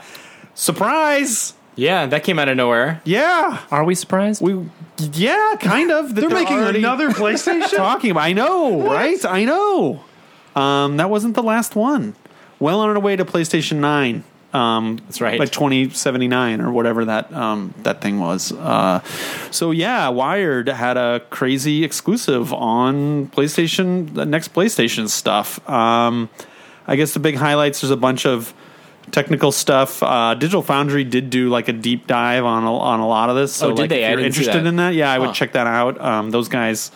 Speaker 2: surprise!
Speaker 6: Yeah, that came out of nowhere.
Speaker 2: Yeah,
Speaker 3: Are we surprised?
Speaker 2: we. Yeah, kind of. They're,
Speaker 5: making another
Speaker 2: (laughs) PlayStation. Talking about, I know, right? I know. Um, that wasn't the last one. Well on our way to PlayStation Nine. Um,
Speaker 6: That's right.
Speaker 2: like 2079 or whatever that um, that thing was. Uh, so yeah, Wired had a crazy exclusive on PlayStation, the next PlayStation stuff. Um, I guess the big highlights there's a bunch of technical stuff. Uh, Digital Foundry did do like a deep dive on a, on a lot of this. So
Speaker 6: Oh, did
Speaker 2: like,
Speaker 6: they?
Speaker 2: If
Speaker 6: I
Speaker 2: you're
Speaker 6: didn't see
Speaker 2: interested
Speaker 6: that.
Speaker 2: in that, yeah, I would
Speaker 6: Huh.
Speaker 2: check that out. Um, those guys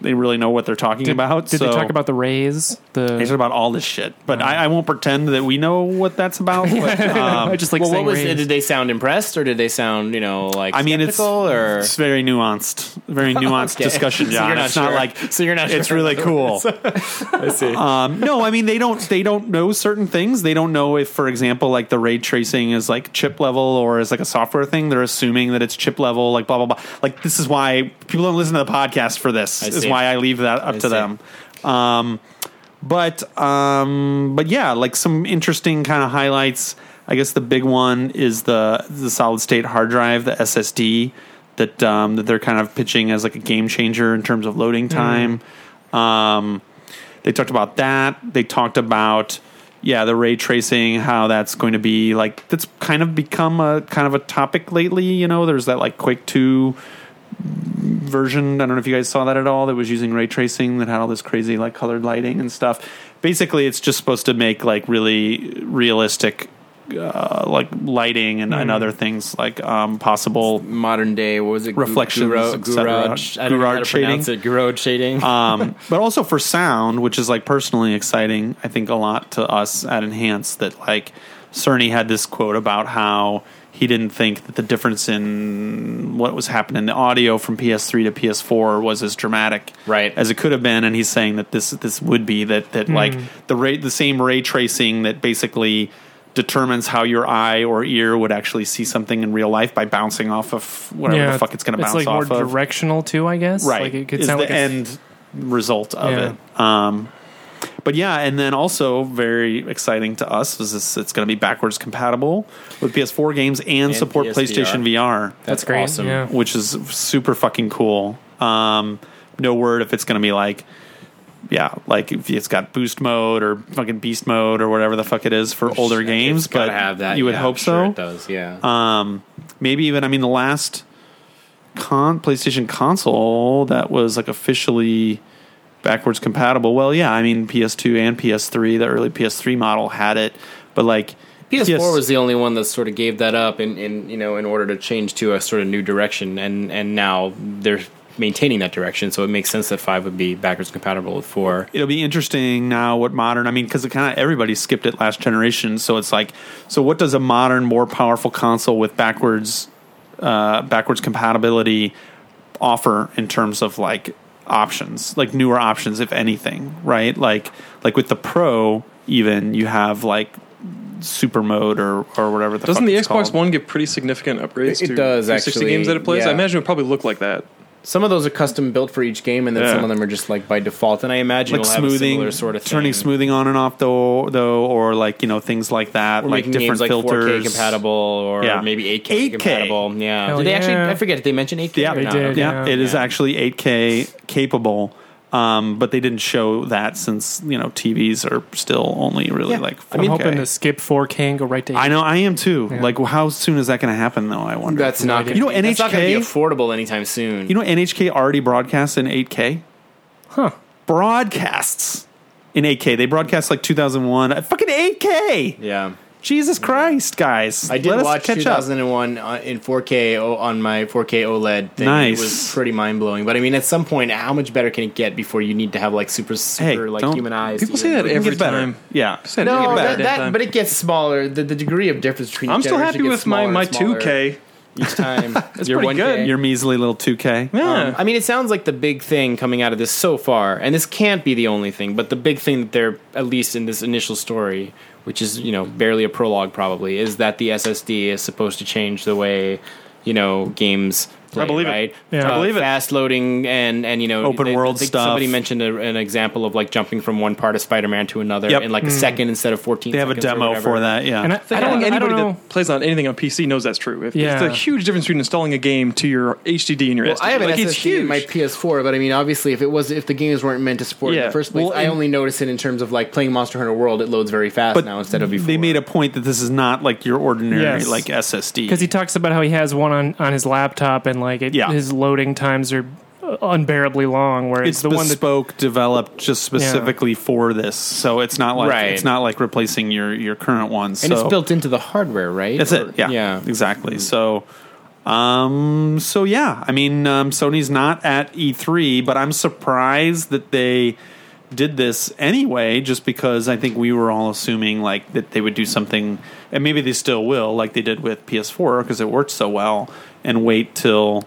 Speaker 2: they really know what they're talking about.
Speaker 3: Did
Speaker 2: so
Speaker 3: they talk about the rays?
Speaker 2: They talk
Speaker 3: The
Speaker 2: about all this shit, but I, I won't pretend that we know what that's
Speaker 6: (laughs)
Speaker 2: about. But, um,
Speaker 3: I just like
Speaker 6: well, what
Speaker 3: saying
Speaker 6: was
Speaker 3: rays.
Speaker 6: did they sound impressed or did they sound you know like
Speaker 2: I mean, it's,
Speaker 6: skeptical or
Speaker 2: it's very nuanced,
Speaker 6: (laughs)
Speaker 2: very nuanced
Speaker 6: Okay.
Speaker 2: discussion,
Speaker 6: So
Speaker 2: John.
Speaker 6: you're not
Speaker 2: it's not
Speaker 6: sure.
Speaker 2: like
Speaker 6: So you're not
Speaker 2: It's
Speaker 6: sure
Speaker 2: really
Speaker 6: (laughs)
Speaker 2: cool.
Speaker 6: I see.
Speaker 2: Um, no, I mean they don't. They don't know certain things. They don't know if, for example, like the ray tracing is like chip level or is like a software thing. They're assuming that it's chip level. Like blah blah blah. Like this is why people don't listen to the podcast for this.
Speaker 6: I
Speaker 2: Is
Speaker 6: see.
Speaker 2: why I leave that up
Speaker 6: I
Speaker 2: to
Speaker 6: see.
Speaker 2: them. Um, but um, but yeah, like some interesting kind of highlights. I guess the big one is the the solid state hard drive, the SSD that um, that they're kind of pitching as like a game changer in terms of loading
Speaker 6: Mm-hmm.
Speaker 2: time. Um, they talked about that. They talked about yeah, the ray tracing, how that's going to be like that's kind of become a kind of a topic lately. You know, there's that like Quake Two version. I don't know if you guys saw that at all. That was using ray tracing that had all this crazy like colored lighting and stuff. Basically, it's just supposed to make like really realistic uh, like lighting and, and other things like um, possible.
Speaker 6: modern day what was it Gu-
Speaker 2: Reflections,
Speaker 6: Guro-
Speaker 2: et cetera.
Speaker 6: Guroj- I don't know how to
Speaker 2: Guroj shading.
Speaker 6: pronounce it Guroj shading Uh,
Speaker 2: Um, (laughs) but also for sound, which is like personally exciting, I think a lot to us at Enhance that like Cerny had this quote about how he didn't think that the difference in what was happening in the audio from PS3 to PS4 was as dramatic
Speaker 6: Right.
Speaker 2: as it could have been, and he's saying that this this would be that that like the ray the same ray tracing that basically determines how your eye or ear would actually see something in real life by bouncing off of whatever the fuck it's going to bounce
Speaker 3: It's like
Speaker 2: off
Speaker 3: more
Speaker 2: of
Speaker 3: directional too, I guess.
Speaker 2: right
Speaker 3: Like it could
Speaker 2: is
Speaker 3: sound
Speaker 2: the
Speaker 3: like a-
Speaker 2: end result of
Speaker 3: Yeah.
Speaker 2: it um but yeah and then also very exciting to us is this it's going to be backwards compatible with ps4 games and, support
Speaker 6: PSVR.
Speaker 2: playstation vr
Speaker 6: that's
Speaker 3: great,
Speaker 6: awesome
Speaker 3: yeah.
Speaker 2: which is super fucking cool um no word if it's going to be like yeah, like if it's got boost mode or fucking beast mode or whatever the fuck it is for older
Speaker 6: It's
Speaker 2: games,
Speaker 6: gotta
Speaker 2: but
Speaker 6: have that
Speaker 2: you would
Speaker 6: yeah,
Speaker 2: hope
Speaker 6: I'm sure
Speaker 2: so.
Speaker 6: it does yeah
Speaker 2: Um, maybe even I mean the last con PlayStation console that was like officially backwards compatible. Well, yeah, I mean PS2 and PS3, the early PS3 model had it, but like
Speaker 6: PS4
Speaker 2: PS
Speaker 6: was the only one that sort of gave that up in, in you know in order to change to a sort of new direction and and now they're maintaining that direction so it makes sense that 5 would be backwards compatible with 4
Speaker 2: it'll be interesting now what modern i mean because kind of everybody skipped it last generation so it's like so what does a modern more powerful console with backwards uh, backwards compatibility offer in terms of like options like newer options if anything right like like with the pro even you have like super mode or or whatever the
Speaker 5: Doesn't
Speaker 2: fuck
Speaker 5: the
Speaker 2: it's
Speaker 5: Xbox
Speaker 2: called.
Speaker 5: One get pretty significant upgrades?
Speaker 6: It
Speaker 5: to
Speaker 6: does,
Speaker 5: 360
Speaker 6: actually,
Speaker 5: games that it plays.
Speaker 6: yeah.
Speaker 5: I imagine it would probably look like that.
Speaker 6: some of those are custom built for each game and then
Speaker 5: Yeah.
Speaker 6: some of them are just like by default and i imagine
Speaker 2: like
Speaker 6: we'll have a
Speaker 2: smoothing
Speaker 6: similar sort of thing.
Speaker 2: turning smoothing on and off though though or like you know things like that
Speaker 6: We're
Speaker 2: like
Speaker 6: making
Speaker 2: different
Speaker 6: games like
Speaker 2: filters
Speaker 6: 4K compatible or
Speaker 2: Yeah.
Speaker 6: maybe 8K,
Speaker 2: 8K.
Speaker 6: compatible. Yeah.
Speaker 3: Hell
Speaker 6: did they actually?
Speaker 3: yeah.
Speaker 6: I forget. Did they mention 8K?
Speaker 2: Yeah,
Speaker 6: or
Speaker 2: they
Speaker 6: not?
Speaker 3: did.
Speaker 6: Okay.
Speaker 2: Yeah,
Speaker 3: Yeah.
Speaker 2: it is
Speaker 6: Yeah.
Speaker 2: actually 8K capable, um, but they didn't show that since you know TVs are still only really like. 4K.
Speaker 3: I'm hoping to skip 4K and go right to.
Speaker 2: I know I am too.
Speaker 3: Yeah.
Speaker 2: Like, how soon is that going to happen? Though I wonder.
Speaker 6: That's not.
Speaker 2: You know,
Speaker 6: gonna be- that's not gonna
Speaker 2: NHK
Speaker 6: be affordable anytime soon.
Speaker 2: you know NHK already broadcasts in 8K.
Speaker 3: Huh.
Speaker 2: Broadcasts in 8K. They broadcast like 2001. Uh, Fucking 8K.
Speaker 6: yeah.
Speaker 2: Jesus Christ, guys!
Speaker 6: I did
Speaker 2: Let us
Speaker 6: watch
Speaker 2: catch up.
Speaker 6: 2001 on- in 4K o- on my 4K OLED thing.
Speaker 2: Nice.
Speaker 6: It was pretty mind blowing. But I mean, at some point, how much better can it get before you need to have like super, super
Speaker 2: Hey,
Speaker 6: like
Speaker 2: don't-
Speaker 6: human eyes?
Speaker 5: People
Speaker 6: to
Speaker 5: say
Speaker 6: even-
Speaker 5: that every
Speaker 2: Get better.
Speaker 5: time.
Speaker 2: Yeah.
Speaker 5: Say it
Speaker 6: No,
Speaker 5: every
Speaker 6: that,
Speaker 5: goddamn
Speaker 6: that
Speaker 5: time.
Speaker 6: but it gets smaller. The, the degree of difference between
Speaker 5: I'm
Speaker 6: each
Speaker 5: still
Speaker 6: generation
Speaker 5: happy
Speaker 6: gets
Speaker 5: with my
Speaker 6: smaller and
Speaker 5: my
Speaker 6: smaller
Speaker 5: 2K.
Speaker 6: each time. That's
Speaker 5: pretty good.
Speaker 2: Your measly little 2K.
Speaker 5: Yeah.
Speaker 6: Um, I mean, it sounds like the big thing coming out of this so far, and this can't be the only thing, but the big thing that they're, at least in this initial story, which is, you know, barely a prologue probably, is that the SSD is supposed to change the way, you know, games. Play,
Speaker 5: believe it.
Speaker 6: right? Uh,
Speaker 3: Yeah. I
Speaker 2: believe it.
Speaker 6: Fast loading and and you know
Speaker 2: Open world
Speaker 6: I think
Speaker 2: stuff.
Speaker 6: Somebody mentioned a, an example of like jumping from one part of Spider-Man to another
Speaker 2: Yep. Mm.
Speaker 6: in like a second instead of fourteen.
Speaker 2: They have a
Speaker 6: seconds or
Speaker 2: demo
Speaker 6: whatever.
Speaker 2: for that. Yeah.
Speaker 3: And I,
Speaker 5: I
Speaker 3: I
Speaker 5: don't
Speaker 3: don't,
Speaker 5: think
Speaker 3: I
Speaker 5: anybody
Speaker 3: don't know.
Speaker 5: that plays on anything on PC knows that's true. If,
Speaker 3: Yeah.
Speaker 5: There's a huge difference between installing a game to your HDD and your
Speaker 6: Well,
Speaker 5: SD.
Speaker 6: I have an
Speaker 5: like,
Speaker 6: SSD
Speaker 5: it's huge.
Speaker 6: in my PS4, but I mean, obviously, if it was if the games weren't meant to support it in
Speaker 5: Yeah.
Speaker 6: the first place,
Speaker 2: Well,
Speaker 6: I
Speaker 2: and-
Speaker 6: only notice it in terms of like playing Monster Hunter World. It loads very fast now instead of E before.
Speaker 2: They made a point that this is not like your ordinary
Speaker 3: Yes.
Speaker 2: like SSD.
Speaker 3: because he talks about how he has one on, on his laptop and like it,
Speaker 2: Yeah.
Speaker 3: his loading times are uh, unbearably long. Whereas
Speaker 2: it's
Speaker 3: the one that
Speaker 2: bespoke, developed just specifically for this. So it's not like
Speaker 6: Right.
Speaker 2: it's not like replacing your your current one.
Speaker 6: and
Speaker 2: so
Speaker 6: it's built into the hardware, right?
Speaker 2: That's
Speaker 6: Or-
Speaker 2: it. Yeah.
Speaker 6: yeah.
Speaker 2: Exactly. So Um, so yeah, I mean, um, Sony's not at E3, but I'm surprised that they did this anyway, just because I think we were all assuming like that they would do something, and maybe they still will, like they did with PS4 because it worked so well, and wait till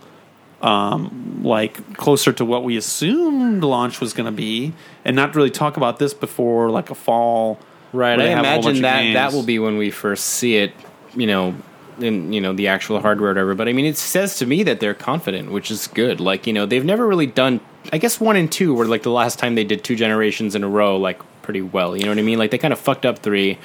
Speaker 2: um, like closer to what we assumed launch was going to be, and not really talk about this before like a fall.
Speaker 6: Right.
Speaker 2: where
Speaker 6: I
Speaker 2: they have a whole bunch
Speaker 6: imagine
Speaker 2: of
Speaker 6: that that
Speaker 2: games.
Speaker 6: will be when we first see it, you know, in you know, the actual hardware or whatever. But I mean it says to me that they're confident, which is good. Like, you know, they've never really done I guess one and two were like the last time they did two generations in a row, like pretty well. You know what I mean? Like they kind of fucked up three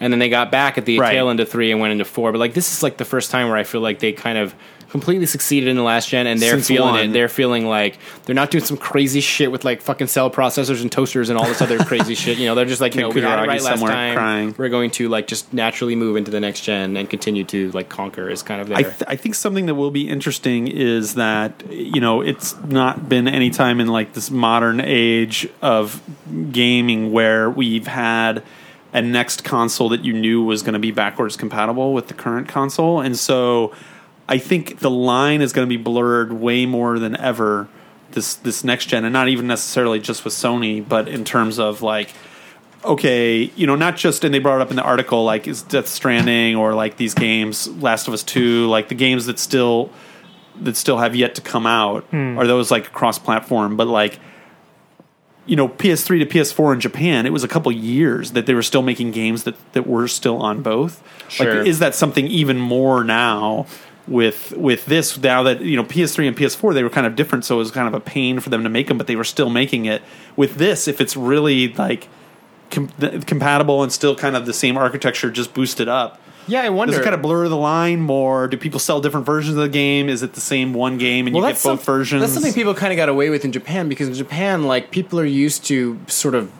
Speaker 6: and then they got back at the
Speaker 2: Right.
Speaker 6: tail end of three and went into four. But like this is like the first time where I feel like they kind of completely succeeded in the last gen and they're
Speaker 2: Since
Speaker 6: feeling
Speaker 2: one.
Speaker 6: it. They're feeling like they're not doing some crazy shit with like fucking cell processors and toasters and all this other crazy (laughs) shit. You know, they're just like, you know, we got it
Speaker 2: Kutaragi
Speaker 6: right last
Speaker 2: somewhere
Speaker 6: time.
Speaker 2: crying.
Speaker 6: We're going to like just naturally move into the next gen and continue to like conquer is kind of there.
Speaker 2: I, th- I think something that will be interesting is that you know it's not been any time in like this modern age of gaming where we've had a next console that you knew was going to be backwards compatible with the current console, and so I think the line is going to be blurred way more than ever this this next gen, and not even necessarily just with Sony, but in terms of like okay, you know, not just and they brought it up in the article like is Death Stranding or like these games, Last of Us Two, like the games that still that still have yet to come out are those like cross platform, but like you know, PS3 to PS4 in Japan, it was a couple years that they were still making games that that were still on both.
Speaker 6: Sure.
Speaker 2: Like is that something even more now with with this now that you know PS3 and PS4 they were kind of different so it was kind of a pain for them to make them but they were still making it. With this if it's really like com- th- compatible and still kind of the same architecture, just boosted up.
Speaker 6: yeah, I wonder.
Speaker 2: Does it kind of blur the line more? Do people sell different versions of the game? Is it the same one game and you get both
Speaker 6: some-
Speaker 2: versions?
Speaker 6: That's something people kind of got away with in Japan because in Japan, like people are used to sort of,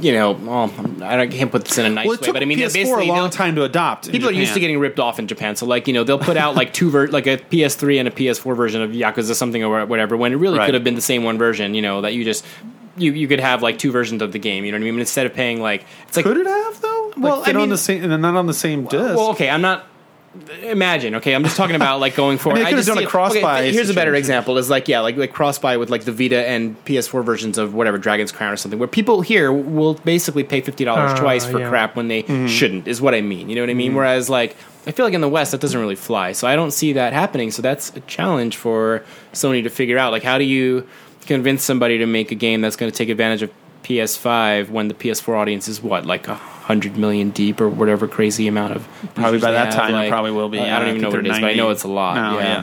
Speaker 6: you know, well, I don't- I can't put this in a nice
Speaker 2: well, it
Speaker 6: way,
Speaker 2: took
Speaker 6: but I mean, they
Speaker 2: PS4 a
Speaker 6: basically
Speaker 2: long
Speaker 6: they'll-
Speaker 2: time to adopt. in
Speaker 6: people are used
Speaker 2: Japan.
Speaker 6: to getting ripped off in Japan. So like you know they'll put out like two ver- like a PS3 and a PS4 version of Yakuza something or whatever when it really
Speaker 2: Right.
Speaker 6: could have been the same one version. You know that you just you you could have like two versions of the game. You know what I mean? Instead of paying like it's like
Speaker 2: Could it have though?
Speaker 6: Well,
Speaker 2: Like, fit
Speaker 6: I
Speaker 2: on
Speaker 6: mean-
Speaker 2: the same, and they're not on the same disc.
Speaker 6: well, okay, I'm not. Imagine, okay, I'm just talking about like going forward.
Speaker 2: (laughs) I mean, they could've
Speaker 6: just
Speaker 2: done a
Speaker 6: see-
Speaker 2: cross-buy
Speaker 6: Okay, here's a better
Speaker 2: situation.
Speaker 6: example: is like yeah, like like cross buy with like the Vita and PS4 versions of whatever Dragon's Crown or something, where people here will basically pay fifty dollars
Speaker 3: Uh,
Speaker 6: twice for
Speaker 3: yeah.
Speaker 6: crap when they
Speaker 2: Mm-hmm.
Speaker 6: shouldn't. Is what I mean. You know what I mean? Whereas like I feel like in the West that doesn't really fly, so I don't see that happening. So that's a challenge for Sony to figure out. Like how do you convince somebody to make a game that's going to take advantage of PS5 when the PS4 audience is what like a hundred million deep or whatever crazy amount of
Speaker 2: probably by
Speaker 6: they
Speaker 2: that
Speaker 6: have,
Speaker 2: time
Speaker 6: like-
Speaker 2: it probably will be.
Speaker 6: I don't even
Speaker 2: think
Speaker 6: know what it
Speaker 2: they're
Speaker 6: is, but I know
Speaker 2: 90.
Speaker 6: it's a lot.
Speaker 2: No,
Speaker 6: yeah.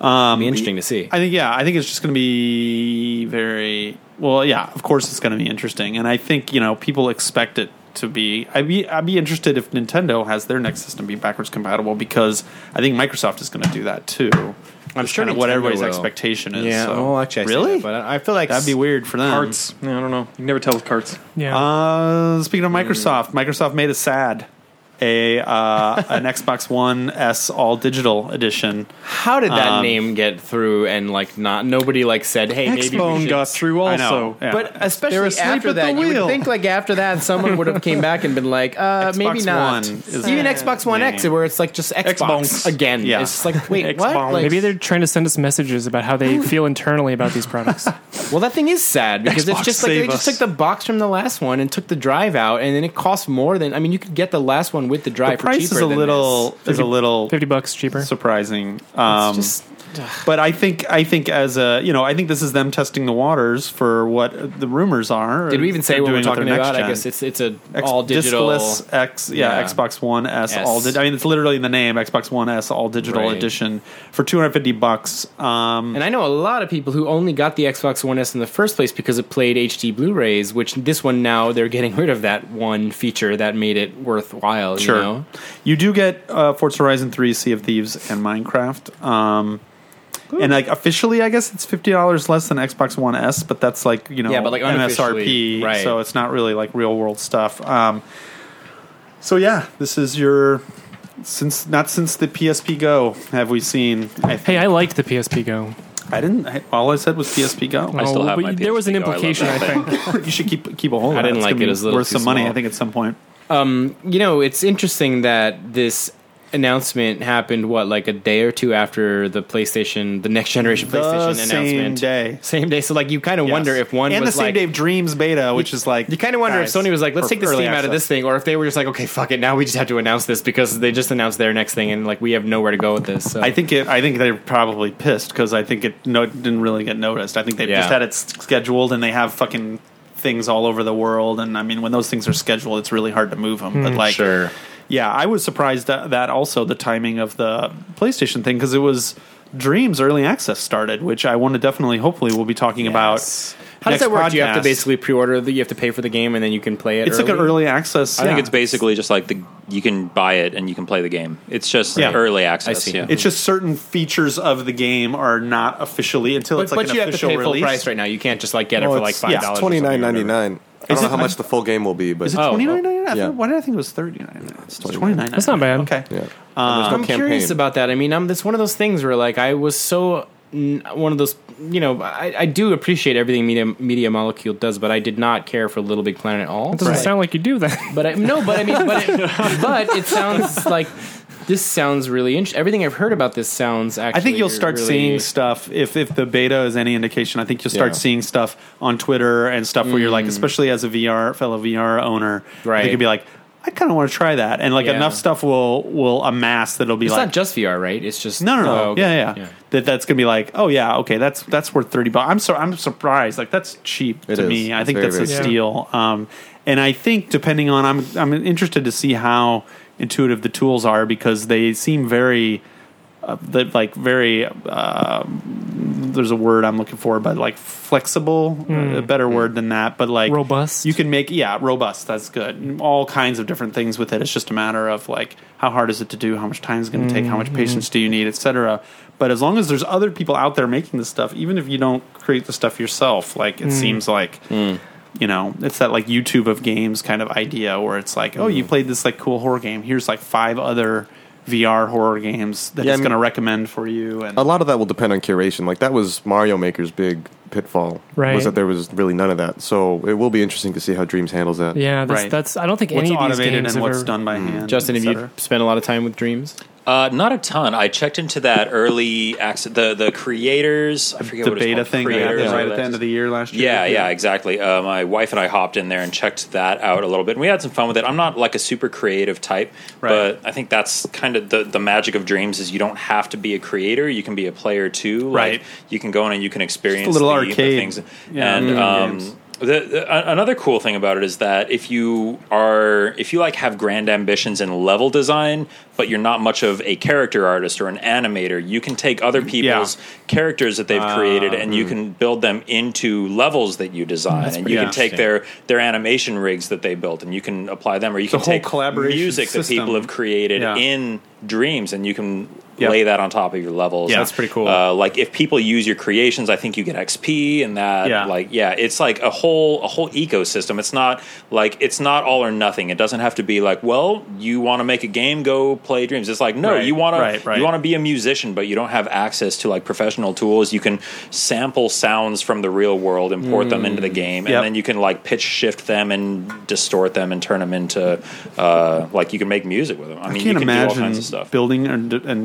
Speaker 2: Um,
Speaker 6: It'll be interesting to see.
Speaker 2: I think yeah, I think it's just going to be very well. Yeah, of course it's going to be interesting, and I think you know people expect it to be. I'd be I'd be interested if Nintendo has their next system be backwards compatible because I think Microsoft is going to do that too. I'm
Speaker 6: sure
Speaker 2: kind of what
Speaker 6: Nintendo
Speaker 2: everybody's
Speaker 6: will.
Speaker 2: expectation is.
Speaker 6: yeah.
Speaker 2: so.
Speaker 6: well, actually, I say
Speaker 2: really,
Speaker 6: that, but I I feel like
Speaker 2: that'd be weird for them.
Speaker 5: Carts. Yeah, I don't know. You can never tell with carts.
Speaker 3: Yeah.
Speaker 2: Uh, speaking
Speaker 6: Hmm.
Speaker 2: of Microsoft, Microsoft made a sad. A uh, an (laughs) Xbox One S all digital edition.
Speaker 6: How did that
Speaker 2: Um,
Speaker 6: name get through and like not nobody like said, "Hey, maybe we
Speaker 5: Xbone
Speaker 6: should."
Speaker 5: got through
Speaker 2: I
Speaker 5: also.
Speaker 2: know, yeah.
Speaker 6: But
Speaker 5: They're
Speaker 6: especially
Speaker 5: asleep
Speaker 6: after
Speaker 5: at the
Speaker 6: that, you would
Speaker 5: wheel.
Speaker 6: think like after that, someone would have came back and been like, uh, maybe
Speaker 2: Xbox
Speaker 6: not.
Speaker 2: One is
Speaker 6: Even
Speaker 2: the
Speaker 6: Xbox One X,
Speaker 2: name.
Speaker 6: where it's like just Xbox,
Speaker 5: Xbox.
Speaker 6: again.
Speaker 2: Yeah.
Speaker 6: It's just
Speaker 2: (laughs)
Speaker 6: like, wait, what?
Speaker 2: Xbox.
Speaker 6: Like,
Speaker 3: Maybe they're trying to send us messages about how
Speaker 6: (laughs)
Speaker 3: they feel internally about
Speaker 2: (laughs)
Speaker 3: these products.
Speaker 6: Well, that thing is sad because it's
Speaker 2: Xbox,
Speaker 6: just like they
Speaker 2: save
Speaker 6: just took
Speaker 2: us.
Speaker 6: the box from the last one and took the drive out, and then it costs more than I mean, you could get the last one with the
Speaker 2: The
Speaker 6: drive. for
Speaker 2: price
Speaker 6: cheaper
Speaker 2: is a
Speaker 6: than
Speaker 2: little is a little
Speaker 3: Fifty bucks cheaper.
Speaker 2: surprising. Um,
Speaker 6: this. Just-
Speaker 2: but I think I think as a you know I think this is them testing the waters for what the rumors are.
Speaker 6: did we even say
Speaker 2: They're
Speaker 6: what
Speaker 2: doing
Speaker 6: we're
Speaker 2: with
Speaker 6: talking
Speaker 2: their next
Speaker 6: about? I
Speaker 2: gen.
Speaker 6: guess it's it's a
Speaker 2: X-
Speaker 6: all digital.
Speaker 2: discless X yeah,
Speaker 6: Yeah.
Speaker 2: Xbox One S,
Speaker 6: S.
Speaker 2: all di- I mean it's literally in the name Xbox One S all digital
Speaker 6: Right.
Speaker 2: edition for 250 bucks. Um,
Speaker 6: And I know a lot of people who only got the Xbox One S in the first place because it played HD Blu-rays, which this one now they're getting rid of that one feature that made it worthwhile.
Speaker 2: Sure.
Speaker 6: You know?
Speaker 2: You do get uh, Forza Horizon 3, Sea of Thieves, and Minecraft. Um, and like officially, I guess it's fifty dollars less than Xbox One S, but that's like you know
Speaker 6: Yeah, but, like, unofficially,
Speaker 2: MSRP,
Speaker 6: right.
Speaker 2: so it's not really like real world stuff. Um, so yeah, this is your since not since the PSP Go have we seen. I,
Speaker 3: Hey, I liked the PSP Go.
Speaker 2: I didn't. I, all I said was PSP Go.
Speaker 6: (laughs)
Speaker 7: I still
Speaker 3: Oh,
Speaker 7: have
Speaker 3: but
Speaker 7: my
Speaker 3: There was an
Speaker 7: PSP Go. I love
Speaker 3: implication, I,
Speaker 7: that thing.
Speaker 3: think.
Speaker 2: you should keep keep a hold.
Speaker 6: I
Speaker 2: of
Speaker 6: didn't
Speaker 2: that. It's
Speaker 6: like
Speaker 2: gonna be
Speaker 6: it. It was a little
Speaker 2: worth
Speaker 6: too
Speaker 2: some money.
Speaker 6: small.
Speaker 2: I think at some point.
Speaker 6: you know, it's interesting that this announcement happened what like a day or two after the PlayStation, the next generation
Speaker 2: The
Speaker 6: PlayStation
Speaker 2: same
Speaker 6: announcement.
Speaker 2: day.
Speaker 6: Same day. So like you kind of wonder if one
Speaker 2: and
Speaker 6: was
Speaker 2: the same
Speaker 6: like
Speaker 2: day of Dreams beta, which is like
Speaker 6: you kind of wonder if
Speaker 2: guys,
Speaker 6: Sony was like, let's
Speaker 2: or
Speaker 6: take this
Speaker 2: early
Speaker 6: theme out of this
Speaker 2: access.
Speaker 6: thing, or if they were just like, okay, fuck it, now we just have to announce this because they just announced their next thing, and like we have nowhere to go with this. So.
Speaker 2: I think it, I think they're probably pissed because I think it no, didn't really get noticed. I think they
Speaker 6: Yeah.
Speaker 2: just had it s- scheduled and they have fucking things all over the world. And I mean, when those things are scheduled, it's really hard to move them. but like,
Speaker 6: Hmm, sure.
Speaker 2: yeah, I was surprised that, that also the timing of the PlayStation thing because it was Dreams early access started, which I want to definitely, hopefully, we'll be talking about.
Speaker 6: How does
Speaker 2: next
Speaker 6: that work? Do you have to
Speaker 2: podcast.
Speaker 6: basically pre-order? The, you have to pay for the game, and then you can play it.
Speaker 2: It's like an early access.
Speaker 7: I think
Speaker 2: yeah.
Speaker 7: it's basically just like the you can buy it and you can play the game. It's just
Speaker 2: Yeah.
Speaker 7: early access.
Speaker 6: I see.
Speaker 7: Yeah.
Speaker 2: It's just certain features of the game are not officially until
Speaker 6: But,
Speaker 2: it's like
Speaker 6: but
Speaker 2: an
Speaker 6: you have to
Speaker 2: official
Speaker 6: pay full
Speaker 2: release.
Speaker 6: price right now. You can't just like get it
Speaker 4: Well,
Speaker 6: for like
Speaker 4: it's-
Speaker 6: five
Speaker 2: yeah,
Speaker 6: dollars.
Speaker 4: Twenty nine ninety nine. I
Speaker 2: Is
Speaker 4: don't know
Speaker 2: it-
Speaker 4: how much the full game will be, but
Speaker 2: Is it
Speaker 6: Oh,
Speaker 2: twenty nine ninety
Speaker 4: yeah.
Speaker 2: nine? Why did I think it was thirty nine? It's twenty nine.
Speaker 3: That's not bad.
Speaker 2: Okay.
Speaker 6: Um,
Speaker 4: yeah. And there's no
Speaker 6: I'm curious
Speaker 4: campaign.
Speaker 6: about that. I mean, I'm that's one of those things where like I was so n- one of those you know I, I do appreciate everything Media Media Molecule does, but I did not care for Little Big Planet at all.
Speaker 3: Doesn't
Speaker 6: Like,
Speaker 3: sound like you do that.
Speaker 6: But I, no, but I mean, but (laughs) it, but it sounds like this sounds really interesting. Everything I've heard about this sounds actually.
Speaker 2: I think you'll start
Speaker 6: really-
Speaker 2: seeing stuff if if the beta is any indication. I think you'll start
Speaker 4: Yeah.
Speaker 2: seeing stuff on Twitter and stuff where you're like, especially as a VR fellow VR owner,
Speaker 6: Mm. Right.
Speaker 2: You could be like, I kind of want to try that, and like
Speaker 6: Yeah.
Speaker 2: enough stuff will will amass that it'll be
Speaker 6: It's
Speaker 2: like.
Speaker 6: not just VR, right? It's just
Speaker 2: no, no, no.
Speaker 6: Oh, okay.
Speaker 2: yeah, yeah, That that's gonna be like, oh yeah, okay, that's that's worth thirty bucks. I'm so I'm surprised. Like that's cheap
Speaker 4: It
Speaker 2: to
Speaker 4: is.
Speaker 2: me. I
Speaker 4: It's
Speaker 2: think
Speaker 4: very,
Speaker 2: that's
Speaker 4: very
Speaker 2: a
Speaker 3: cheap.
Speaker 2: steal. Um, and I think depending on, I'm I'm interested to see how intuitive the tools are because they seem very, uh, the, like very. Uh, there's a word I'm looking for, but like flexible, uh, a better word than that. But like
Speaker 3: Robust.
Speaker 2: you can make yeah robust. That's good. All kinds of different things with it. It's just a matter of like how hard is it to do, how much time is going to take, how much patience do you need, etc. But as long as there's other people out there making this stuff, even if you don't create the stuff yourself, like it seems like
Speaker 4: Hmm.
Speaker 2: you know, it's that like YouTube of games kind of idea where it's like, oh, you played this like cool horror game. Here's like five other VR horror games that
Speaker 4: Yeah,
Speaker 2: it's
Speaker 4: I mean-
Speaker 2: going to recommend for you. And
Speaker 4: a lot of that will depend on curation. Like that was Mario Maker's big pitfall,
Speaker 3: Right.
Speaker 4: Was that there was really none of that. So it will be interesting to see how Dreams handles that.
Speaker 3: yeah, that's,
Speaker 2: Right.
Speaker 3: that's. I don't think
Speaker 2: what's
Speaker 3: any of these
Speaker 2: automated
Speaker 3: games
Speaker 2: and what's
Speaker 3: ever- Mm.
Speaker 2: done by hand.
Speaker 6: Justin,
Speaker 2: et
Speaker 6: have you
Speaker 2: cetera.
Speaker 6: spent a lot of time with Dreams?
Speaker 7: Uh, not a ton. I checked into that early access. The the creators. I forget
Speaker 2: the
Speaker 7: what it's
Speaker 2: beta
Speaker 7: called,
Speaker 2: thing that happened
Speaker 7: creators,
Speaker 2: right
Speaker 7: or
Speaker 2: at the end of the year last year?
Speaker 7: Yeah, yeah, exactly. Uh, my wife and I hopped in there and checked that out a little bit, and we had some fun with it. I'm not like a super creative type,
Speaker 2: Right.
Speaker 7: but I think that's kind of the the magic of Dreams is you don't have to be a creator; you can be a player too.
Speaker 2: Right.
Speaker 7: Like, you can go in and you can experience
Speaker 2: Just a little
Speaker 7: the- the
Speaker 2: arcade,
Speaker 7: things.
Speaker 2: yeah,
Speaker 7: and
Speaker 2: video
Speaker 7: um,
Speaker 2: games.
Speaker 7: the, the, a- another cool thing about it is that if you are if you like have grand ambitions in level design, but you're not much of a character artist or an animator, you can take other people's characters that they've created and you can build them into levels that you design, and you
Speaker 2: Ah. pretty
Speaker 7: can take their their animation rigs that they built and you can apply them, or you can
Speaker 2: whole
Speaker 7: take
Speaker 2: collaboration
Speaker 7: music that people
Speaker 2: system.
Speaker 7: have created
Speaker 2: Yeah.
Speaker 7: in Dreams, and you can.
Speaker 2: Yep.
Speaker 7: Lay that on top of your levels.
Speaker 2: Yeah, that's pretty cool.
Speaker 7: Uh, like if people use your creations, I think you get XP and that.
Speaker 2: Yeah.
Speaker 7: Like yeah, it's like a whole a whole ecosystem. It's not like it's not all or nothing. It doesn't have to be like, well, you want to make a game, go play Dreams. It's like no,
Speaker 2: Right,
Speaker 7: you want
Speaker 2: right,
Speaker 7: to
Speaker 2: right.
Speaker 7: you want to be a musician, but you don't have access to like professional tools. You can sample sounds from the real world, import them into the game,
Speaker 2: Mm. Yep.
Speaker 7: and then you can like pitch shift them and distort them and turn them into uh, like you can make music with them. I,
Speaker 2: I
Speaker 7: mean,
Speaker 2: can't
Speaker 7: you can do all
Speaker 2: imagine
Speaker 7: kinds of stuff.
Speaker 2: building and, and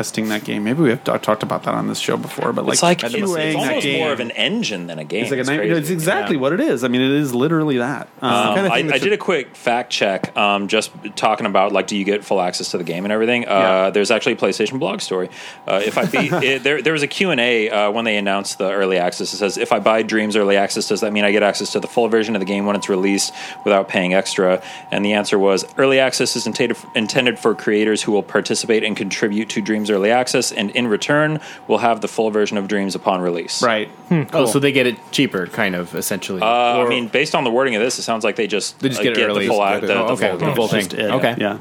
Speaker 2: testing that game. Maybe we have t- talked about that on this show before, but like
Speaker 7: It's like it's,
Speaker 2: QAing
Speaker 7: it's
Speaker 2: that
Speaker 7: almost
Speaker 2: game.
Speaker 7: more of an engine than a game.
Speaker 2: It's like a
Speaker 7: crazy.
Speaker 2: nightmare. It's exactly what it is. I mean, it is literally that. Um,
Speaker 7: Um,
Speaker 4: kind of
Speaker 7: I,
Speaker 4: thing that
Speaker 7: I did a quick fact check, um, just talking about like, do you get full access to the game and everything? Uh,
Speaker 2: Yeah.
Speaker 7: There's actually a PlayStation blog story. Uh, if I
Speaker 2: (laughs)
Speaker 7: be, it, there, there was a Q and A uh, when they announced the early access. It says, if I buy Dreams early access, does that mean I get access to the full version of the game when it's released without paying extra? And the answer was, early access is intended intended for creators who will participate and contribute to Dreams early access, and in return, will have the full version of Dreams upon release.
Speaker 2: right.
Speaker 6: Oh, so they get it cheaper, kind of essentially.
Speaker 7: Uh,
Speaker 6: Or
Speaker 7: I mean, based on the wording of this, it sounds like they just
Speaker 6: They just
Speaker 7: uh,
Speaker 6: get it early.
Speaker 7: the full
Speaker 4: Just
Speaker 7: out.
Speaker 4: get it.
Speaker 7: The, the
Speaker 4: Oh,
Speaker 6: okay.
Speaker 7: full
Speaker 6: The full thing.
Speaker 2: Just it.
Speaker 6: Okay.
Speaker 2: Yeah.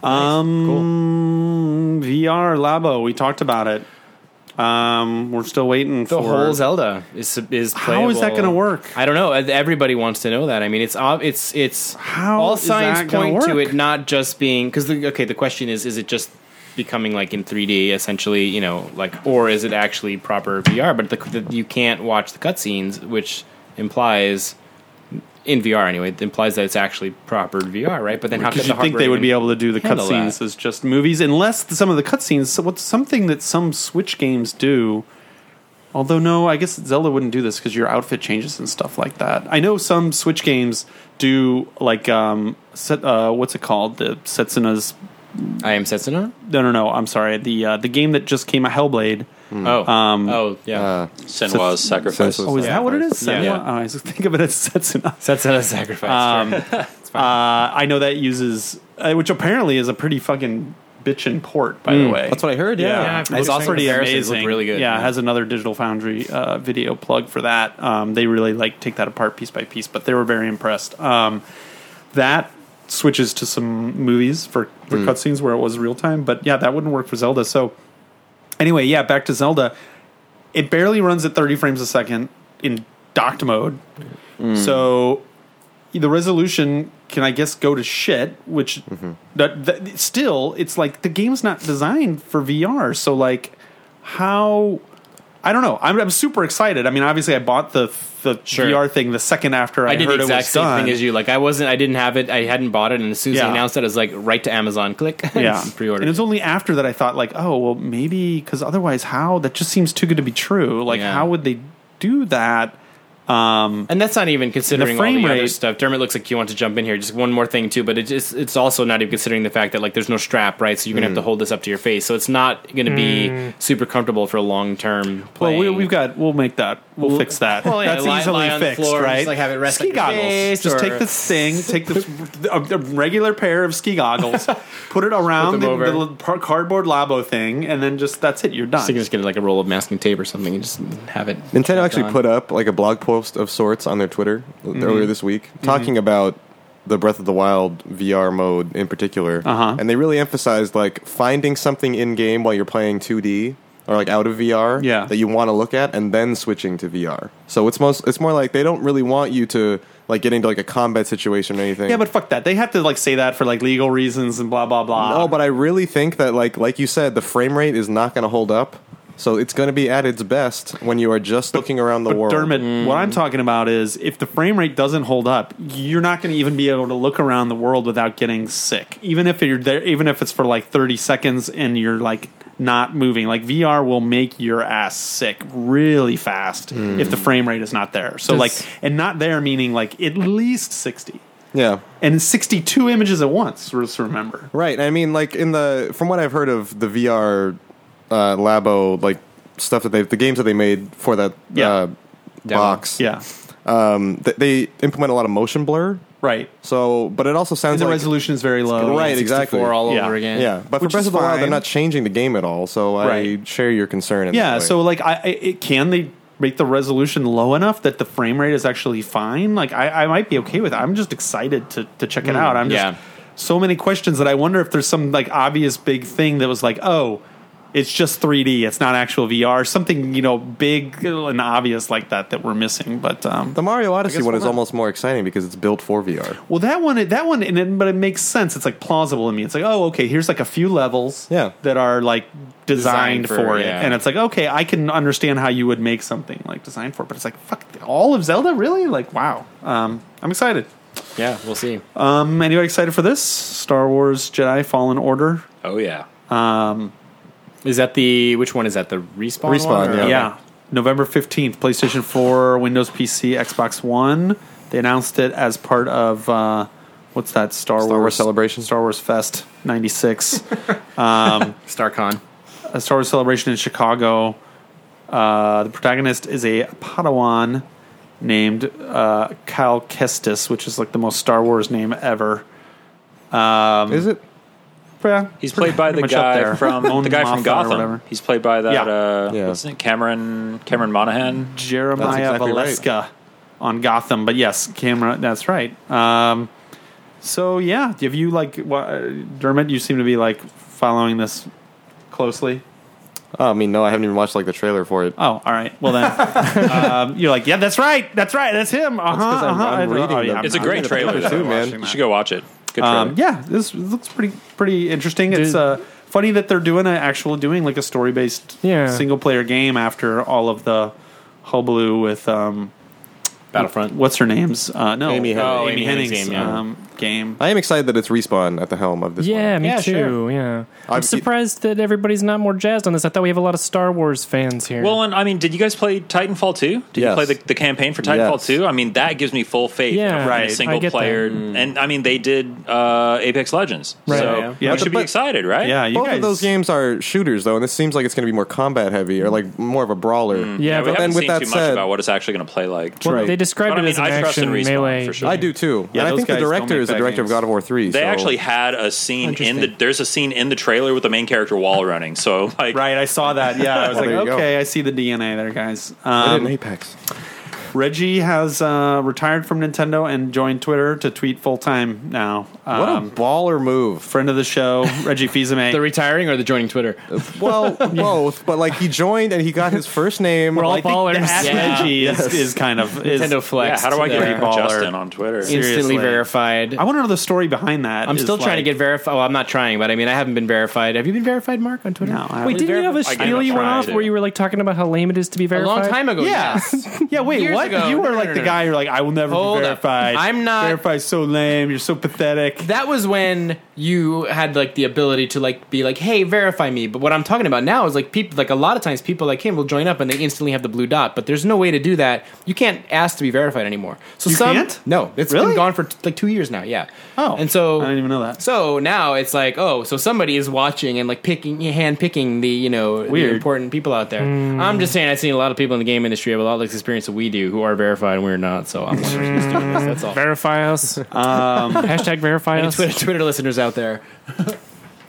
Speaker 7: Hmm.
Speaker 2: Um, VR Labo. We talked about it. Um, we're still waiting
Speaker 6: the
Speaker 2: for
Speaker 6: whole Zelda is is playable.
Speaker 2: How is that gonna work?
Speaker 6: I don't know. Everybody wants to know that. I mean, it's ob- it's it's
Speaker 2: How
Speaker 6: all
Speaker 2: is
Speaker 6: signs
Speaker 2: that gonna
Speaker 6: point to
Speaker 2: work?
Speaker 6: it not just being because okay. The question is, is it just becoming like in 3D essentially? You know, like or is it actually proper VR? But the, the, you can't watch the cutscenes, which implies in VR anyway. It implies that it's actually proper VR, right? But then how could
Speaker 2: Because
Speaker 6: the
Speaker 2: you think
Speaker 6: hardware
Speaker 2: they would
Speaker 6: even-
Speaker 2: be able to do the
Speaker 6: handle
Speaker 2: cutscenes
Speaker 6: that.
Speaker 2: as just movies, unless the- some of the cutscenes. What's something that some Switch games do? Although no, I guess Zelda wouldn't do this because your outfit changes and stuff like that. I know some Switch games do like um, set, uh, what's it called? The Setsuna's
Speaker 6: I am Setsuna.
Speaker 2: no, no, no. I'm sorry. The uh, the game that just came out, Hellblade.
Speaker 6: Oh,
Speaker 2: Um,
Speaker 6: oh yeah.
Speaker 4: Uh,
Speaker 7: Senwa's sacrifice.
Speaker 4: Senwa's-
Speaker 2: Oh, is that what it is?
Speaker 6: Yeah.
Speaker 2: Senwa?
Speaker 6: Yeah.
Speaker 2: Oh, I (laughs) just think of it as Setsuna.
Speaker 6: (laughs) Setsuna's sacrifice.
Speaker 2: Um,
Speaker 6: right.
Speaker 2: Uh, I know that uses, uh, which apparently is a pretty fucking bitchin port, by the way.
Speaker 4: Mm. that's what I heard. Yeah,
Speaker 6: Yeah.
Speaker 2: It's
Speaker 6: Looks
Speaker 2: also
Speaker 6: like
Speaker 2: pretty
Speaker 6: comparisons
Speaker 2: amazing.
Speaker 6: look really good.
Speaker 2: Yeah,
Speaker 6: Yeah.
Speaker 2: it has another Digital Foundry uh, video plug for that. Um, they really like take that apart piece by piece, but they were very impressed. Um, that switches to some movies for, for
Speaker 4: Mm.
Speaker 2: cutscenes where it was real time, but yeah, that wouldn't work for Zelda. So anyway, yeah, back to Zelda. It barely runs at 30 frames a second in docked mode.
Speaker 6: Hmm.
Speaker 2: So the resolution can I guess go to shit, which
Speaker 6: Mm-hmm.
Speaker 2: that, that still it's like the game's not designed for VR. So like how I don't know. I'm, I'm super excited. I mean, obviously, I bought the the
Speaker 6: Sure.
Speaker 2: VR thing the second after I,
Speaker 6: I did
Speaker 2: heard
Speaker 6: the
Speaker 2: it
Speaker 6: exact
Speaker 2: was
Speaker 6: same
Speaker 2: done.
Speaker 6: thing as you. Like I wasn't, I didn't have it. I hadn't bought it, and as soon as
Speaker 2: Yeah.
Speaker 6: he announced it, I was like, right to Amazon, click, (laughs)
Speaker 2: yeah,
Speaker 6: pre-order.
Speaker 2: And it's only after that I thought like, oh well, maybe because otherwise, how that just seems too good to be true. Like,
Speaker 6: Yeah.
Speaker 2: how would they do that?
Speaker 6: And that's not even considering
Speaker 2: frame
Speaker 6: all the other
Speaker 2: rate-
Speaker 6: stuff. Dermot looks like you want to jump in here. Just one more thing too, but it just, it's also not even considering the fact that like there's no strap, right? So you're
Speaker 2: Mm.
Speaker 6: gonna have to hold this up to your face. So it's not gonna be super comfortable for long term playing.
Speaker 2: Well, we, we've got. We'll make that. We'll,
Speaker 6: Well-
Speaker 2: fix that.
Speaker 6: well, yeah,
Speaker 2: That's
Speaker 6: lie-
Speaker 2: easily
Speaker 6: lie on the
Speaker 2: fixed,
Speaker 6: floor,
Speaker 2: right?
Speaker 6: just, like, have it rest
Speaker 2: ski
Speaker 6: on your
Speaker 2: goggles.
Speaker 6: face
Speaker 2: just
Speaker 6: or-
Speaker 2: take this thing. Take this a, a regular pair of ski goggles.
Speaker 6: (laughs)
Speaker 2: put it around
Speaker 6: them
Speaker 2: the,
Speaker 6: over.
Speaker 2: the little par- cardboard labo thing, and then just that's it. You're done.
Speaker 6: So you can just get like a roll of masking tape or something and just have it.
Speaker 4: Nintendo actually
Speaker 6: on.
Speaker 4: put up like a blog post of sorts on their Twitter
Speaker 2: Mm-hmm.
Speaker 4: earlier this week, talking about the Breath of the Wild VR mode in particular,
Speaker 2: Uh-huh.
Speaker 4: and they really emphasized like finding something in game while you're playing 2D or like out of VR
Speaker 2: Yeah.
Speaker 4: that you want to look at, and then switching to VR. So it's most it's more like they don't really want you to like get into like a combat situation or anything.
Speaker 2: yeah, but fuck that. They have to like say that for like legal reasons and blah blah blah.
Speaker 4: No, but I really think that like like you said, the frame rate is not going to hold up. So it's going to be at its best when you are just looking around the
Speaker 2: But
Speaker 4: world.
Speaker 2: Dermot, what I'm talking about is if the frame rate doesn't hold up, you're not going to even be able to look around the world without getting sick. Even if you're there, even if it's for like 30 seconds and you're like not moving, like VR will make your ass sick really fast if the frame rate is not there. So like,
Speaker 6: Does-
Speaker 2: and not there meaning like at least 60
Speaker 4: yeah.
Speaker 2: and 62 images at once. Just remember.
Speaker 4: Right. I mean, like in the from what I've heard of the VR uh, Labo, like stuff that they the games that they made for that
Speaker 2: Yeah.
Speaker 4: uh,
Speaker 6: Demo.
Speaker 4: box.
Speaker 2: Yeah.
Speaker 4: Um, th- they implement a lot of motion blur.
Speaker 2: Right.
Speaker 4: So, but it also sounds
Speaker 2: And the
Speaker 4: like
Speaker 2: resolution is very low.
Speaker 4: Right, exactly.
Speaker 6: Four all
Speaker 2: Yeah.
Speaker 6: over again.
Speaker 4: yeah. But
Speaker 2: Which
Speaker 4: for Breath
Speaker 2: is
Speaker 4: of the Wild, they're
Speaker 2: fine.
Speaker 4: not changing the game at all. So I
Speaker 2: Right.
Speaker 4: share your concern. In that
Speaker 2: Yeah,
Speaker 4: way.
Speaker 2: so like I, I it, can they make the resolution low enough that the frame rate is actually fine? Like I, I might be okay with it. I'm just excited to to check it
Speaker 4: Hmm,
Speaker 2: out. I'm just
Speaker 6: yeah.
Speaker 2: so many questions that I wonder if there's some like obvious big thing that was like, "Oh, it's just 3D. It's not actual VR." Something, you know, big and obvious like that that we're missing, but um
Speaker 4: the Mario Odyssey
Speaker 2: guess
Speaker 4: one
Speaker 2: why
Speaker 4: is
Speaker 2: not?
Speaker 4: almost more exciting because it's built for VR.
Speaker 2: Well, that one, that one, and it, but it makes sense. It's like plausible to me. It's like, oh, okay, here's like a few levels,
Speaker 4: Yeah.
Speaker 2: that are like designed,
Speaker 6: Designed
Speaker 2: for,
Speaker 6: for,
Speaker 2: it,
Speaker 6: yeah.
Speaker 2: and it's like, okay, I can understand how you would make something like designed for, it. but it's like, fuck, all of Zelda, really? Like, wow, um, I'm excited.
Speaker 6: Yeah, we'll see.
Speaker 2: Um, anybody excited for this Star Wars Jedi Fallen Order?
Speaker 7: Oh yeah.
Speaker 2: um,
Speaker 6: Is that the which one is that the respawn?
Speaker 4: Respawn,
Speaker 6: one, or-
Speaker 4: yeah.
Speaker 2: Yeah, November fifteenth, PlayStation Four, Windows PC, Xbox One. They announced it as part of uh, what's that Star,
Speaker 4: Star Wars Celebration?
Speaker 2: Star Wars Fest '96.
Speaker 6: StarCon.
Speaker 2: a Star Wars celebration in Chicago. Uh, the protagonist is a Padawan named uh, Cal Kestis, which is like the most Star Wars name ever.
Speaker 4: Is it?
Speaker 2: Um, Yeah,
Speaker 7: He's played by the
Speaker 2: Pretty much up
Speaker 7: guy
Speaker 2: there.
Speaker 7: from
Speaker 2: Mon
Speaker 7: the guy
Speaker 2: Mothma
Speaker 7: from
Speaker 2: or
Speaker 7: Gotham.
Speaker 2: whatever.
Speaker 7: He's played by that
Speaker 2: Yeah.
Speaker 7: uh
Speaker 4: Yeah.
Speaker 7: what's his name? Cameron Cameron Monaghan.
Speaker 2: Jeremiah
Speaker 4: exactly right.
Speaker 2: Valeska on Gotham, but yes, camera. That's right. Um, so yeah, have you like wha- uh, Dermot? You seem to be like following this closely.
Speaker 4: Oh, I mean, no, I haven't even watched like the trailer for it.
Speaker 2: Oh, all right. Well then, (laughs) um, you're like, yeah, that's right, that's right, that's him. Uh huh.
Speaker 4: 'cause I'm-
Speaker 2: uh-huh.
Speaker 4: I'm
Speaker 2: I-
Speaker 4: reading
Speaker 2: oh, yeah,
Speaker 4: them.
Speaker 2: I'm
Speaker 7: It's a
Speaker 2: not-
Speaker 7: great
Speaker 2: I'm
Speaker 7: trailer
Speaker 2: not
Speaker 7: though.
Speaker 4: man.
Speaker 2: watching
Speaker 7: You
Speaker 2: that.
Speaker 7: should go watch it. Good trailer.
Speaker 2: Um, yeah, this looks pretty pretty interesting. It's
Speaker 3: Did-
Speaker 2: uh, funny that they're doing an actual doing like a story based
Speaker 3: Yeah.
Speaker 2: single player game after all of the hullabaloo with um,
Speaker 6: Battlefront.
Speaker 2: What's her name's? Uh, no,
Speaker 4: Amy Hennig.
Speaker 2: Oh,
Speaker 6: Oh,
Speaker 2: Amy,
Speaker 6: Amy Hennig's
Speaker 2: Hennig's
Speaker 6: game, yeah.
Speaker 2: um, game.
Speaker 4: I am excited that it's respawn at the helm of this.
Speaker 3: Yeah,
Speaker 4: one.
Speaker 3: me
Speaker 6: Yeah,
Speaker 3: too.
Speaker 6: sure.
Speaker 3: Yeah, I'm,
Speaker 4: I'm-
Speaker 3: surprised that everybody's not more jazzed on this. I thought we have a lot of Star Wars fans here.
Speaker 7: Well, and I mean, did you guys play Titanfall 2? Did
Speaker 4: Yes.
Speaker 7: you play the, the campaign for Titanfall
Speaker 4: Yes.
Speaker 7: 2? I mean, that gives me full faith
Speaker 3: Yeah.
Speaker 7: in
Speaker 3: Right.
Speaker 7: a single
Speaker 3: I get
Speaker 7: player.
Speaker 3: that.
Speaker 7: And I mean, they did uh, Apex Legends.
Speaker 3: Right.
Speaker 7: So
Speaker 6: Yeah.
Speaker 2: Yeah,
Speaker 7: we should be
Speaker 4: but-
Speaker 7: excited, right?
Speaker 2: Yeah, you
Speaker 4: Both
Speaker 2: guys.
Speaker 4: of those games are shooters though, and this seems like it's going to be more combat heavy or like more of a brawler.
Speaker 3: yeah,
Speaker 7: Yeah,
Speaker 3: but,
Speaker 4: then
Speaker 7: we haven't
Speaker 4: with
Speaker 7: seen
Speaker 4: that
Speaker 7: too much
Speaker 4: said-
Speaker 7: about what it's actually going to play like.
Speaker 3: well,
Speaker 4: right.
Speaker 3: they described
Speaker 7: But,
Speaker 3: it
Speaker 7: I mean,
Speaker 3: as an
Speaker 7: I trust
Speaker 3: action
Speaker 7: in respawn,
Speaker 3: melee.
Speaker 7: for sure.
Speaker 4: I do too.
Speaker 2: Yeah,
Speaker 4: and I
Speaker 2: those
Speaker 4: think the
Speaker 2: guys don't
Speaker 4: director
Speaker 2: make
Speaker 4: is the
Speaker 2: bad
Speaker 4: director
Speaker 2: games.
Speaker 4: of God of War Three.
Speaker 7: They
Speaker 4: so-
Speaker 7: actually had a scene in the.
Speaker 6: Interesting.
Speaker 7: There's a scene in the trailer with the main character wall running. So (laughs) like,
Speaker 2: Right, I saw that. Yeah, I was
Speaker 4: Well, there
Speaker 2: like,
Speaker 4: you go.
Speaker 2: okay, I see the DNA there, guys.
Speaker 4: They did
Speaker 2: Um,
Speaker 4: an Apex.
Speaker 2: Reggie has uh, retired from Nintendo and joined Twitter to tweet full time now.
Speaker 4: What
Speaker 2: Um,
Speaker 4: a baller move.
Speaker 2: friend of the show, Reggie
Speaker 4: (laughs)
Speaker 2: Fils-Aimé.
Speaker 6: The retiring or the joining Twitter?
Speaker 4: Well, both, but like he joined and he got his first name.
Speaker 3: We're all
Speaker 4: like,
Speaker 2: I think the
Speaker 3: ballers.
Speaker 2: at
Speaker 6: Yeah.
Speaker 2: Reggie is, is kind of is,
Speaker 6: Nintendo
Speaker 7: yeah,
Speaker 6: Flex.
Speaker 7: how do I get
Speaker 6: there.
Speaker 2: baller.
Speaker 7: Justin on Twitter?
Speaker 6: instantly
Speaker 2: Seriously.
Speaker 6: verified?
Speaker 2: I want to know the story behind that.
Speaker 6: I'm
Speaker 2: is
Speaker 6: still trying to
Speaker 2: like-
Speaker 6: get verified. Well, I'm not trying, but I mean, I haven't been verified. Have you been verified, Mark, on Twitter?
Speaker 2: No, I
Speaker 3: Wait,
Speaker 2: haven't.
Speaker 3: didn't you have a
Speaker 7: I
Speaker 3: spiel
Speaker 7: gotta
Speaker 3: you went
Speaker 7: try
Speaker 3: off
Speaker 7: to.
Speaker 3: where you were like talking about how lame it is to be
Speaker 6: a
Speaker 3: verified?
Speaker 6: long time ago.
Speaker 2: Yeah.
Speaker 6: Yes.
Speaker 2: (laughs) yeah, wait,
Speaker 6: Years
Speaker 2: what?
Speaker 6: ago.
Speaker 2: You were
Speaker 6: No,
Speaker 2: like
Speaker 6: no,
Speaker 2: the
Speaker 6: no,
Speaker 2: guy who like, I will never
Speaker 6: Hold
Speaker 2: be
Speaker 6: up.
Speaker 2: verified.
Speaker 6: I'm not-
Speaker 2: Verified's so lame. You're so pathetic.
Speaker 6: That was when you had like the ability to like be like, "Hey, verify me." But what I'm talking about now is like people like a lot of times people like, "Hey, will join up," and they instantly have the blue dot. But there's no way to do that. You can't ask to be verified anymore. So
Speaker 2: You
Speaker 6: some
Speaker 2: can't?
Speaker 6: no, it's
Speaker 2: Really?
Speaker 6: been gone for like two years now. Yeah.
Speaker 2: Oh.
Speaker 6: and so
Speaker 2: I didn't even know that.
Speaker 6: So now it's like, oh, so somebody is watching and like picking, hand picking the you know
Speaker 2: Weird.
Speaker 6: the important people out there. I'm just saying, I've seen a lot of people in the game industry have a lot less experience than we do, who are verified and we're not. So I'm wondering who's doing
Speaker 3: (laughs)
Speaker 6: this. That's all.
Speaker 3: Verify us. (laughs) Hashtag verify
Speaker 6: Any
Speaker 3: us.
Speaker 6: Twitter, Twitter listeners out there.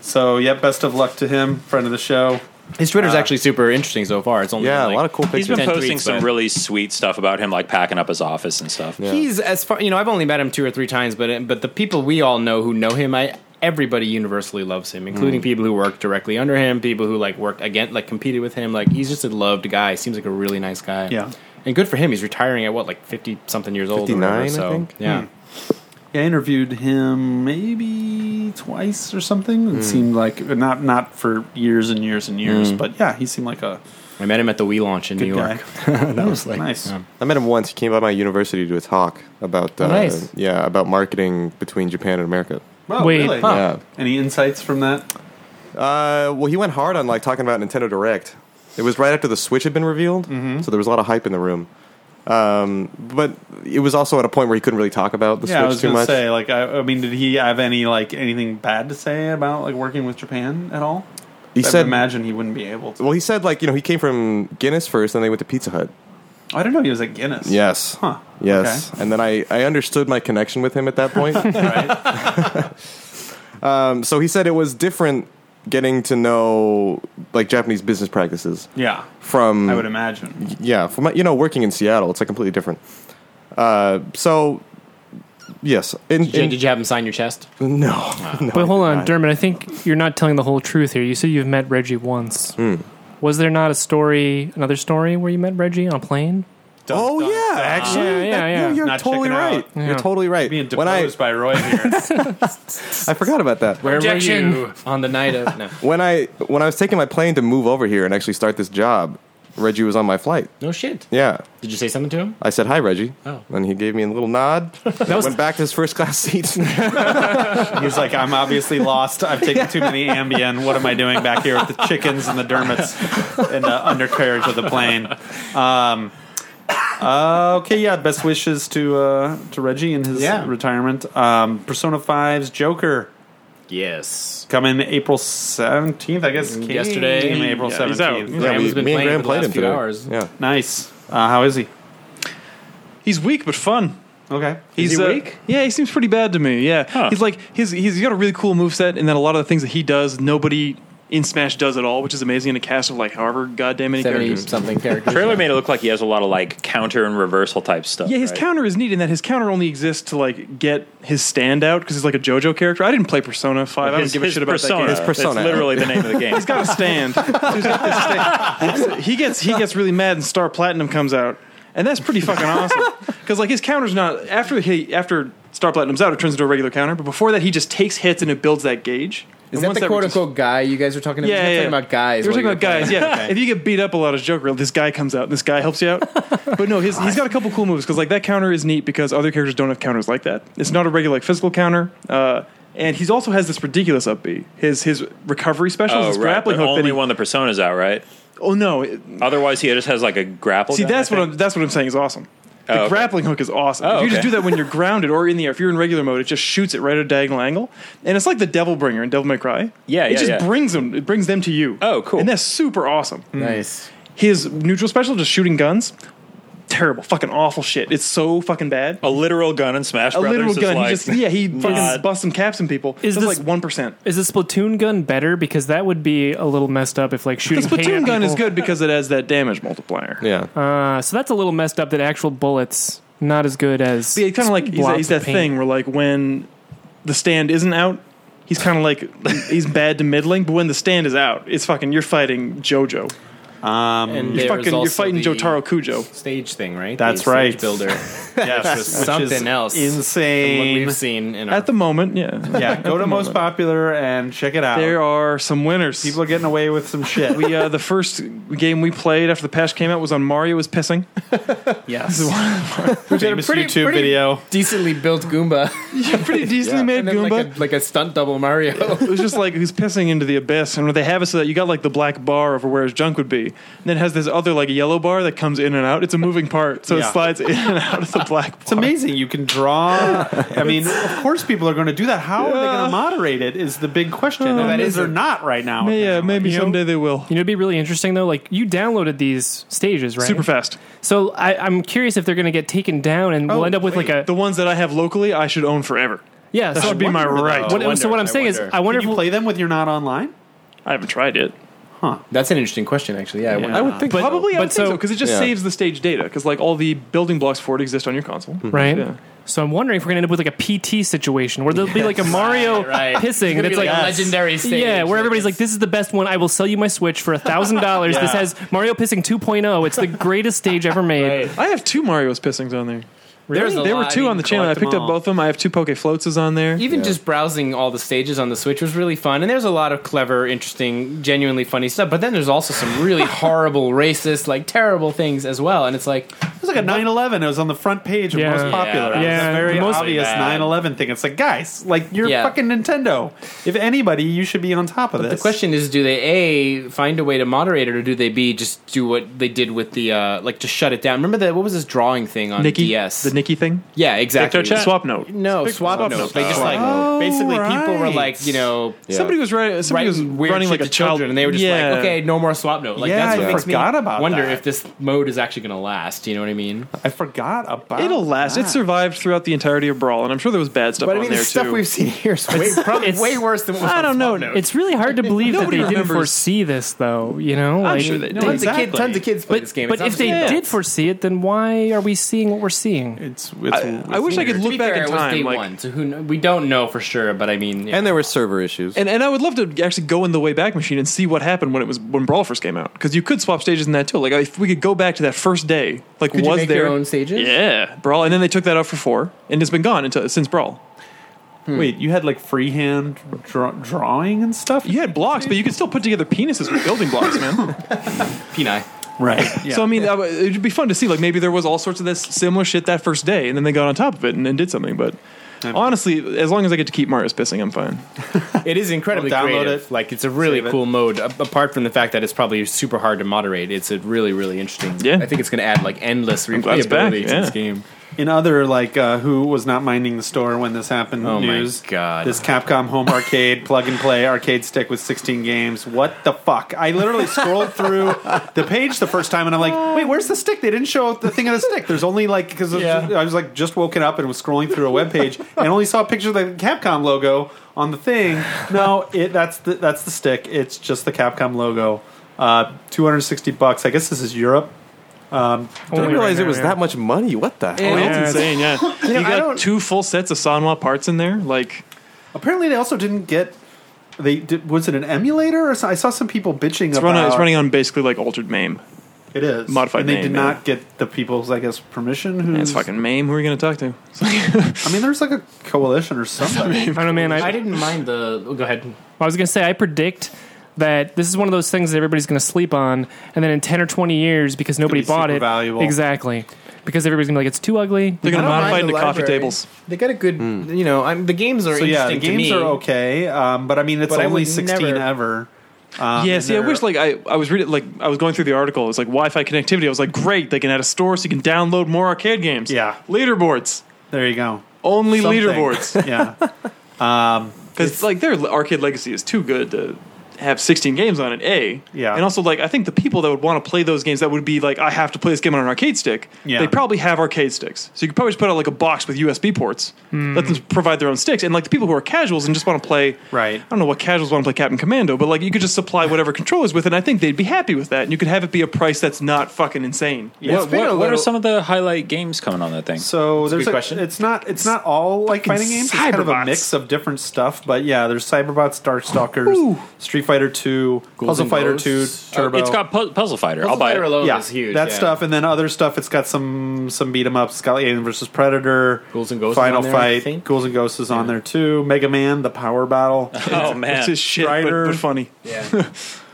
Speaker 2: So, yep, best of luck to him, friend of the show.
Speaker 6: His Twitter's actually super interesting so far. It's only
Speaker 4: Uh, Yeah,
Speaker 6: like-
Speaker 4: a lot of cool pictures.
Speaker 7: He's been
Speaker 6: 10
Speaker 7: posting
Speaker 6: tweets,
Speaker 7: some
Speaker 6: but-
Speaker 7: really sweet stuff about him, like packing up his office and stuff.
Speaker 6: He's as far you know. I've only met him two or three times, but but the people we all know who know him, I everybody universally loves him,
Speaker 4: Mm.
Speaker 6: including people who work directly under him, people who like worked again, like competed with him. Like he's just a loved guy. Seems like a really nice guy.
Speaker 2: Yeah.
Speaker 6: and good for him. He's retiring at what like fifty something years old. or
Speaker 4: 59,
Speaker 6: whatever,
Speaker 4: I
Speaker 6: so
Speaker 4: think. Hmm.
Speaker 6: yeah.
Speaker 2: Yeah, I interviewed him maybe twice or something.
Speaker 6: Hmm.
Speaker 2: It seemed like not not for years and years and years, but yeah, he seemed like a
Speaker 6: I met him at the Wii launch in
Speaker 2: good
Speaker 6: Hmm. New
Speaker 2: guy.
Speaker 6: York. (laughs) that was like
Speaker 2: nice.
Speaker 6: yeah.
Speaker 4: I met him once. He came by my university to do a talk
Speaker 3: Oh,
Speaker 4: about uh,
Speaker 6: nice.
Speaker 4: yeah about marketing between Japan and America.
Speaker 2: Wow,
Speaker 3: Wait,
Speaker 2: Oh, really?
Speaker 3: huh.
Speaker 4: Yeah.
Speaker 2: Any insights from that?
Speaker 4: Uh, well, he went hard on like talking about Nintendo Direct. It was right after the Switch had been revealed,
Speaker 2: Mm-hmm.
Speaker 4: so there was a lot of hype in the room. Um, but it was also at a point where he couldn't really talk about the
Speaker 2: Yeah, I
Speaker 4: Switch
Speaker 2: was
Speaker 4: too
Speaker 2: going to
Speaker 4: much.
Speaker 2: say like I, I mean, did he have any like anything bad to say about like working with Japan at all?
Speaker 4: he
Speaker 2: I would
Speaker 4: said,
Speaker 2: imagine he wouldn't be able to.
Speaker 4: "Well, he said like you know he came from Guinness first, then they went to Pizza Hut."
Speaker 2: I don't know. He was at Guinness.
Speaker 4: Yes.
Speaker 2: Huh.
Speaker 4: Yes.
Speaker 2: Okay.
Speaker 4: And then I, I understood my connection with him at that
Speaker 2: (laughs)
Speaker 4: point. (laughs) um, so he said it was different getting to know like Japanese business practices
Speaker 2: Yeah,
Speaker 4: from
Speaker 2: I would imagine.
Speaker 4: yeah from you know working in Seattle. It's like completely different. Uh, so yes, in,
Speaker 6: Did, you,
Speaker 4: in-
Speaker 6: did you have him sign your chest?
Speaker 4: (laughs) no, no.
Speaker 3: But hold on, Dermot. I think you're not telling the whole truth here. You said you've met Reggie once. Was there not a story, another story where you met Reggie on a plane?
Speaker 4: Oh yeah, actually,
Speaker 3: Yeah, yeah,
Speaker 4: that-
Speaker 3: yeah.
Speaker 4: You're, you're
Speaker 2: Not
Speaker 4: totally
Speaker 2: checking out.
Speaker 4: right.
Speaker 3: Yeah.
Speaker 4: You're totally right.
Speaker 2: Being
Speaker 4: When I
Speaker 2: deposed by Roy
Speaker 4: (laughs)
Speaker 2: here.
Speaker 4: I forgot about that.
Speaker 6: Where
Speaker 3: Objection.
Speaker 6: were you on the night of? No,
Speaker 4: When I when I was taking my plane to move over here and actually start this job, Reggie was on my flight.
Speaker 6: (laughs) no shit.
Speaker 4: Yeah.
Speaker 6: Did you say something to him?
Speaker 4: I said, "Hi, Reggie,"
Speaker 6: Oh.
Speaker 4: and he gave me a little
Speaker 6: (laughs)
Speaker 4: nod. and
Speaker 3: was-
Speaker 4: went back to his first class seat.
Speaker 2: He was like, I'm obviously lost. I've taken too many Ambien. What am I doing back here with the chickens and the dermits and the undercarriage of the plane? Um, uh, okay, yeah. Best wishes to uh, to Reggie in his
Speaker 6: Yeah.
Speaker 2: retirement. Um, Persona 5's Joker
Speaker 6: Yes.
Speaker 2: coming April 17th, I guess. came
Speaker 6: Yesterday.
Speaker 2: April
Speaker 5: Yeah, he's out.
Speaker 2: 17th.
Speaker 5: He's out.
Speaker 6: Graham's been playing for the last few
Speaker 4: today.
Speaker 6: hours.
Speaker 4: Yeah,
Speaker 2: Nice. Uh, how is he?
Speaker 5: He's weak but fun.
Speaker 2: Okay.
Speaker 5: He's
Speaker 7: he
Speaker 5: uh,
Speaker 7: weak?
Speaker 5: Yeah, he seems pretty bad to me. Yeah, he's like his, he's got a really cool move set, and then a lot of the things that he does, nobody in Smash does at all, which is amazing in a cast of like however goddamn many
Speaker 6: Seventy
Speaker 5: characters.
Speaker 6: something characters.
Speaker 7: Trailer made it look like he has a lot of like counter and reversal type stuff.
Speaker 5: Yeah, his
Speaker 7: right?
Speaker 5: counter is neat in that his counter only exists to like get his stand out because he's like a JoJo character. I didn't play Persona Five. I don't
Speaker 7: His-
Speaker 5: give a
Speaker 7: his
Speaker 5: shit about
Speaker 7: persona.
Speaker 5: that game.
Speaker 4: His persona.
Speaker 7: It's literally the name of (laughs) the game.
Speaker 5: He's got a stand. So he's got this stand. He gets he gets really mad, and Star Platinum comes out, and that's pretty fucking awesome. Because like his counter's not after he after Star Platinum's out, it turns into a regular counter. But before that, he just takes hits and it builds that gauge. And
Speaker 6: Is that
Speaker 5: once
Speaker 6: the
Speaker 5: that
Speaker 6: quote
Speaker 5: reaches-
Speaker 6: unquote guy you guys were talking about?
Speaker 5: Yeah,
Speaker 6: You're
Speaker 5: yeah,
Speaker 6: talking
Speaker 5: yeah.
Speaker 6: about guys.
Speaker 5: We're
Speaker 6: while
Speaker 5: talking
Speaker 6: you were
Speaker 5: about guys.
Speaker 6: playing.
Speaker 5: Yeah,
Speaker 6: Okay.
Speaker 5: if you get beat up a lot as Joker, this guy comes out, and this guy helps you
Speaker 6: (laughs)
Speaker 5: out. But no, he's, he's got a couple cool moves because like that counter is neat because other characters don't have counters like that. It's not a regular like physical counter, uh, and he's also has this ridiculous up B. His his recovery special is
Speaker 7: Oh,
Speaker 5: this
Speaker 7: right.
Speaker 5: grappling
Speaker 7: But
Speaker 5: hook that
Speaker 7: only
Speaker 5: he.
Speaker 7: one of the personas out, right?
Speaker 5: Oh no! it-
Speaker 7: Otherwise, he just has like a grapple.
Speaker 5: See,
Speaker 7: gun,
Speaker 5: that's
Speaker 7: I
Speaker 5: what
Speaker 7: think.
Speaker 5: I'm, that's what I'm saying is awesome. The
Speaker 7: Oh, okay.
Speaker 5: grappling hook is awesome.
Speaker 7: Oh,
Speaker 5: if you just
Speaker 7: okay.
Speaker 5: do that
Speaker 7: (laughs)
Speaker 5: when you're grounded or in the air, if you're in regular mode, it just shoots it right at a diagonal angle, and it's like the Devil Bringer in Devil May Cry.
Speaker 7: Yeah,
Speaker 5: it
Speaker 7: yeah,
Speaker 5: just
Speaker 7: yeah.
Speaker 5: brings them. It brings them to you.
Speaker 7: Oh, cool.
Speaker 5: And that's super awesome.
Speaker 6: Nice.
Speaker 5: His neutral special, just shooting guns, terrible, fucking awful shit. It's so fucking bad.
Speaker 7: a literal gun in Smash
Speaker 5: A
Speaker 7: Brothers.
Speaker 5: literal
Speaker 7: is
Speaker 5: gun.
Speaker 7: Like,
Speaker 5: he just
Speaker 7: (laughs)
Speaker 5: yeah, he fucking
Speaker 7: not-
Speaker 5: busts some caps in people.
Speaker 3: Is
Speaker 5: Is
Speaker 3: this-
Speaker 5: this like one percent?
Speaker 3: Is the Splatoon gun better? Because that would be a little messed up if like
Speaker 5: The
Speaker 3: shooting. paint
Speaker 5: platoon
Speaker 3: at
Speaker 5: gun is
Speaker 3: people-
Speaker 5: good because it has that damage multiplier.
Speaker 4: Yeah.
Speaker 3: Uh, so that's a little messed up. That actual bullets not as good as.
Speaker 5: Yeah, it's kind of like he's,
Speaker 3: blocks
Speaker 5: he's
Speaker 3: of
Speaker 5: that
Speaker 3: paint.
Speaker 5: thing where like when the stand isn't out, he's kind of like he's bad to middling. But when the stand is out, it's fucking you're fighting JoJo.
Speaker 2: Um,
Speaker 6: And
Speaker 5: You're
Speaker 6: there's
Speaker 5: fucking you're
Speaker 6: also
Speaker 5: fighting
Speaker 6: the
Speaker 5: Jotaro Kujo.
Speaker 6: Stage thing, right?
Speaker 2: That's
Speaker 6: The stage
Speaker 2: right.
Speaker 6: Builder.
Speaker 2: yes,
Speaker 6: is
Speaker 2: which
Speaker 6: something else than what What
Speaker 2: Insane.
Speaker 6: we've seen in our
Speaker 5: At the moment,
Speaker 2: (laughs)
Speaker 5: yeah,
Speaker 2: Yeah, go to most popular and check it out.
Speaker 5: there are some winners.
Speaker 2: People are getting away with (laughs) some shit.
Speaker 5: we uh, the first game we played after the patch came out was on Mario is pissing.
Speaker 6: yes,
Speaker 2: famous
Speaker 6: pretty-
Speaker 2: YouTube
Speaker 6: pretty-
Speaker 2: video.
Speaker 6: decently built (laughs) Goomba,
Speaker 5: (laughs) (laughs) Pretty decently made
Speaker 6: and then
Speaker 5: Goomba.
Speaker 6: like a, like a stunt double Mario. (laughs)
Speaker 5: it was just like he's pissing into the abyss, and they have it so that you got like the black bar over where his junk would be, and then it has this other like yellow bar that comes in and out. It's a moving part, so
Speaker 2: Yeah.
Speaker 5: it slides in and out of the black.
Speaker 2: It's amazing. You can (laughs) draw. I mean, of course, people are going to do that. How are they going to moderate it? Is the big question. and that is or not right now.
Speaker 5: Yeah, uh, maybe
Speaker 3: You know-
Speaker 5: someday they will.
Speaker 3: You know, it'd be really interesting though. Like you downloaded these stages, right?
Speaker 5: Super fast.
Speaker 3: So I, I'm curious if they're going to get taken down, and
Speaker 5: Oh,
Speaker 3: we'll end up with like a
Speaker 5: The ones that I have locally, I should own forever.
Speaker 3: yeah.
Speaker 5: That
Speaker 3: so
Speaker 5: should be my right.
Speaker 3: What,
Speaker 6: wonder,
Speaker 3: so what
Speaker 6: I
Speaker 3: I'm saying is,
Speaker 6: wonder.
Speaker 3: I wonder
Speaker 2: Can
Speaker 3: if
Speaker 2: you
Speaker 3: we'll-
Speaker 2: play them when you're not online?
Speaker 5: I haven't tried it.
Speaker 6: That's an interesting question, actually. Yeah, I wonder-
Speaker 4: I would think
Speaker 5: Probably, I
Speaker 3: but
Speaker 5: would think
Speaker 3: so-
Speaker 5: so because it just
Speaker 4: Yeah.
Speaker 5: saves the stage data because like all the building blocks for it exist on your console.
Speaker 3: right?
Speaker 5: Yeah.
Speaker 3: So I'm wondering if we're gonna end up with like a PT situation where there'll be like a Mario
Speaker 6: right.
Speaker 3: pissing
Speaker 6: It's gonna
Speaker 3: that's
Speaker 6: be
Speaker 3: like,
Speaker 6: like a legendary stage,
Speaker 3: Yeah, where
Speaker 6: like
Speaker 3: everybody's like, "This is the best one. I will sell you my Switch for a thousand dollars. This has Mario pissing 2.0. It's the greatest stage ever made."
Speaker 5: I have two Mario's pissings on there.
Speaker 6: There's a
Speaker 5: there were
Speaker 6: lot.
Speaker 5: two
Speaker 6: You
Speaker 5: on the
Speaker 6: can
Speaker 5: channel. I
Speaker 6: collect
Speaker 5: picked
Speaker 2: them
Speaker 5: up
Speaker 2: all.
Speaker 5: both of them. I have two Poke Floats on there.
Speaker 6: Even just browsing all the stages on the Switch was really fun, and there's a lot of clever, interesting, genuinely funny stuff. But then there's also some really (laughs) horrible, racist, like terrible things as well. And it's like,
Speaker 2: It was like a 9/11. It was on the front page of
Speaker 3: Yeah.
Speaker 2: most
Speaker 3: Yeah,
Speaker 2: popular. It was
Speaker 3: yeah.
Speaker 2: a very
Speaker 3: The most-
Speaker 2: obvious
Speaker 7: bad.
Speaker 2: 9/11 thing. It's like, guys, like you're
Speaker 6: Yeah.
Speaker 2: fucking Nintendo. If anybody, you should be on top of
Speaker 6: the
Speaker 2: this.
Speaker 6: question is, do they a find a way to moderate it, or do they b just do what they did with the uh, like just shut it down? Remember that what was this drawing thing on
Speaker 5: Nikki,
Speaker 6: DS?
Speaker 5: the Nikki thing,
Speaker 6: yeah, exactly.
Speaker 5: swap note.
Speaker 6: No, swap
Speaker 5: swap
Speaker 6: notes.
Speaker 5: notes.
Speaker 6: They just like basically people were
Speaker 2: right.
Speaker 6: like, you know,
Speaker 5: Somebody was running. Somebody was
Speaker 6: writing weird
Speaker 5: running
Speaker 6: shit
Speaker 5: like a
Speaker 6: to
Speaker 5: child,
Speaker 6: children, and they were just
Speaker 5: Yeah.
Speaker 6: like, okay, no more swap note. Like
Speaker 2: Yeah,
Speaker 6: that's what
Speaker 2: I
Speaker 6: makes
Speaker 2: forgot
Speaker 6: me
Speaker 2: about
Speaker 6: wonder
Speaker 2: that.
Speaker 6: if this mode is actually going to last. You know what I mean?
Speaker 2: I forgot about.
Speaker 5: It'll last. It
Speaker 2: that.
Speaker 5: survived throughout the entirety of Brawl, and I'm sure there was bad stuff
Speaker 6: But I
Speaker 5: on
Speaker 6: mean, the
Speaker 5: there
Speaker 6: stuff
Speaker 5: too.
Speaker 6: we've seen here is way, probably
Speaker 3: It's-
Speaker 6: way worse than what was
Speaker 5: I
Speaker 6: on
Speaker 5: don't know.
Speaker 6: Swap Note.
Speaker 3: It's really hard to believe that they
Speaker 5: Nobody
Speaker 3: didn't
Speaker 5: remembers.
Speaker 3: foresee this, though. You know,
Speaker 5: I'm sure they-
Speaker 6: tons,
Speaker 2: Exactly.
Speaker 6: of kid, tons of kids play
Speaker 3: But,
Speaker 6: this game.
Speaker 3: but
Speaker 6: It's not
Speaker 3: if they
Speaker 6: just kids.
Speaker 3: did foresee it, then why are we seeing what we're seeing?
Speaker 2: It's. it's
Speaker 5: I, I wish I could
Speaker 6: To
Speaker 5: look
Speaker 6: be
Speaker 5: back
Speaker 6: fair,
Speaker 5: in
Speaker 6: it was
Speaker 5: time,
Speaker 6: day
Speaker 5: like,
Speaker 6: one, so who kn- we don't know for sure. But I mean, yeah.
Speaker 4: And there were server issues.
Speaker 5: and and I would love to actually go in the way back machine and see what happened when it was when Brawl first came out because you could swap stages in that too. Like if we could go back to that first day, like
Speaker 6: could
Speaker 5: was
Speaker 6: you make
Speaker 5: there
Speaker 6: your own stages?
Speaker 5: Yeah, Brawl, and then they took that out for four, and it's been gone until since Brawl.
Speaker 2: Wait, you had like freehand draw- drawing and stuff.
Speaker 5: You had blocks, but you could still put together penises with building blocks, man.
Speaker 6: Peni.
Speaker 2: right.
Speaker 5: So I mean, that w- it'd be fun to see. Like maybe there was all sorts of this similar shit that first day, and then they got on top of it and, and did something. But honestly, as long as I get to keep Mario's pissing, I'm fine.
Speaker 6: (laughs) It is incredibly
Speaker 2: Well, download
Speaker 6: creative.
Speaker 2: it,
Speaker 6: Like it's a really
Speaker 2: save it.
Speaker 6: cool mode. A- Apart from the fact that it's probably super hard to moderate, it's a really really interesting.
Speaker 5: Yeah.
Speaker 6: I think it's going to add like endless
Speaker 5: glad it's back,
Speaker 6: replayability to
Speaker 5: yeah.
Speaker 6: this game.
Speaker 2: In other like uh, who was not minding the store when this happened
Speaker 6: Oh my
Speaker 2: news.
Speaker 6: God.
Speaker 2: This Capcom home arcade plug and play arcade stick with 16 games. What the fuck? I literally scrolled through the page the first time and I'm like, "Wait, where's the stick? They didn't show the thing on the stick." There's only like cuz I was like just woken up and was scrolling through a web page and only saw a picture of the Capcom logo on the thing. No, it that's the that's the stick. It's just the Capcom logo. Uh 260 bucks. I guess this is Europe.
Speaker 4: I didn't
Speaker 3: Only
Speaker 4: realize
Speaker 3: right
Speaker 4: it was
Speaker 3: now, yeah.
Speaker 4: that much money. What the hell?
Speaker 5: Oh,
Speaker 3: Yeah,
Speaker 5: that's insane. Yeah, (laughs) you,
Speaker 6: I
Speaker 5: got
Speaker 6: don't-
Speaker 5: two full sets of Sanwa parts in there. Like,
Speaker 2: Apparently, they also didn't get. They did, was it an emulator or so, I saw some people bitching
Speaker 5: it's,
Speaker 2: about.
Speaker 5: run, it's running on basically like altered MAME.
Speaker 2: It is
Speaker 5: Modified
Speaker 2: and they
Speaker 5: name,
Speaker 2: did
Speaker 5: yeah.
Speaker 2: not get the people's, I guess, permission. Who?
Speaker 5: And it's fucking MAME. Who are you going to talk to? It's like-
Speaker 2: I mean, there's like a coalition
Speaker 6: (laughs)
Speaker 2: or something.
Speaker 3: I don't know, man. I,
Speaker 6: I didn't mind the. oh, go ahead.
Speaker 3: I was going to say, I predict that this is one of those things that everybody's going to sleep on, and then in 10 or 20 years, because nobody
Speaker 2: be
Speaker 3: bought
Speaker 2: super
Speaker 3: it.
Speaker 2: valuable.
Speaker 3: Exactly. Because everybody's going to be like, it's too ugly.
Speaker 5: They're going to
Speaker 6: I don't mind
Speaker 5: modify it into
Speaker 6: the
Speaker 5: coffee
Speaker 6: library.
Speaker 5: tables.
Speaker 6: They got a good. You know, I'm, the games are
Speaker 2: so yeah, the
Speaker 6: interesting to
Speaker 2: games
Speaker 6: me.
Speaker 2: are okay, um, but I mean, it's
Speaker 6: But I
Speaker 2: only
Speaker 6: would
Speaker 2: 16
Speaker 6: never-
Speaker 2: ever. Um,
Speaker 5: yeah,
Speaker 2: and
Speaker 5: see, I
Speaker 2: they're-
Speaker 5: wish like I, I was reading like I was going through the article. It was like Wi-Fi connectivity. I was like, great, they can add a store so you can download more arcade games.
Speaker 2: Yeah.
Speaker 5: leaderboards
Speaker 2: there you go.
Speaker 5: only
Speaker 2: Something. (laughs)
Speaker 5: leaderboards (laughs)
Speaker 2: Yeah,
Speaker 5: because like their arcade legacy is too good to have 16 games on it. A
Speaker 2: Yeah.
Speaker 5: and also like I think the people that would want to play those games that would be like I have to play this game on an arcade stick.
Speaker 2: Yeah.
Speaker 5: they probably have arcade sticks, so you could probably just put out like a box with USB ports.
Speaker 2: Hmm.
Speaker 5: Let them provide their own sticks, and like the people who are casuals and just want to play.
Speaker 2: Right.
Speaker 5: I don't know what casuals want to play Captain Commando, but like you could just supply whatever controllers with, it, and I think they'd be happy with that. And you could have it be a price that's not fucking insane.
Speaker 2: It's
Speaker 7: What,
Speaker 2: been a
Speaker 7: what, what are
Speaker 2: little-
Speaker 7: some of the highlight games coming on that thing?
Speaker 2: So there's
Speaker 6: good
Speaker 2: a
Speaker 6: question.
Speaker 2: It's not it's not all like
Speaker 5: Fucking
Speaker 2: fighting games. It's kind of a
Speaker 5: Cyberbots.
Speaker 2: mix of different stuff. But yeah, there's Cyberbots, Darkstalkers, Street Fighter Two, Puzzle
Speaker 6: and
Speaker 2: Fighter Two,
Speaker 6: Ghosts. Uh,
Speaker 2: Turbo.
Speaker 7: It's got Pu- Puzzle Fighter. I'll
Speaker 6: Puzzle
Speaker 7: buy
Speaker 6: Fighter
Speaker 7: it.
Speaker 6: alone
Speaker 2: yeah,
Speaker 6: is Oh, huge.
Speaker 2: that
Speaker 6: yeah.
Speaker 2: stuff, and then other stuff. It's got some some beat 'em ups. It's got Alien versus Predator,
Speaker 6: Ghouls and Ghosts is
Speaker 2: Final
Speaker 6: on there, I
Speaker 2: Fight,
Speaker 6: think.
Speaker 2: Ghouls and Ghosts is on there too. Mega Man, the Power Battle.
Speaker 7: Oh man,
Speaker 5: It's just shit, but,
Speaker 2: Strider.
Speaker 5: but funny.
Speaker 6: Yeah.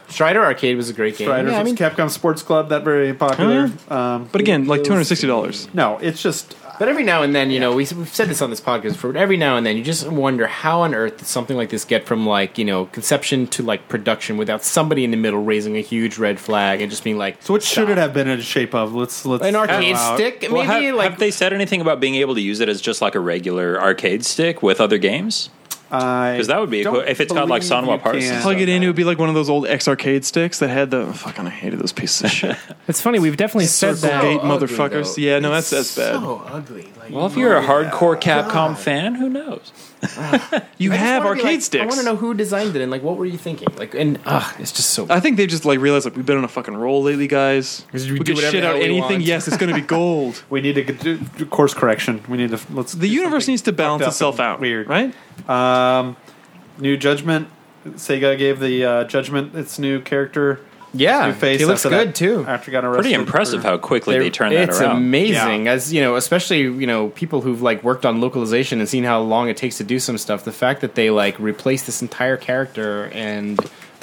Speaker 6: Strider Arcade was a great game.
Speaker 2: Riders
Speaker 6: yeah, I mean,
Speaker 2: Capcom Sports Club, that very popular. Um,
Speaker 5: But again, like two hundred sixty dollars.
Speaker 2: no, it's just
Speaker 6: but every now and then, you know, we, we've said this on this podcast before. But every now and then, you just wonder how on earth did something like this get from like you know conception to like production without somebody in the middle raising a huge red flag and just being like,
Speaker 2: so. What should it
Speaker 6: "Stop."
Speaker 2: have been in shape of? Let's let's
Speaker 6: An arcade
Speaker 2: allow it.
Speaker 6: stick, maybe
Speaker 7: Well, have,
Speaker 6: like
Speaker 7: have they said anything about being able to use it as just like a regular arcade stick with other games?
Speaker 2: Because
Speaker 7: that would be cool if it's got, like, Sonoma Parts and stuff.
Speaker 5: plug it in, it would be like one of those old X arcade sticks that had the fucking. I hated those pieces of
Speaker 6: (laughs)
Speaker 5: shit.
Speaker 3: It's funny, we've definitely said
Speaker 6: Circle
Speaker 3: that.
Speaker 5: Gate
Speaker 6: ugly,
Speaker 5: motherfuckers.
Speaker 6: though.
Speaker 5: Yeah, no, that's that's bad.
Speaker 6: So ugly. Like,
Speaker 7: Well, if you're a hardcore Capcom fan, who knows?
Speaker 5: you
Speaker 6: I just
Speaker 5: have
Speaker 6: wanna be
Speaker 5: arcade
Speaker 6: like,
Speaker 5: sticks.
Speaker 6: I want to know who designed it and like what were you thinking? Like, and ugh, it's just so.
Speaker 5: I think they just like realized like we've been on a fucking roll lately, guys.
Speaker 6: Just
Speaker 5: We
Speaker 6: do
Speaker 5: could
Speaker 6: whatever
Speaker 5: shit
Speaker 6: the
Speaker 5: out
Speaker 6: hell we
Speaker 5: anything.
Speaker 6: want.
Speaker 5: Yes, it's going to be
Speaker 6: (laughs)
Speaker 5: gold.
Speaker 2: We need to get- do do course correction. We need to let's.
Speaker 5: The universe needs to balance
Speaker 2: fucked up
Speaker 5: itself
Speaker 2: and
Speaker 5: out.
Speaker 2: weird.
Speaker 5: right?
Speaker 2: Um, new judgment. Sega gave the uh, judgment its new character.
Speaker 6: yeah,
Speaker 2: new face.
Speaker 6: he looks
Speaker 2: after that-
Speaker 6: good too.
Speaker 2: After got arrested.
Speaker 7: Pretty impressive
Speaker 2: for-
Speaker 7: how quickly they turned that
Speaker 6: it's
Speaker 7: around.
Speaker 6: amazing as you know especially you know people who've like worked on localization and seen how long it takes to do some stuff the fact that they like replaced this entire character and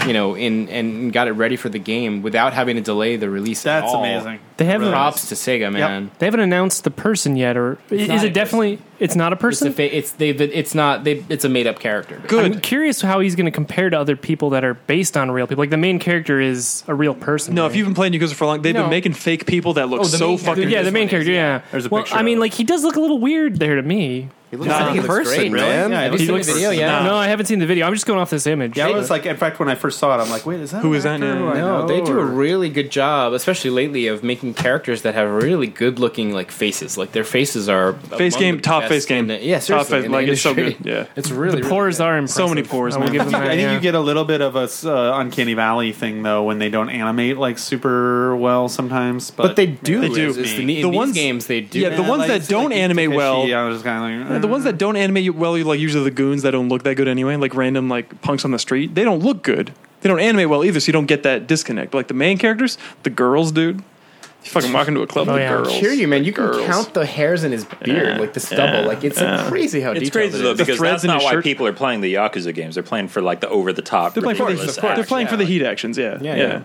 Speaker 6: you know in and got it ready for the game without having to delay the release at
Speaker 2: That's
Speaker 6: all.
Speaker 2: amazing.
Speaker 3: They haven't,
Speaker 6: props to sega man
Speaker 3: they haven't announced the person yet, or
Speaker 6: not
Speaker 3: is
Speaker 6: a
Speaker 3: it definitely? It's not a
Speaker 6: It's a
Speaker 3: person.
Speaker 6: fa- it's they it's not they it's a made up character.
Speaker 3: I'm
Speaker 5: Good.
Speaker 3: curious how he's going to compare to other people that are based on real people. Like the main character is a real person.
Speaker 5: No,
Speaker 3: right?
Speaker 5: if you've been playing Yakuza for long, they've
Speaker 6: No.
Speaker 5: been making fake people that look
Speaker 6: Oh, the
Speaker 5: so
Speaker 6: main
Speaker 5: fucking.
Speaker 6: character.
Speaker 3: yeah, the
Speaker 6: this
Speaker 3: main
Speaker 6: one is,
Speaker 3: character.
Speaker 6: yeah.
Speaker 3: Yeah,
Speaker 2: There's a
Speaker 3: well,
Speaker 2: picture
Speaker 3: I mean,
Speaker 2: of it.
Speaker 3: like he does look a little weird there to me.
Speaker 4: He looks
Speaker 5: Not
Speaker 4: like
Speaker 5: in
Speaker 4: he looks
Speaker 6: person,
Speaker 4: great,
Speaker 6: really?
Speaker 4: man.
Speaker 2: Yeah,
Speaker 4: Have you
Speaker 2: it
Speaker 6: seen the
Speaker 4: looks-
Speaker 6: video yet?
Speaker 5: Nah.
Speaker 3: No, I haven't seen the video. I'm just going off this image.
Speaker 2: Yeah, I was like, in fact, when I first saw it, I'm like, wait, is that
Speaker 5: Who
Speaker 2: an
Speaker 5: is that
Speaker 2: actor
Speaker 5: now?
Speaker 2: who I
Speaker 6: No,
Speaker 2: know,
Speaker 6: they do a
Speaker 2: or-
Speaker 6: really good job, especially lately, of making characters that have really good looking like faces. Like their faces are
Speaker 5: Face
Speaker 6: among
Speaker 5: game,
Speaker 6: the
Speaker 5: top
Speaker 6: best
Speaker 5: face
Speaker 6: in
Speaker 5: game.
Speaker 6: the- yeah,
Speaker 5: Top
Speaker 6: seriously,
Speaker 5: face,
Speaker 6: in the
Speaker 5: like, it's so
Speaker 6: industry.
Speaker 5: good, yeah.
Speaker 6: it's really
Speaker 3: the
Speaker 6: really
Speaker 3: pores
Speaker 6: good.
Speaker 3: are impressive.
Speaker 5: many pores,
Speaker 3: I will
Speaker 5: man.
Speaker 3: give them that,
Speaker 2: (laughs) I think
Speaker 3: yeah.
Speaker 2: you get a little bit of a s- uh, uncanny valley thing though when they don't animate like super well sometimes. But,
Speaker 6: But they do.
Speaker 5: They do.
Speaker 6: It's, it's the,
Speaker 5: The
Speaker 6: in these
Speaker 5: ones-
Speaker 6: games they do.
Speaker 5: yeah, the ones that
Speaker 2: it's
Speaker 5: don't
Speaker 2: like
Speaker 5: animate
Speaker 2: Takeshi,
Speaker 5: well-
Speaker 2: I was kind of like,
Speaker 5: And the ones that don't animate you well, you like usually the goons that don't look that good anyway, like random like punks on the street. They don't look good. They don't animate well either, so you don't get that disconnect. But like the main characters, the girls, dude. You fucking walk into a club
Speaker 3: Oh,
Speaker 5: with
Speaker 3: yeah.
Speaker 5: girls.
Speaker 6: Cheer you, man! You can
Speaker 5: Girls.
Speaker 6: count the hairs in his beard,
Speaker 5: Yeah,
Speaker 6: like the stubble.
Speaker 5: yeah,
Speaker 6: like it's
Speaker 5: yeah.
Speaker 6: like, crazy how
Speaker 7: It's
Speaker 6: detailed
Speaker 7: crazy
Speaker 6: it
Speaker 7: though
Speaker 6: is.
Speaker 7: because
Speaker 5: threads
Speaker 7: that's
Speaker 5: in
Speaker 7: not
Speaker 5: his
Speaker 7: why
Speaker 5: shirt.
Speaker 7: people are playing the Yakuza games. They're playing for like the over the top.
Speaker 5: They're playing for
Speaker 7: ridiculous
Speaker 5: the, they're
Speaker 7: action.
Speaker 5: playing for the heat actions, yeah.
Speaker 6: Yeah,
Speaker 5: Yeah.
Speaker 6: yeah.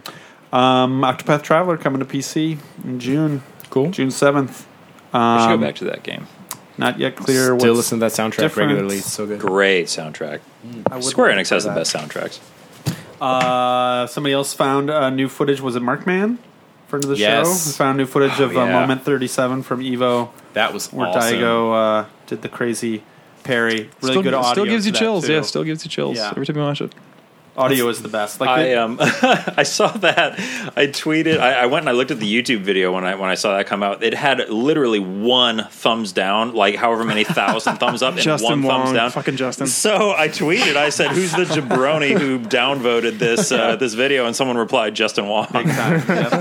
Speaker 2: Um, Octopath Traveler coming to PC in June.
Speaker 6: Cool.
Speaker 2: June seventh.
Speaker 7: We should
Speaker 2: Um,
Speaker 7: go back to that game.
Speaker 2: Not yet clear.
Speaker 6: Still
Speaker 2: what's-
Speaker 6: listen to that soundtrack
Speaker 2: different.
Speaker 6: regularly. It's so good.
Speaker 7: Great soundtrack.
Speaker 2: I would
Speaker 7: Square
Speaker 2: like
Speaker 7: Enix has
Speaker 2: for
Speaker 7: the
Speaker 2: that.
Speaker 7: best soundtracks.
Speaker 2: Uh, somebody else found uh, new footage. Was it Markman? Friend of the
Speaker 6: Yes.
Speaker 2: show found new footage of uh,
Speaker 7: yeah.
Speaker 2: Moment Thirty Seven from Evo,
Speaker 6: That was
Speaker 2: where
Speaker 6: awesome.
Speaker 2: Daigo uh, did the crazy parry. Really
Speaker 5: still,
Speaker 2: good audio.
Speaker 5: still gives
Speaker 2: to
Speaker 5: you
Speaker 2: that,
Speaker 5: chills,
Speaker 2: too.
Speaker 5: yeah. Still gives you chills
Speaker 2: Yeah.
Speaker 5: every time you watch it.
Speaker 2: audio is the best. Like
Speaker 7: I
Speaker 2: the-
Speaker 7: um, (laughs) I saw that. I tweeted. I, I went and I looked at the YouTube video when I when I saw that come out. It had literally one thumbs down, like however many thousand
Speaker 5: (laughs)
Speaker 7: thumbs up, and
Speaker 5: Justin
Speaker 7: one thumbs
Speaker 5: Wong,
Speaker 7: down.
Speaker 5: fucking (laughs) Justin.
Speaker 7: So I tweeted. I said, "Who's the jabroni who downvoted
Speaker 5: (laughs)
Speaker 7: this uh, this video?" And someone replied, "Justin Wong."
Speaker 2: Big time. Yep.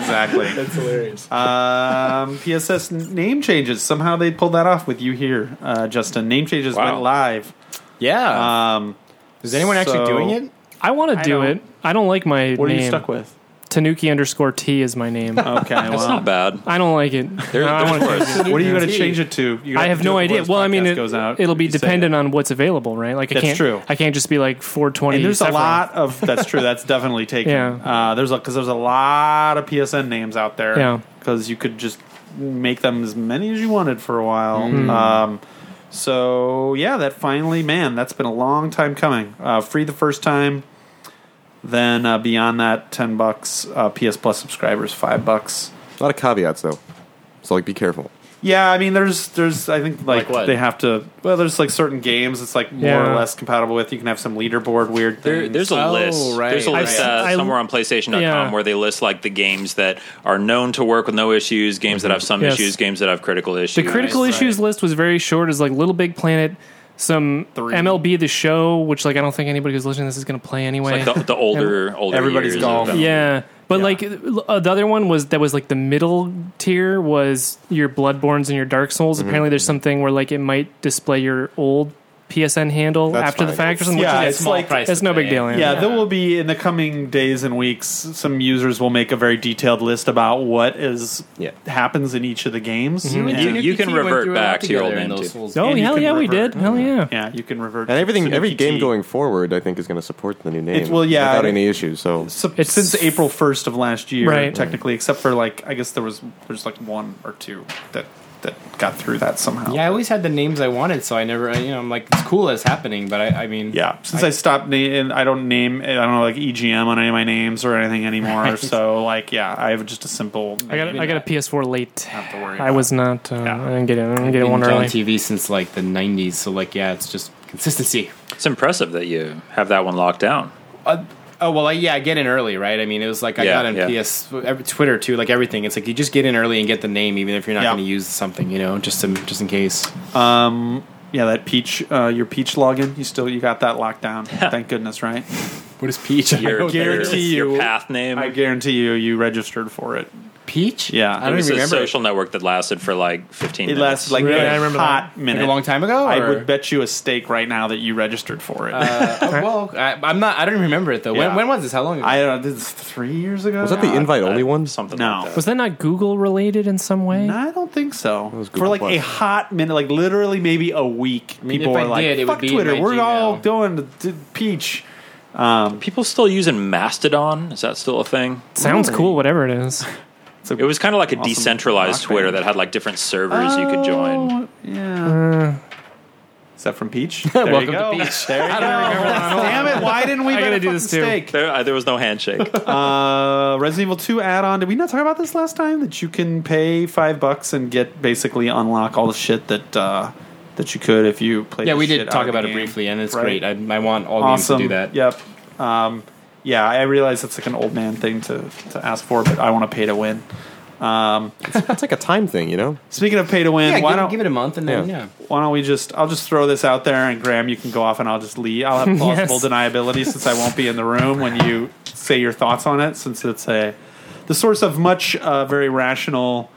Speaker 2: exactly. That's hilarious. Um, PSS name changes. Somehow they pulled that off with you here, uh, Justin. Name changes
Speaker 7: Wow.
Speaker 2: went live.
Speaker 6: Yeah.
Speaker 2: Um,
Speaker 6: is anyone
Speaker 2: so-
Speaker 6: actually doing it?
Speaker 3: I want to do
Speaker 2: don't-
Speaker 3: it. I don't like my
Speaker 2: what are
Speaker 3: name.
Speaker 2: you stuck with? Uh,
Speaker 3: Tanuki underscore T is my name. (laughs)
Speaker 2: Okay,
Speaker 7: That's
Speaker 2: well,
Speaker 7: not bad.
Speaker 3: I don't like it.
Speaker 7: There,
Speaker 3: I,
Speaker 7: there's
Speaker 3: wanna-
Speaker 7: worse.
Speaker 2: what are you going to change it to? You
Speaker 3: I have
Speaker 2: do
Speaker 3: no
Speaker 2: it
Speaker 3: idea.
Speaker 2: before
Speaker 3: Well, I
Speaker 2: this
Speaker 3: mean,
Speaker 2: podcast
Speaker 3: it,
Speaker 2: goes out
Speaker 3: it'll
Speaker 2: and
Speaker 3: be
Speaker 2: you say
Speaker 3: dependent
Speaker 2: it.
Speaker 3: on what's available, right? Like, I
Speaker 2: That's
Speaker 3: can't,
Speaker 2: true.
Speaker 3: I can't just be like 420.
Speaker 2: And there's a
Speaker 3: Sephiroth.
Speaker 2: lot of that's true. That's
Speaker 3: (laughs)
Speaker 2: definitely taken.
Speaker 3: Yeah.
Speaker 2: Uh, there's because there's a lot of PSN names out there.
Speaker 3: Yeah.
Speaker 2: Because you could just make them as many as you wanted for a while.
Speaker 3: Mm-hmm.
Speaker 2: Um, so yeah, that finally, man, that's been a long time coming. Uh, free the first time. Then uh, beyond that, ten bucks. Uh, PS Plus subscribers, five bucks.
Speaker 4: A lot of caveats though, so like be careful.
Speaker 2: Yeah, I mean, there's, there's, I think like,
Speaker 7: Like what?
Speaker 2: they have to. Well, there's like certain games. It's like more
Speaker 3: Yeah.
Speaker 2: or less compatible with. You can have some leaderboard weird things.
Speaker 7: There, there's a
Speaker 6: Oh,
Speaker 7: list.
Speaker 6: right.
Speaker 7: There's a
Speaker 6: I've
Speaker 7: list
Speaker 3: seen-
Speaker 7: uh,
Speaker 3: I-
Speaker 7: somewhere on PlayStation.com
Speaker 3: Yeah.
Speaker 7: where they list like the games that are known to work with no issues, games
Speaker 5: Mm-hmm.
Speaker 7: that have some
Speaker 3: Yes.
Speaker 7: issues, games that have critical issues.
Speaker 3: The critical issues list was very short. Is like Little Big Planet, some MLB The Show, which like I don't think anybody who's listening to this is going to play anyway.
Speaker 7: like the, the older, older.
Speaker 2: Everybody's
Speaker 7: years
Speaker 2: gone.
Speaker 7: of them.
Speaker 3: yeah, but like uh, the other one was that was like the middle tier was your Bloodborns and your Dark Souls. Apparently, there's something where like it might display your old PSN handle
Speaker 4: That's
Speaker 3: after the
Speaker 4: fine.
Speaker 3: fact or something.
Speaker 2: Yeah,
Speaker 3: which
Speaker 2: it's
Speaker 3: is,
Speaker 2: like-
Speaker 3: that's no big deal.
Speaker 2: Yeah, there will be in the coming days and weeks. Some users will make a very detailed list about what is
Speaker 4: Yeah.
Speaker 2: happens in each of the games.
Speaker 3: Mhm.
Speaker 2: And
Speaker 7: You- you can revert back to your old name, too.
Speaker 3: Oh
Speaker 2: And you
Speaker 3: hell
Speaker 2: can
Speaker 3: yeah, we
Speaker 2: revert.
Speaker 3: did. Hell yeah.
Speaker 2: yeah, you can revert
Speaker 4: And everything,
Speaker 2: to
Speaker 4: every
Speaker 2: Sudoku
Speaker 4: game
Speaker 2: T.
Speaker 4: going forward, I think is going to support the new name.
Speaker 2: It's- well, yeah,
Speaker 4: without
Speaker 2: it-
Speaker 4: any issues. So
Speaker 2: So,
Speaker 3: It's-
Speaker 2: since April first of last year,
Speaker 3: Right.
Speaker 2: technically, except for like I guess there was there's like one or two that that got through that somehow.
Speaker 6: Yeah, I always had the names I wanted, so I never, uh, you know, I'm like, it's cool it's happening, but I, I mean,
Speaker 2: Yeah, since I, stopped, na- and I don't name, I don't know like EGM on any of my names or anything anymore. So like, yeah, I have just a simple.
Speaker 3: I got a, I got a PS4 late.
Speaker 2: Not to worry
Speaker 3: I was not. Uh, I didn't get it. I didn't get it
Speaker 6: been
Speaker 3: one
Speaker 6: on
Speaker 3: early.
Speaker 6: TV since like the '90s, so like, yeah, it's just consistency.
Speaker 7: It's impressive that you have that one locked down.
Speaker 6: Uh, oh well, I, yeah, I get in early, right? I mean, it was like I
Speaker 7: Yeah,
Speaker 6: got on
Speaker 7: yeah.
Speaker 6: PS, every- Twitter too, like everything. It's like you just get in early and get the name, even if you're not
Speaker 2: Yeah.
Speaker 6: going to use something, you know, just to, just in case.
Speaker 2: Yeah, that peach, uh, your peach login, you still you got that locked down. Thank goodness, right?
Speaker 6: What is (laughs) Peach?
Speaker 7: Your,
Speaker 2: guarantee
Speaker 7: your,
Speaker 2: you-
Speaker 7: your path name.
Speaker 2: I guarantee you, you registered for it.
Speaker 6: Peach?
Speaker 2: Yeah.
Speaker 6: I
Speaker 7: it
Speaker 6: don't
Speaker 7: was
Speaker 6: even
Speaker 7: a
Speaker 6: remember.
Speaker 7: social network that lasted for like 15
Speaker 2: It
Speaker 7: minutes.
Speaker 2: lasted like
Speaker 3: Really?
Speaker 2: a
Speaker 3: I remember
Speaker 2: hot
Speaker 6: like
Speaker 2: minute.
Speaker 6: a long time ago.
Speaker 2: I
Speaker 6: or-
Speaker 2: would bet you a stake right now that you registered for it.
Speaker 6: (laughs) Uh, oh, well, I, I'm not. I don't even remember it though.
Speaker 2: Yeah.
Speaker 6: When, when was this? How long
Speaker 2: (laughs)
Speaker 6: ago?
Speaker 2: I don't know. This is three years ago.
Speaker 4: was that the invite only one?
Speaker 7: Something
Speaker 2: No.
Speaker 7: like
Speaker 3: Was
Speaker 7: that.
Speaker 3: that not Google related in some way?
Speaker 2: No, I don't think so.
Speaker 4: was
Speaker 2: For
Speaker 4: Google
Speaker 2: like a
Speaker 4: Plus.
Speaker 2: hot minute, like literally maybe a week,
Speaker 6: mean,
Speaker 2: people
Speaker 6: if I
Speaker 2: were like,
Speaker 6: did, it would
Speaker 2: "Fuck
Speaker 6: be in
Speaker 2: Twitter,
Speaker 6: my
Speaker 2: we're all
Speaker 6: Gmail."
Speaker 2: going to, d- peach."
Speaker 7: People still using Mastodon? Is that still a thing?
Speaker 3: Sounds cool, whatever it is.
Speaker 7: It was kind of like a
Speaker 2: Awesome.
Speaker 7: decentralized
Speaker 2: Rock
Speaker 7: Twitter
Speaker 2: band.
Speaker 7: that had like different servers you could join.
Speaker 2: Oh, Yeah.
Speaker 4: Uh.
Speaker 2: Is that from Peach?
Speaker 6: (laughs)
Speaker 2: There
Speaker 6: Welcome
Speaker 2: you go.
Speaker 6: to Peach.
Speaker 2: There you go. Damn it! Why didn't we?
Speaker 6: (laughs)
Speaker 3: I
Speaker 2: get
Speaker 3: gotta
Speaker 2: a
Speaker 3: do this
Speaker 2: fucking
Speaker 3: too.
Speaker 2: Steak?
Speaker 7: There, uh, there was no handshake. (laughs)
Speaker 2: Uh, Resident Evil 2 add-on. Did we not talk about this last time? That you can pay five bucks and get basically unlock all the shit that uh, that you could if you played.
Speaker 6: yeah,
Speaker 2: the
Speaker 6: we
Speaker 2: shit
Speaker 6: did
Speaker 2: out
Speaker 6: talk
Speaker 2: of the
Speaker 6: about it
Speaker 2: game.
Speaker 6: briefly, and it's
Speaker 2: Right.
Speaker 6: great. I, I want all
Speaker 2: Awesome.
Speaker 6: games to do that.
Speaker 2: Yep. Um, yeah, I realize it's like an old man thing to to ask for, but I want to pay to win. Um,
Speaker 4: That's like a time thing, you know.
Speaker 2: speaking of pay to win,
Speaker 6: Yeah,
Speaker 2: why
Speaker 6: give,
Speaker 2: don't
Speaker 6: give it a month and then
Speaker 4: Yeah.
Speaker 6: yeah.
Speaker 2: why don't we just I'll just throw this out there and Graham you can go off and I'll just leave I'll
Speaker 6: (laughs)
Speaker 2: have plausible
Speaker 3: Yes.
Speaker 2: deniability since I won't be in the room when you say your thoughts on it since it's a the source of much uh, very rational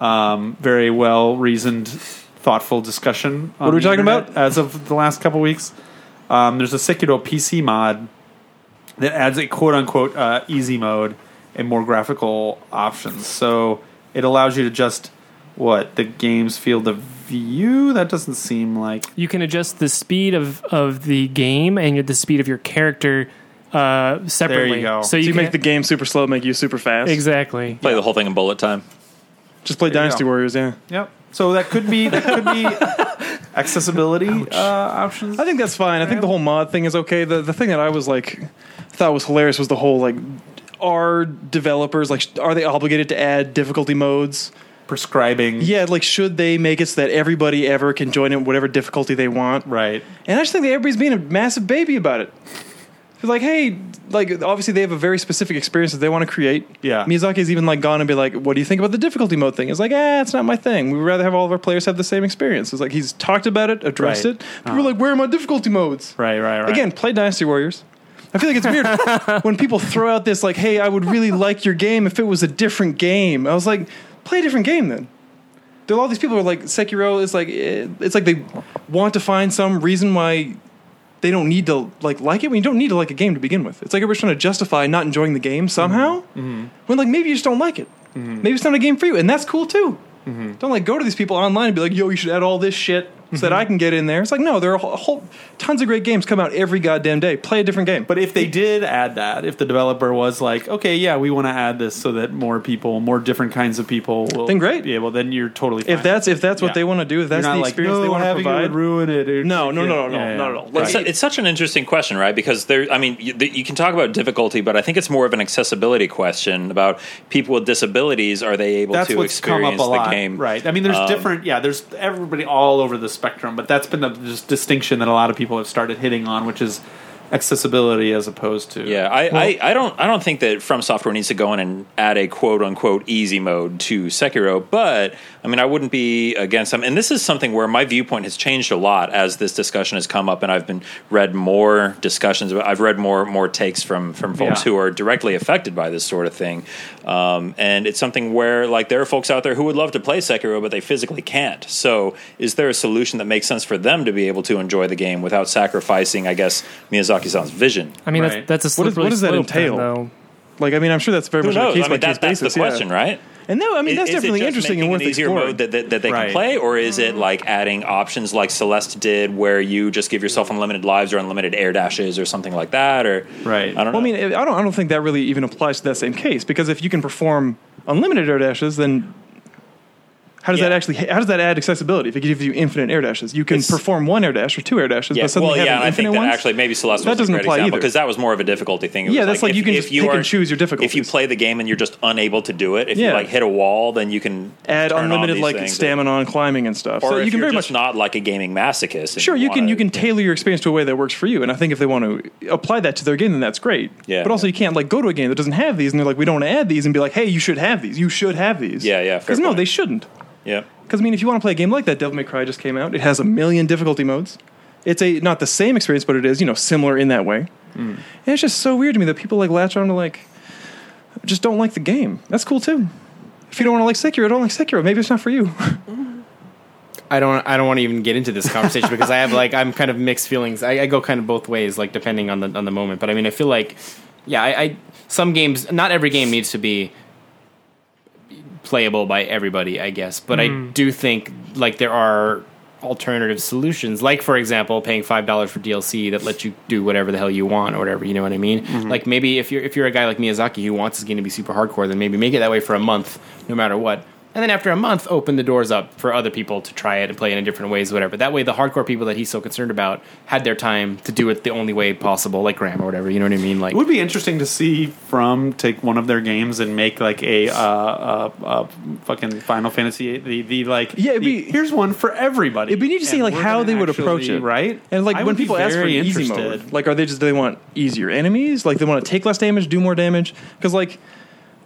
Speaker 2: um, very well reasoned thoughtful discussion what
Speaker 5: are we talking about?
Speaker 2: as of the last couple weeks um, there's a Sekido PC mod that adds a quote unquote uh, easy mode and more graphical options. So it allows you to just what the game's field of view. That doesn't seem like
Speaker 3: You can adjust the speed of, of the game and your- the speed of your character uh, separately.
Speaker 2: go.
Speaker 3: So you,
Speaker 5: So you
Speaker 3: can,
Speaker 5: make the game super slow, make you super fast.
Speaker 3: exactly.
Speaker 7: Play the whole thing in bullet time.
Speaker 5: Just play
Speaker 2: you
Speaker 5: Dynasty
Speaker 2: go.
Speaker 5: Warriors, yeah.
Speaker 2: yep. So that could be that could
Speaker 5: (laughs)
Speaker 2: be accessibility uh, options.
Speaker 5: I think that's fine. I think the whole mod thing is okay. The the thing that I was like thought was hilarious was the whole like are developers like sh- are they obligated to add difficulty modes?
Speaker 2: prescribing.
Speaker 5: Yeah, like should they make it so that everybody ever can join in whatever difficulty they want?
Speaker 2: Right.
Speaker 5: And I just think that everybody's being a massive baby about it. They're like, hey, like obviously they have a very specific experience that they want to create.
Speaker 2: Yeah.
Speaker 5: Miyazaki's even like gone and be like, what do you think about the difficulty mode thing? It's like, ah, it's not my thing. We would rather have all of our players have the same experience. It's like he's talked about it, addressed
Speaker 2: Right.
Speaker 5: it. People are like, where are my difficulty modes?
Speaker 2: Right. Right. Right.
Speaker 5: Again, play Dynasty Warriors. I feel like it's
Speaker 2: (laughs)
Speaker 5: weird when people throw out this like, "Hey, I would really like your game if it was a different game." I was like, "Play a different game then." There are all these people who are like Sekiro is like eh, it's like they want to find some reason why they don't need to like like it when you don't need to like a game to begin with. It's like everybody's trying to justify not enjoying the game somehow.
Speaker 7: Mm-hmm.
Speaker 5: When like maybe you just don't like it. Maybe it's not a game for you, and that's cool too.
Speaker 7: Mm-hmm.
Speaker 5: Don't like go to these people online and be like, "Yo, you should add all this shit." So
Speaker 7: Mm-hmm.
Speaker 5: that I can get in there. It's like no, there are a whole, whole tons of great games come out every goddamn day. Play a different game.
Speaker 2: But if they did add that, if the developer was like, okay, yeah, we want to add this so that more people, more different kinds of people will
Speaker 5: Then great.
Speaker 2: Yeah, well, then you're totally fine.
Speaker 5: if that's if that's what
Speaker 2: Yeah.
Speaker 5: they want to do, if that's
Speaker 2: You're not
Speaker 5: the
Speaker 2: like,
Speaker 5: experience they
Speaker 2: "No,
Speaker 5: want to
Speaker 2: having it would
Speaker 5: provide,
Speaker 2: ruin it. It's-
Speaker 5: No, no, no, no,
Speaker 2: yeah,
Speaker 5: no,
Speaker 2: yeah,
Speaker 5: not at
Speaker 2: yeah.
Speaker 5: all.
Speaker 7: Well,
Speaker 5: Let's-
Speaker 7: it's, it's such an interesting question, right? Because there, I mean, you, the- you can talk about difficulty, but I think it's more of an accessibility question about people with disabilities. Are they able
Speaker 2: That's
Speaker 7: to
Speaker 2: what's come up
Speaker 7: experience
Speaker 2: a lot,
Speaker 7: the game? Um,
Speaker 2: right? I mean, there's different. Yeah, there's everybody all over the spectrum, but that's been the just distinction that a lot of people have started hitting on, which is accessibility as opposed to
Speaker 7: Yeah, I, I, I don't I don't think that From Software needs to go in and add a quote unquote easy mode to Sekiro, but I mean I wouldn't be against them. And this is something where my viewpoint has changed a lot as this discussion has come up, and I've been read more discussions. I've read more more takes from from folks
Speaker 2: Yeah.
Speaker 7: who are directly affected by this sort of thing, um, and it's something where like there are folks out there who would love to play Sekiro, but they physically can't. So is there a solution that makes sense for them to be able to enjoy the game without sacrificing, I guess, Miyazaki-san's vision?
Speaker 3: I mean,
Speaker 2: Right.
Speaker 3: that's, that's a
Speaker 5: What
Speaker 3: slippery
Speaker 5: is- what does that
Speaker 3: slope then,
Speaker 5: entail?
Speaker 3: though.
Speaker 5: like I mean, I'm sure that's very
Speaker 7: Who
Speaker 5: much on a
Speaker 7: knows?
Speaker 5: case
Speaker 7: I mean,
Speaker 5: by case
Speaker 7: that, that's
Speaker 5: basis.
Speaker 7: the
Speaker 5: yeah.
Speaker 7: question, right?
Speaker 5: And no, I mean
Speaker 7: Is-
Speaker 5: that's
Speaker 7: is it
Speaker 5: definitely
Speaker 7: just
Speaker 5: interesting
Speaker 7: making
Speaker 5: and worth
Speaker 7: an easier
Speaker 5: exploring.
Speaker 7: mode that, that, that they
Speaker 2: Right.
Speaker 7: can play, or is it like adding options like Celeste did, where you just give yourself unlimited lives or unlimited air dashes or something like that? Or
Speaker 2: Right.
Speaker 7: I don't know.
Speaker 5: Well, I mean, I don't. I don't think that really even applies to that same case because if you can perform unlimited air dashes, then how does that
Speaker 7: Yeah.
Speaker 5: actually? How does that add accessibility? If it gives you infinite air dashes, you can perform one air dash or two air dashes.
Speaker 7: yeah.
Speaker 5: but suddenly
Speaker 7: Well, yeah,
Speaker 5: having
Speaker 7: and I think
Speaker 5: infinite
Speaker 7: that
Speaker 5: ones,
Speaker 7: actually maybe Celeste
Speaker 5: That
Speaker 7: was a
Speaker 5: doesn't
Speaker 7: great
Speaker 5: apply
Speaker 7: example
Speaker 5: either.
Speaker 7: because that was more of a difficulty thing. It
Speaker 5: Yeah,
Speaker 7: was
Speaker 5: that's like
Speaker 7: like, if,
Speaker 5: you can
Speaker 7: if
Speaker 5: just
Speaker 7: you
Speaker 5: pick
Speaker 7: are,
Speaker 5: and choose your
Speaker 7: If you
Speaker 5: difficulties.
Speaker 7: play the game and you're just unable to do it, if you
Speaker 5: Yeah.
Speaker 7: like hit a wall, then you can
Speaker 5: add
Speaker 7: turn on
Speaker 5: unlimited
Speaker 7: these
Speaker 5: like
Speaker 7: things.
Speaker 5: stamina on climbing and stuff.
Speaker 7: Or
Speaker 5: so
Speaker 7: if
Speaker 5: you can
Speaker 7: you're
Speaker 5: very
Speaker 7: just
Speaker 5: much
Speaker 7: not like a gaming masochist. and
Speaker 5: Sure, you can
Speaker 7: wanna-
Speaker 5: you can tailor your experience to a way that works for you, and I think if they want to apply that to their game, then that's great.
Speaker 7: Yeah.
Speaker 5: But also, you can't like go to a game that doesn't have these, and they're like, we don't want to add these, and be like, hey, you should have these. You should have these.
Speaker 7: Yeah, yeah, fair
Speaker 5: Because no,
Speaker 7: point.
Speaker 5: they shouldn't.
Speaker 7: Yeah.
Speaker 5: Because I mean, if you want to play a game like that, Devil May Cry just came out. It has a million difficulty modes. It's a not the same experience, but it is you know similar in that way. And it's just so weird to me that people like latch on to like just don't like the game. That's cool too. If you don't want to like Sekiro, don't like Sekiro. Maybe it's not for you. (laughs)
Speaker 6: I don't I don't want to even get into this conversation because I have like I'm kind of mixed feelings. I, I go kind of both ways, like depending on the on the moment. But I mean, I feel like yeah, I, I some games, not every game needs to be playable by everybody, I guess. But I do think like there are alternative solutions, like for example, paying five dollars for DLC that lets you do whatever the hell you want or whatever. You know what I mean? Like maybe if you're if you're a guy like Miyazaki who wants his game to be super hardcore, then maybe make it that way for a month, no matter what. And then after a month, open the doors up for other people to try it and play it in different ways, whatever. That way, the hardcore people that he's so concerned about had their time to do it the only way possible, like Graham or whatever. You know what I mean? Like
Speaker 2: It would be interesting to see from take one of their games and make like a uh, uh, uh, fucking Final Fantasy VIII, the the like
Speaker 5: Yeah, it'd
Speaker 2: the-
Speaker 5: be-
Speaker 2: here's one for everybody.
Speaker 5: It'd be neat to see
Speaker 2: And
Speaker 5: like
Speaker 2: we're
Speaker 5: how
Speaker 2: gonna
Speaker 5: they would
Speaker 2: actually-
Speaker 5: approach it,
Speaker 2: right?
Speaker 5: And like
Speaker 2: I
Speaker 5: when
Speaker 2: would be
Speaker 5: people ask for an
Speaker 2: very
Speaker 5: easy
Speaker 2: interested.
Speaker 5: mode, like are they just do they want easier enemies? Like they want to take less damage, do more damage? Because like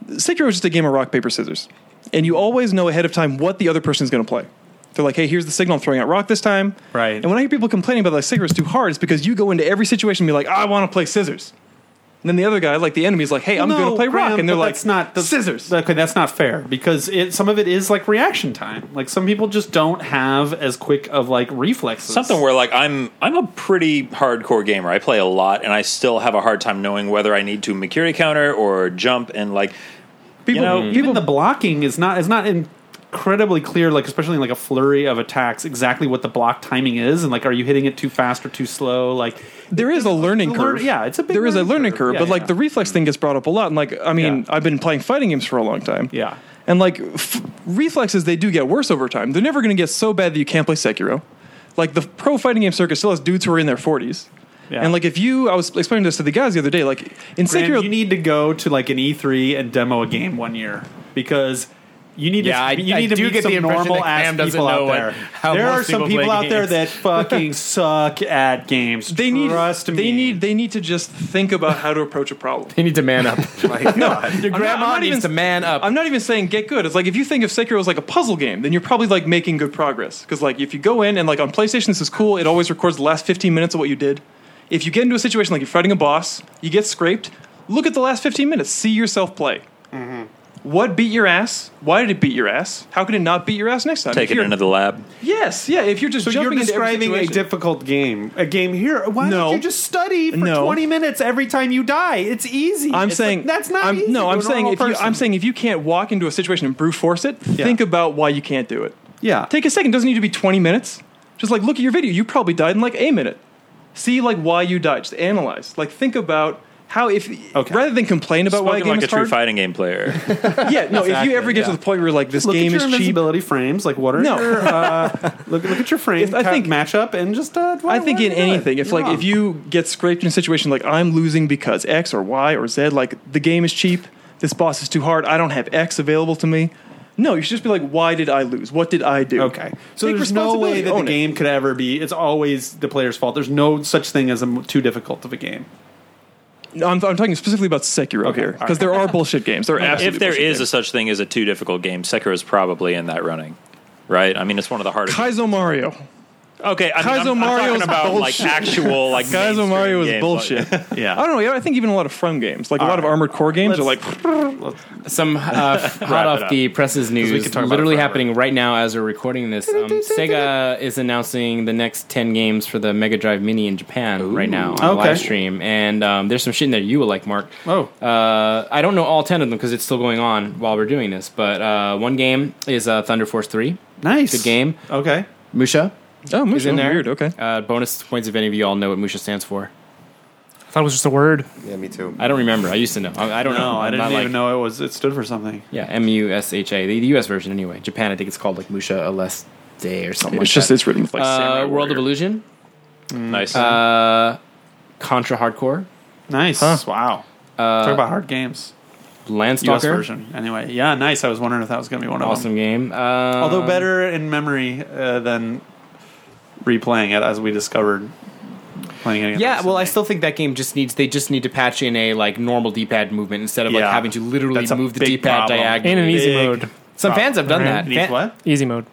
Speaker 5: Sekiro is just a game of rock paper scissors, and you always know ahead of time what the other person is going to play. They're like, hey, here's the signal. I'm throwing out rock this time.
Speaker 2: Right.
Speaker 5: And when I hear people complaining about like Sekiro's too hard, it's because you go into every situation and be like, I want to play scissors. And then the other guy, like the enemy's like, hey, I'm
Speaker 2: No,
Speaker 5: going to play rock,
Speaker 2: Graham,
Speaker 5: and they're
Speaker 2: but
Speaker 5: like,
Speaker 2: that's not the,
Speaker 5: scissors.
Speaker 2: Okay, that's not fair because it, some of it is like reaction time. Like some people just don't have as quick of like reflexes.
Speaker 7: something where like I'm I'm a pretty hardcore gamer. I play a lot, and I still have a hard time knowing whether I need to Mercury counter or jump. And like
Speaker 5: people,
Speaker 7: you know,
Speaker 6: hmm.
Speaker 2: even the blocking is not is not incredibly clear. Like especially in like a flurry of attacks, exactly what the block timing is, and like are you hitting it too fast or too slow? Like
Speaker 5: there is a learning
Speaker 2: a learn-
Speaker 5: curve.
Speaker 2: yeah, it's a big
Speaker 5: there is a
Speaker 2: learning
Speaker 5: learning
Speaker 2: curve.
Speaker 5: curve,
Speaker 2: Yeah,
Speaker 5: but
Speaker 2: yeah,
Speaker 5: like
Speaker 2: yeah.
Speaker 5: the reflex thing gets brought up a lot. And like, I mean,
Speaker 2: Yeah.
Speaker 5: I've been playing fighting games for a long time.
Speaker 2: yeah,
Speaker 5: and like f- reflexes, they do get worse over time. They're never going to get so bad that you can't play Sekiro. Like the pro fighting game circuit still has dudes who are in their forties.
Speaker 2: Yeah.
Speaker 5: And like if you, I was explaining this to the guys the other day. Like in
Speaker 2: Graham,
Speaker 5: Sekiro,
Speaker 2: you need to go to like an E3 and demo a game one year because. You need
Speaker 6: Yeah, I-
Speaker 2: to you
Speaker 6: I
Speaker 2: need to
Speaker 6: do
Speaker 2: meet
Speaker 6: get the
Speaker 2: some
Speaker 6: impression
Speaker 2: normal
Speaker 6: that
Speaker 2: ass
Speaker 6: Graham doesn't
Speaker 2: people
Speaker 6: know
Speaker 2: out
Speaker 6: what-
Speaker 2: there.
Speaker 6: how
Speaker 2: there
Speaker 6: most
Speaker 2: are some
Speaker 6: people play
Speaker 2: people out there
Speaker 6: games.
Speaker 2: that
Speaker 6: (laughs)
Speaker 2: fucking suck at games.
Speaker 5: they need
Speaker 2: Trust me.
Speaker 5: they need they need to just think about how to approach a problem.
Speaker 6: you need to man (laughs) up. no, your
Speaker 5: I'm not- I'm
Speaker 6: grandma
Speaker 5: not
Speaker 6: needs
Speaker 5: even-
Speaker 6: to man up.
Speaker 5: I'm not even saying get good. It's like if you think of Sekiro as like a puzzle game, then you're probably like making good progress. Because like if you go in and like on PlayStation, this is cool. It always records the last 15 minutes of what you did. If you get into a situation
Speaker 2: Mm-hmm.
Speaker 5: like you're fighting a boss, you get scraped. Look at the last 15 minutes. See yourself play. What beat your ass? Why did it beat your ass? How could it not beat your ass next time?
Speaker 7: Take
Speaker 5: If
Speaker 7: it
Speaker 5: you're-
Speaker 7: into the lab.
Speaker 5: Yes, yeah. If you're just
Speaker 2: So
Speaker 5: jumping
Speaker 2: you're
Speaker 5: into every
Speaker 2: describing a
Speaker 5: situation.
Speaker 2: difficult game, a game here. Why
Speaker 5: No.
Speaker 2: don't you just study for
Speaker 5: No.
Speaker 2: 20 minutes every time you die? It's easy.
Speaker 5: I'm
Speaker 2: It's
Speaker 5: saying
Speaker 2: like, that's not
Speaker 5: I'm,
Speaker 2: easy
Speaker 5: No,
Speaker 2: to
Speaker 5: I'm
Speaker 2: a
Speaker 5: saying
Speaker 2: normal
Speaker 5: if you, I'm
Speaker 2: person.
Speaker 5: saying if you can't walk into a situation and brute force it,
Speaker 2: Yeah.
Speaker 5: think about why you can't do it.
Speaker 2: yeah.
Speaker 5: Uh, Take a second. Doesn't need to be 20 minutes. Just like look at your video. You probably died in like a minute. See like why you died. Just analyze. Like think about how if
Speaker 2: Okay.
Speaker 5: rather than complain about why a
Speaker 7: Spoken
Speaker 5: game
Speaker 7: like a
Speaker 5: is
Speaker 7: true
Speaker 5: hard.
Speaker 7: fighting game
Speaker 5: (laughs)
Speaker 7: player.
Speaker 5: Yeah, no. if you ever get
Speaker 2: yeah.
Speaker 5: to the point where you're like this
Speaker 2: look
Speaker 5: game
Speaker 2: at your
Speaker 5: is cheap,
Speaker 2: invincibility frames. Like what are
Speaker 5: No.
Speaker 2: your
Speaker 5: (laughs)
Speaker 2: uh, look? Look at your frame.
Speaker 5: If- I
Speaker 2: I
Speaker 5: think-
Speaker 2: think matchup and just. Uh, why-
Speaker 5: I think
Speaker 2: why
Speaker 5: in
Speaker 2: do that?
Speaker 5: anything, if
Speaker 2: You're
Speaker 5: like
Speaker 2: wrong.
Speaker 5: if you get scraped in a situation like I'm losing because X or Y or Z, like the game is cheap, this boss is too hard, I don't have X available to me. No, you should just be like, why did I lose? What did I do?
Speaker 2: Okay, so
Speaker 5: Take
Speaker 2: there's no
Speaker 5: responsibility,
Speaker 2: way that the
Speaker 5: own it.
Speaker 2: game could ever be. It's always the player's fault. There's no such thing as a m too difficult of a game.
Speaker 5: No, I'm, I'm talking specifically about Sekiro here because there are bullshit games. There are absolutely
Speaker 7: if there
Speaker 5: bullshit
Speaker 7: is a
Speaker 5: games.
Speaker 7: such thing as a too difficult game, Sekiro's probably in that running. Right? I mean, it's one of the hardest.
Speaker 5: Kaizo Mario,
Speaker 7: okay, I mean,
Speaker 5: Kaizo
Speaker 7: I'm, I'm
Speaker 5: Mario is
Speaker 7: talking about
Speaker 5: bullshit.
Speaker 7: like actual
Speaker 5: (laughs)
Speaker 7: like
Speaker 5: Kaizo
Speaker 7: mainstream
Speaker 5: Mario is
Speaker 7: games, (laughs)
Speaker 5: bullshit.
Speaker 7: like-
Speaker 5: I don't know. yeah, I think even a lot of From games, like a lot of Armored Core games, are like
Speaker 6: Some
Speaker 2: (laughs)
Speaker 6: uh, hot
Speaker 7: it
Speaker 6: off
Speaker 7: up.
Speaker 6: the presses
Speaker 2: we
Speaker 6: news,
Speaker 2: could talk about it
Speaker 6: literally
Speaker 2: forever.
Speaker 6: happening right now as we're recording this. Um, Sega is announcing the next ten games for the Mega Drive Mini in Japan right now on the
Speaker 2: Okay.
Speaker 6: live stream, and um, there's some shit in there you will like, Mark.
Speaker 2: Oh.
Speaker 6: uh, I don't know all ten of them because it's still going on while we're doing this. But uh, one game is uh, Thunder Force Three.
Speaker 2: (laughs) Nice,
Speaker 6: Good game. (clears throat)
Speaker 2: Okay,
Speaker 6: Musha
Speaker 5: oh,
Speaker 6: is in there.
Speaker 5: Weird. Okay.
Speaker 6: Uh, bonus points if any of you all know what Musha stands for.
Speaker 3: I thought it was just a word.
Speaker 4: Yeah, me too.
Speaker 6: I don't remember. I used to know. I, I don't
Speaker 2: no,
Speaker 6: know.
Speaker 2: Oh, I
Speaker 6: I'm
Speaker 2: didn't
Speaker 6: not,
Speaker 2: even
Speaker 6: like-
Speaker 2: know it was. It stood for something.
Speaker 6: Yeah, M U S H A. The the U.S. version, anyway. Japan, I think it's called like Musha Aleste or something.
Speaker 5: It's
Speaker 6: like
Speaker 5: just
Speaker 6: that.
Speaker 5: it's written with like Samurai
Speaker 6: uh, World
Speaker 5: Warrior.
Speaker 6: of Illusion,
Speaker 7: Nice.
Speaker 5: uh,
Speaker 6: Contra Hardcore,
Speaker 2: Nice. Wow. Talk about hard games. US
Speaker 6: Landstalker,
Speaker 2: version. Anyway, yeah, nice. I was wondering if that was going to be one of them.
Speaker 6: awesome game. Uh,
Speaker 2: Although better in memory uh, than replaying it, as we discovered playing it. again
Speaker 6: Yeah, well, I
Speaker 2: recently.
Speaker 6: still think that game just needs they just need to patch in a like normal D-pad movement instead of like
Speaker 2: Yeah.
Speaker 6: having to literally
Speaker 2: That's a
Speaker 6: move the
Speaker 2: big
Speaker 6: D-pad
Speaker 2: problem.
Speaker 6: diagonally.
Speaker 3: In an easy
Speaker 2: Big
Speaker 3: mode.
Speaker 6: Some fans have done that.
Speaker 2: It needs
Speaker 6: Fan-
Speaker 2: what?
Speaker 3: Easy mode.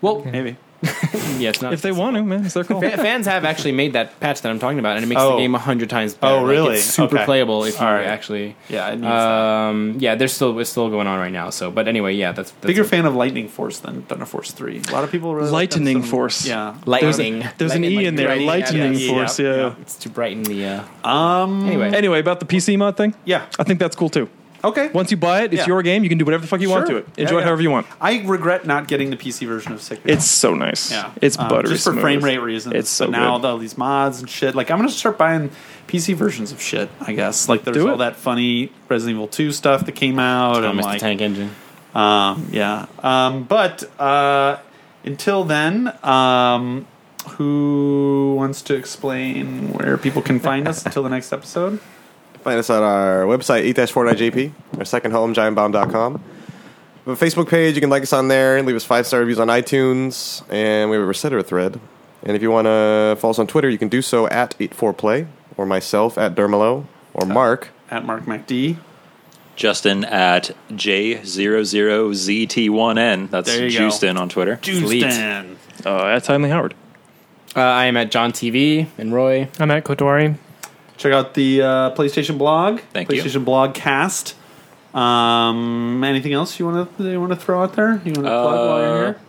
Speaker 6: Well,
Speaker 2: Maybe.
Speaker 6: (laughs) yeah, it's not.
Speaker 5: If they want to, man, it's their call.
Speaker 6: Fa- fans have actually made that patch that I'm talking about, and it makes the
Speaker 2: Oh.
Speaker 6: game a hundred times better.
Speaker 2: Oh,
Speaker 6: Like,
Speaker 2: really?
Speaker 6: it's super
Speaker 2: Okay.
Speaker 6: playable if you
Speaker 2: All right.
Speaker 6: actually.
Speaker 2: Yeah, it needs that.
Speaker 6: Um, yeah, they're still it's still going on right now. So, but anyway, yeah, that's, that's
Speaker 2: Bigger
Speaker 6: it.
Speaker 2: fan of Lightning Force than Thunder Force Three. A lot of people really like that
Speaker 5: Lightning
Speaker 2: some-
Speaker 5: Force.
Speaker 2: Yeah.
Speaker 6: lightning.
Speaker 5: There's an E in there.
Speaker 6: lightning,
Speaker 5: Lightning
Speaker 6: yeah,
Speaker 5: Force. Yeah.
Speaker 2: yeah.
Speaker 6: It's to brighten the. Uh,
Speaker 2: Um.
Speaker 6: anyway,
Speaker 5: Anyway, about the PC mod thing.
Speaker 2: Yeah.
Speaker 5: I think that's cool too.
Speaker 2: Okay.
Speaker 5: Once you buy it, it's
Speaker 2: Yeah.
Speaker 5: your game. You can do whatever the fuck you want to
Speaker 2: Sure.
Speaker 5: it.
Speaker 2: Yeah,
Speaker 5: Enjoy it
Speaker 2: yeah.
Speaker 5: however you want.
Speaker 2: I regret not getting the PC version of Sekiro.
Speaker 5: It's so nice.
Speaker 2: Yeah,
Speaker 5: It's
Speaker 2: Um,
Speaker 5: buttery
Speaker 2: just for
Speaker 5: smooth.
Speaker 2: frame rate reasons.
Speaker 5: It's so
Speaker 2: but now
Speaker 5: good.
Speaker 2: all these mods and shit. Like I'm gonna start buying PC versions of shit. I guess like there's
Speaker 5: Do it.
Speaker 2: all that funny Resident Evil 2 stuff that came out.
Speaker 6: oh,
Speaker 2: and
Speaker 6: Mr.
Speaker 2: like,
Speaker 6: Tank Engine.
Speaker 2: um, yeah. Um, but uh, until then, um, who wants to explain where people can find us until the next episode?
Speaker 4: Find us on our website, 8-4.jp, our second home, giantbomb.com. We have a Facebook page. You can like us on there and leave us five-star reviews on iTunes. And we have a Resetter thread. And if you want to follow us on Twitter, you can do so at 84play or myself at Dermalo or Mark.
Speaker 2: At Mark MacD.
Speaker 7: Justin at J00ZT1N. That's
Speaker 2: There you go.
Speaker 7: Justin on Twitter.
Speaker 2: Justin.
Speaker 5: Uh, at Timely Howard.
Speaker 6: Uh, I am at John TV and Roy.
Speaker 3: I'm at Kotori.
Speaker 2: Check out the uh, PlayStation blog.
Speaker 7: Thank you.
Speaker 2: PlayStation blog cast. Um, anything else you want to you want to throw out there? You want to plug while you're
Speaker 7: Uh,
Speaker 2: here?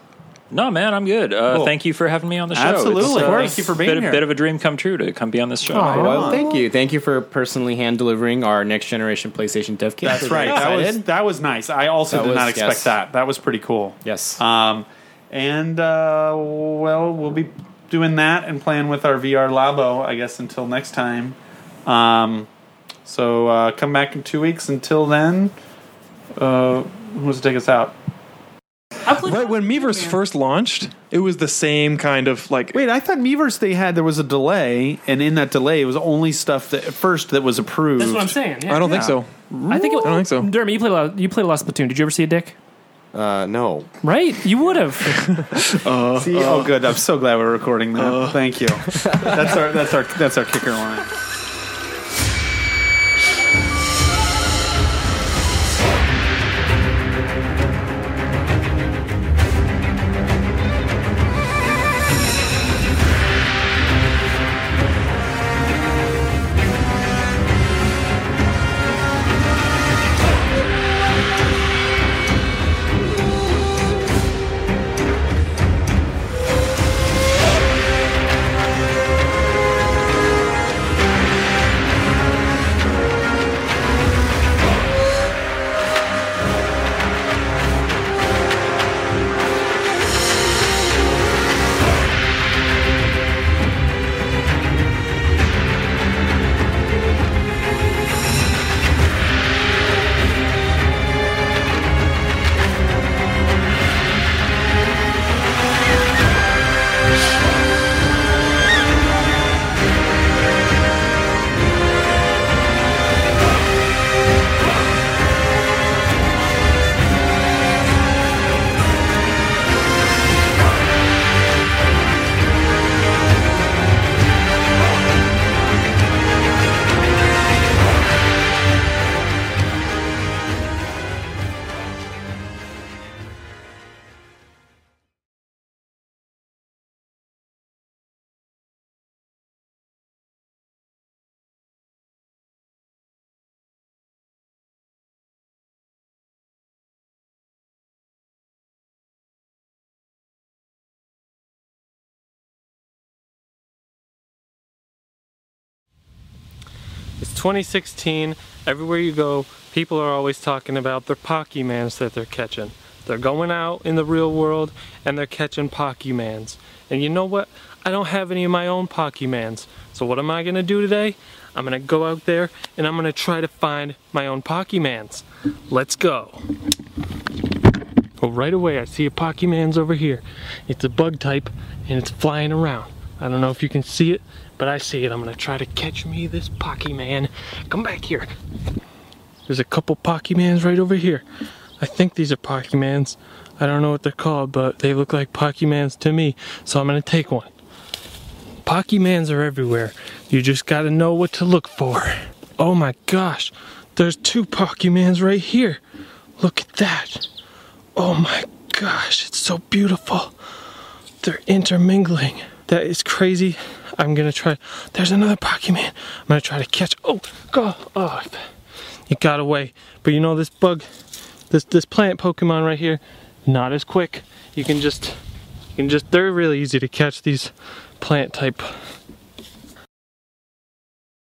Speaker 7: No, man, I'm good. Uh,
Speaker 2: Cool.
Speaker 7: Thank you for having me on the show.
Speaker 2: Absolutely.
Speaker 7: It's,
Speaker 2: Of course. Thank you for being
Speaker 7: bit,
Speaker 2: here.
Speaker 7: Bit of a dream come true to come be on this show.
Speaker 3: Aw.
Speaker 6: Well, thank you, thank you for personally hand delivering our next generation PlayStation Dev Kit.
Speaker 2: That's
Speaker 6: We're
Speaker 2: right.
Speaker 6: very
Speaker 2: That was
Speaker 6: excited.
Speaker 2: that was nice. I also
Speaker 6: That
Speaker 2: did not
Speaker 6: was-
Speaker 2: expect
Speaker 6: yes.
Speaker 2: that. That was pretty cool.
Speaker 6: yes.
Speaker 2: Um, and uh, well, we'll be doing that and playing with our VR Labo, I guess, until next time. Um, so uh, come back in two weeks. Until then, uh, who wants to take us out?
Speaker 5: Right when Miiverse first launched, it was the same kind of like.
Speaker 2: Wait, I thought Meverse they had there was a delay, and in that delay, it was only stuff that at first that was approved.
Speaker 3: That's what I'm saying.
Speaker 5: I don't think so.
Speaker 3: I think. It, I
Speaker 5: don't think so.
Speaker 3: Dermy, you played a lot. You played a lot of Splatoon. Did you ever see a dick?
Speaker 4: Uh, no.
Speaker 3: Right, you would have.
Speaker 2: See, oh, good. I'm so glad we're recording that.
Speaker 3: Uh.
Speaker 2: Thank you. That's our that's our that's our kicker line.
Speaker 1: Thank
Speaker 8: 2016, everywhere you go, people are always talking about their Pokemans that they're catching. They're going out in the real world and they're catching Pokemans. And you know what? I don't have any of my own Pokemans. So what am I gonna do today? I'm gonna go out there and I'm gonna try to find my own Pokemans. Let's go. Well, right away, I see a Pokemon's over here. It's a bug type, and it's flying around. I don't know if you can see it, but I see it. I'm gonna try to catch me this Pokemon. Come back here. There's a couple Pokemons right over here. I think these are Pokemons. I don't know what they're called, but they look like Pokemons to me, so I'm gonna take one. Pokemons are everywhere. You just gotta know what to look for. Oh my gosh, there's two Pokemons right here. Look at that. Oh my gosh, it's so beautiful. They're intermingling. That is crazy. I'm gonna try. There's another Pokemon. I'm gonna try to catch. Oh, go! Oh, it got away. But you know this bug, this this plant Pokemon right here, not as quick. You can just, you can just. They're really easy to catch. These plant type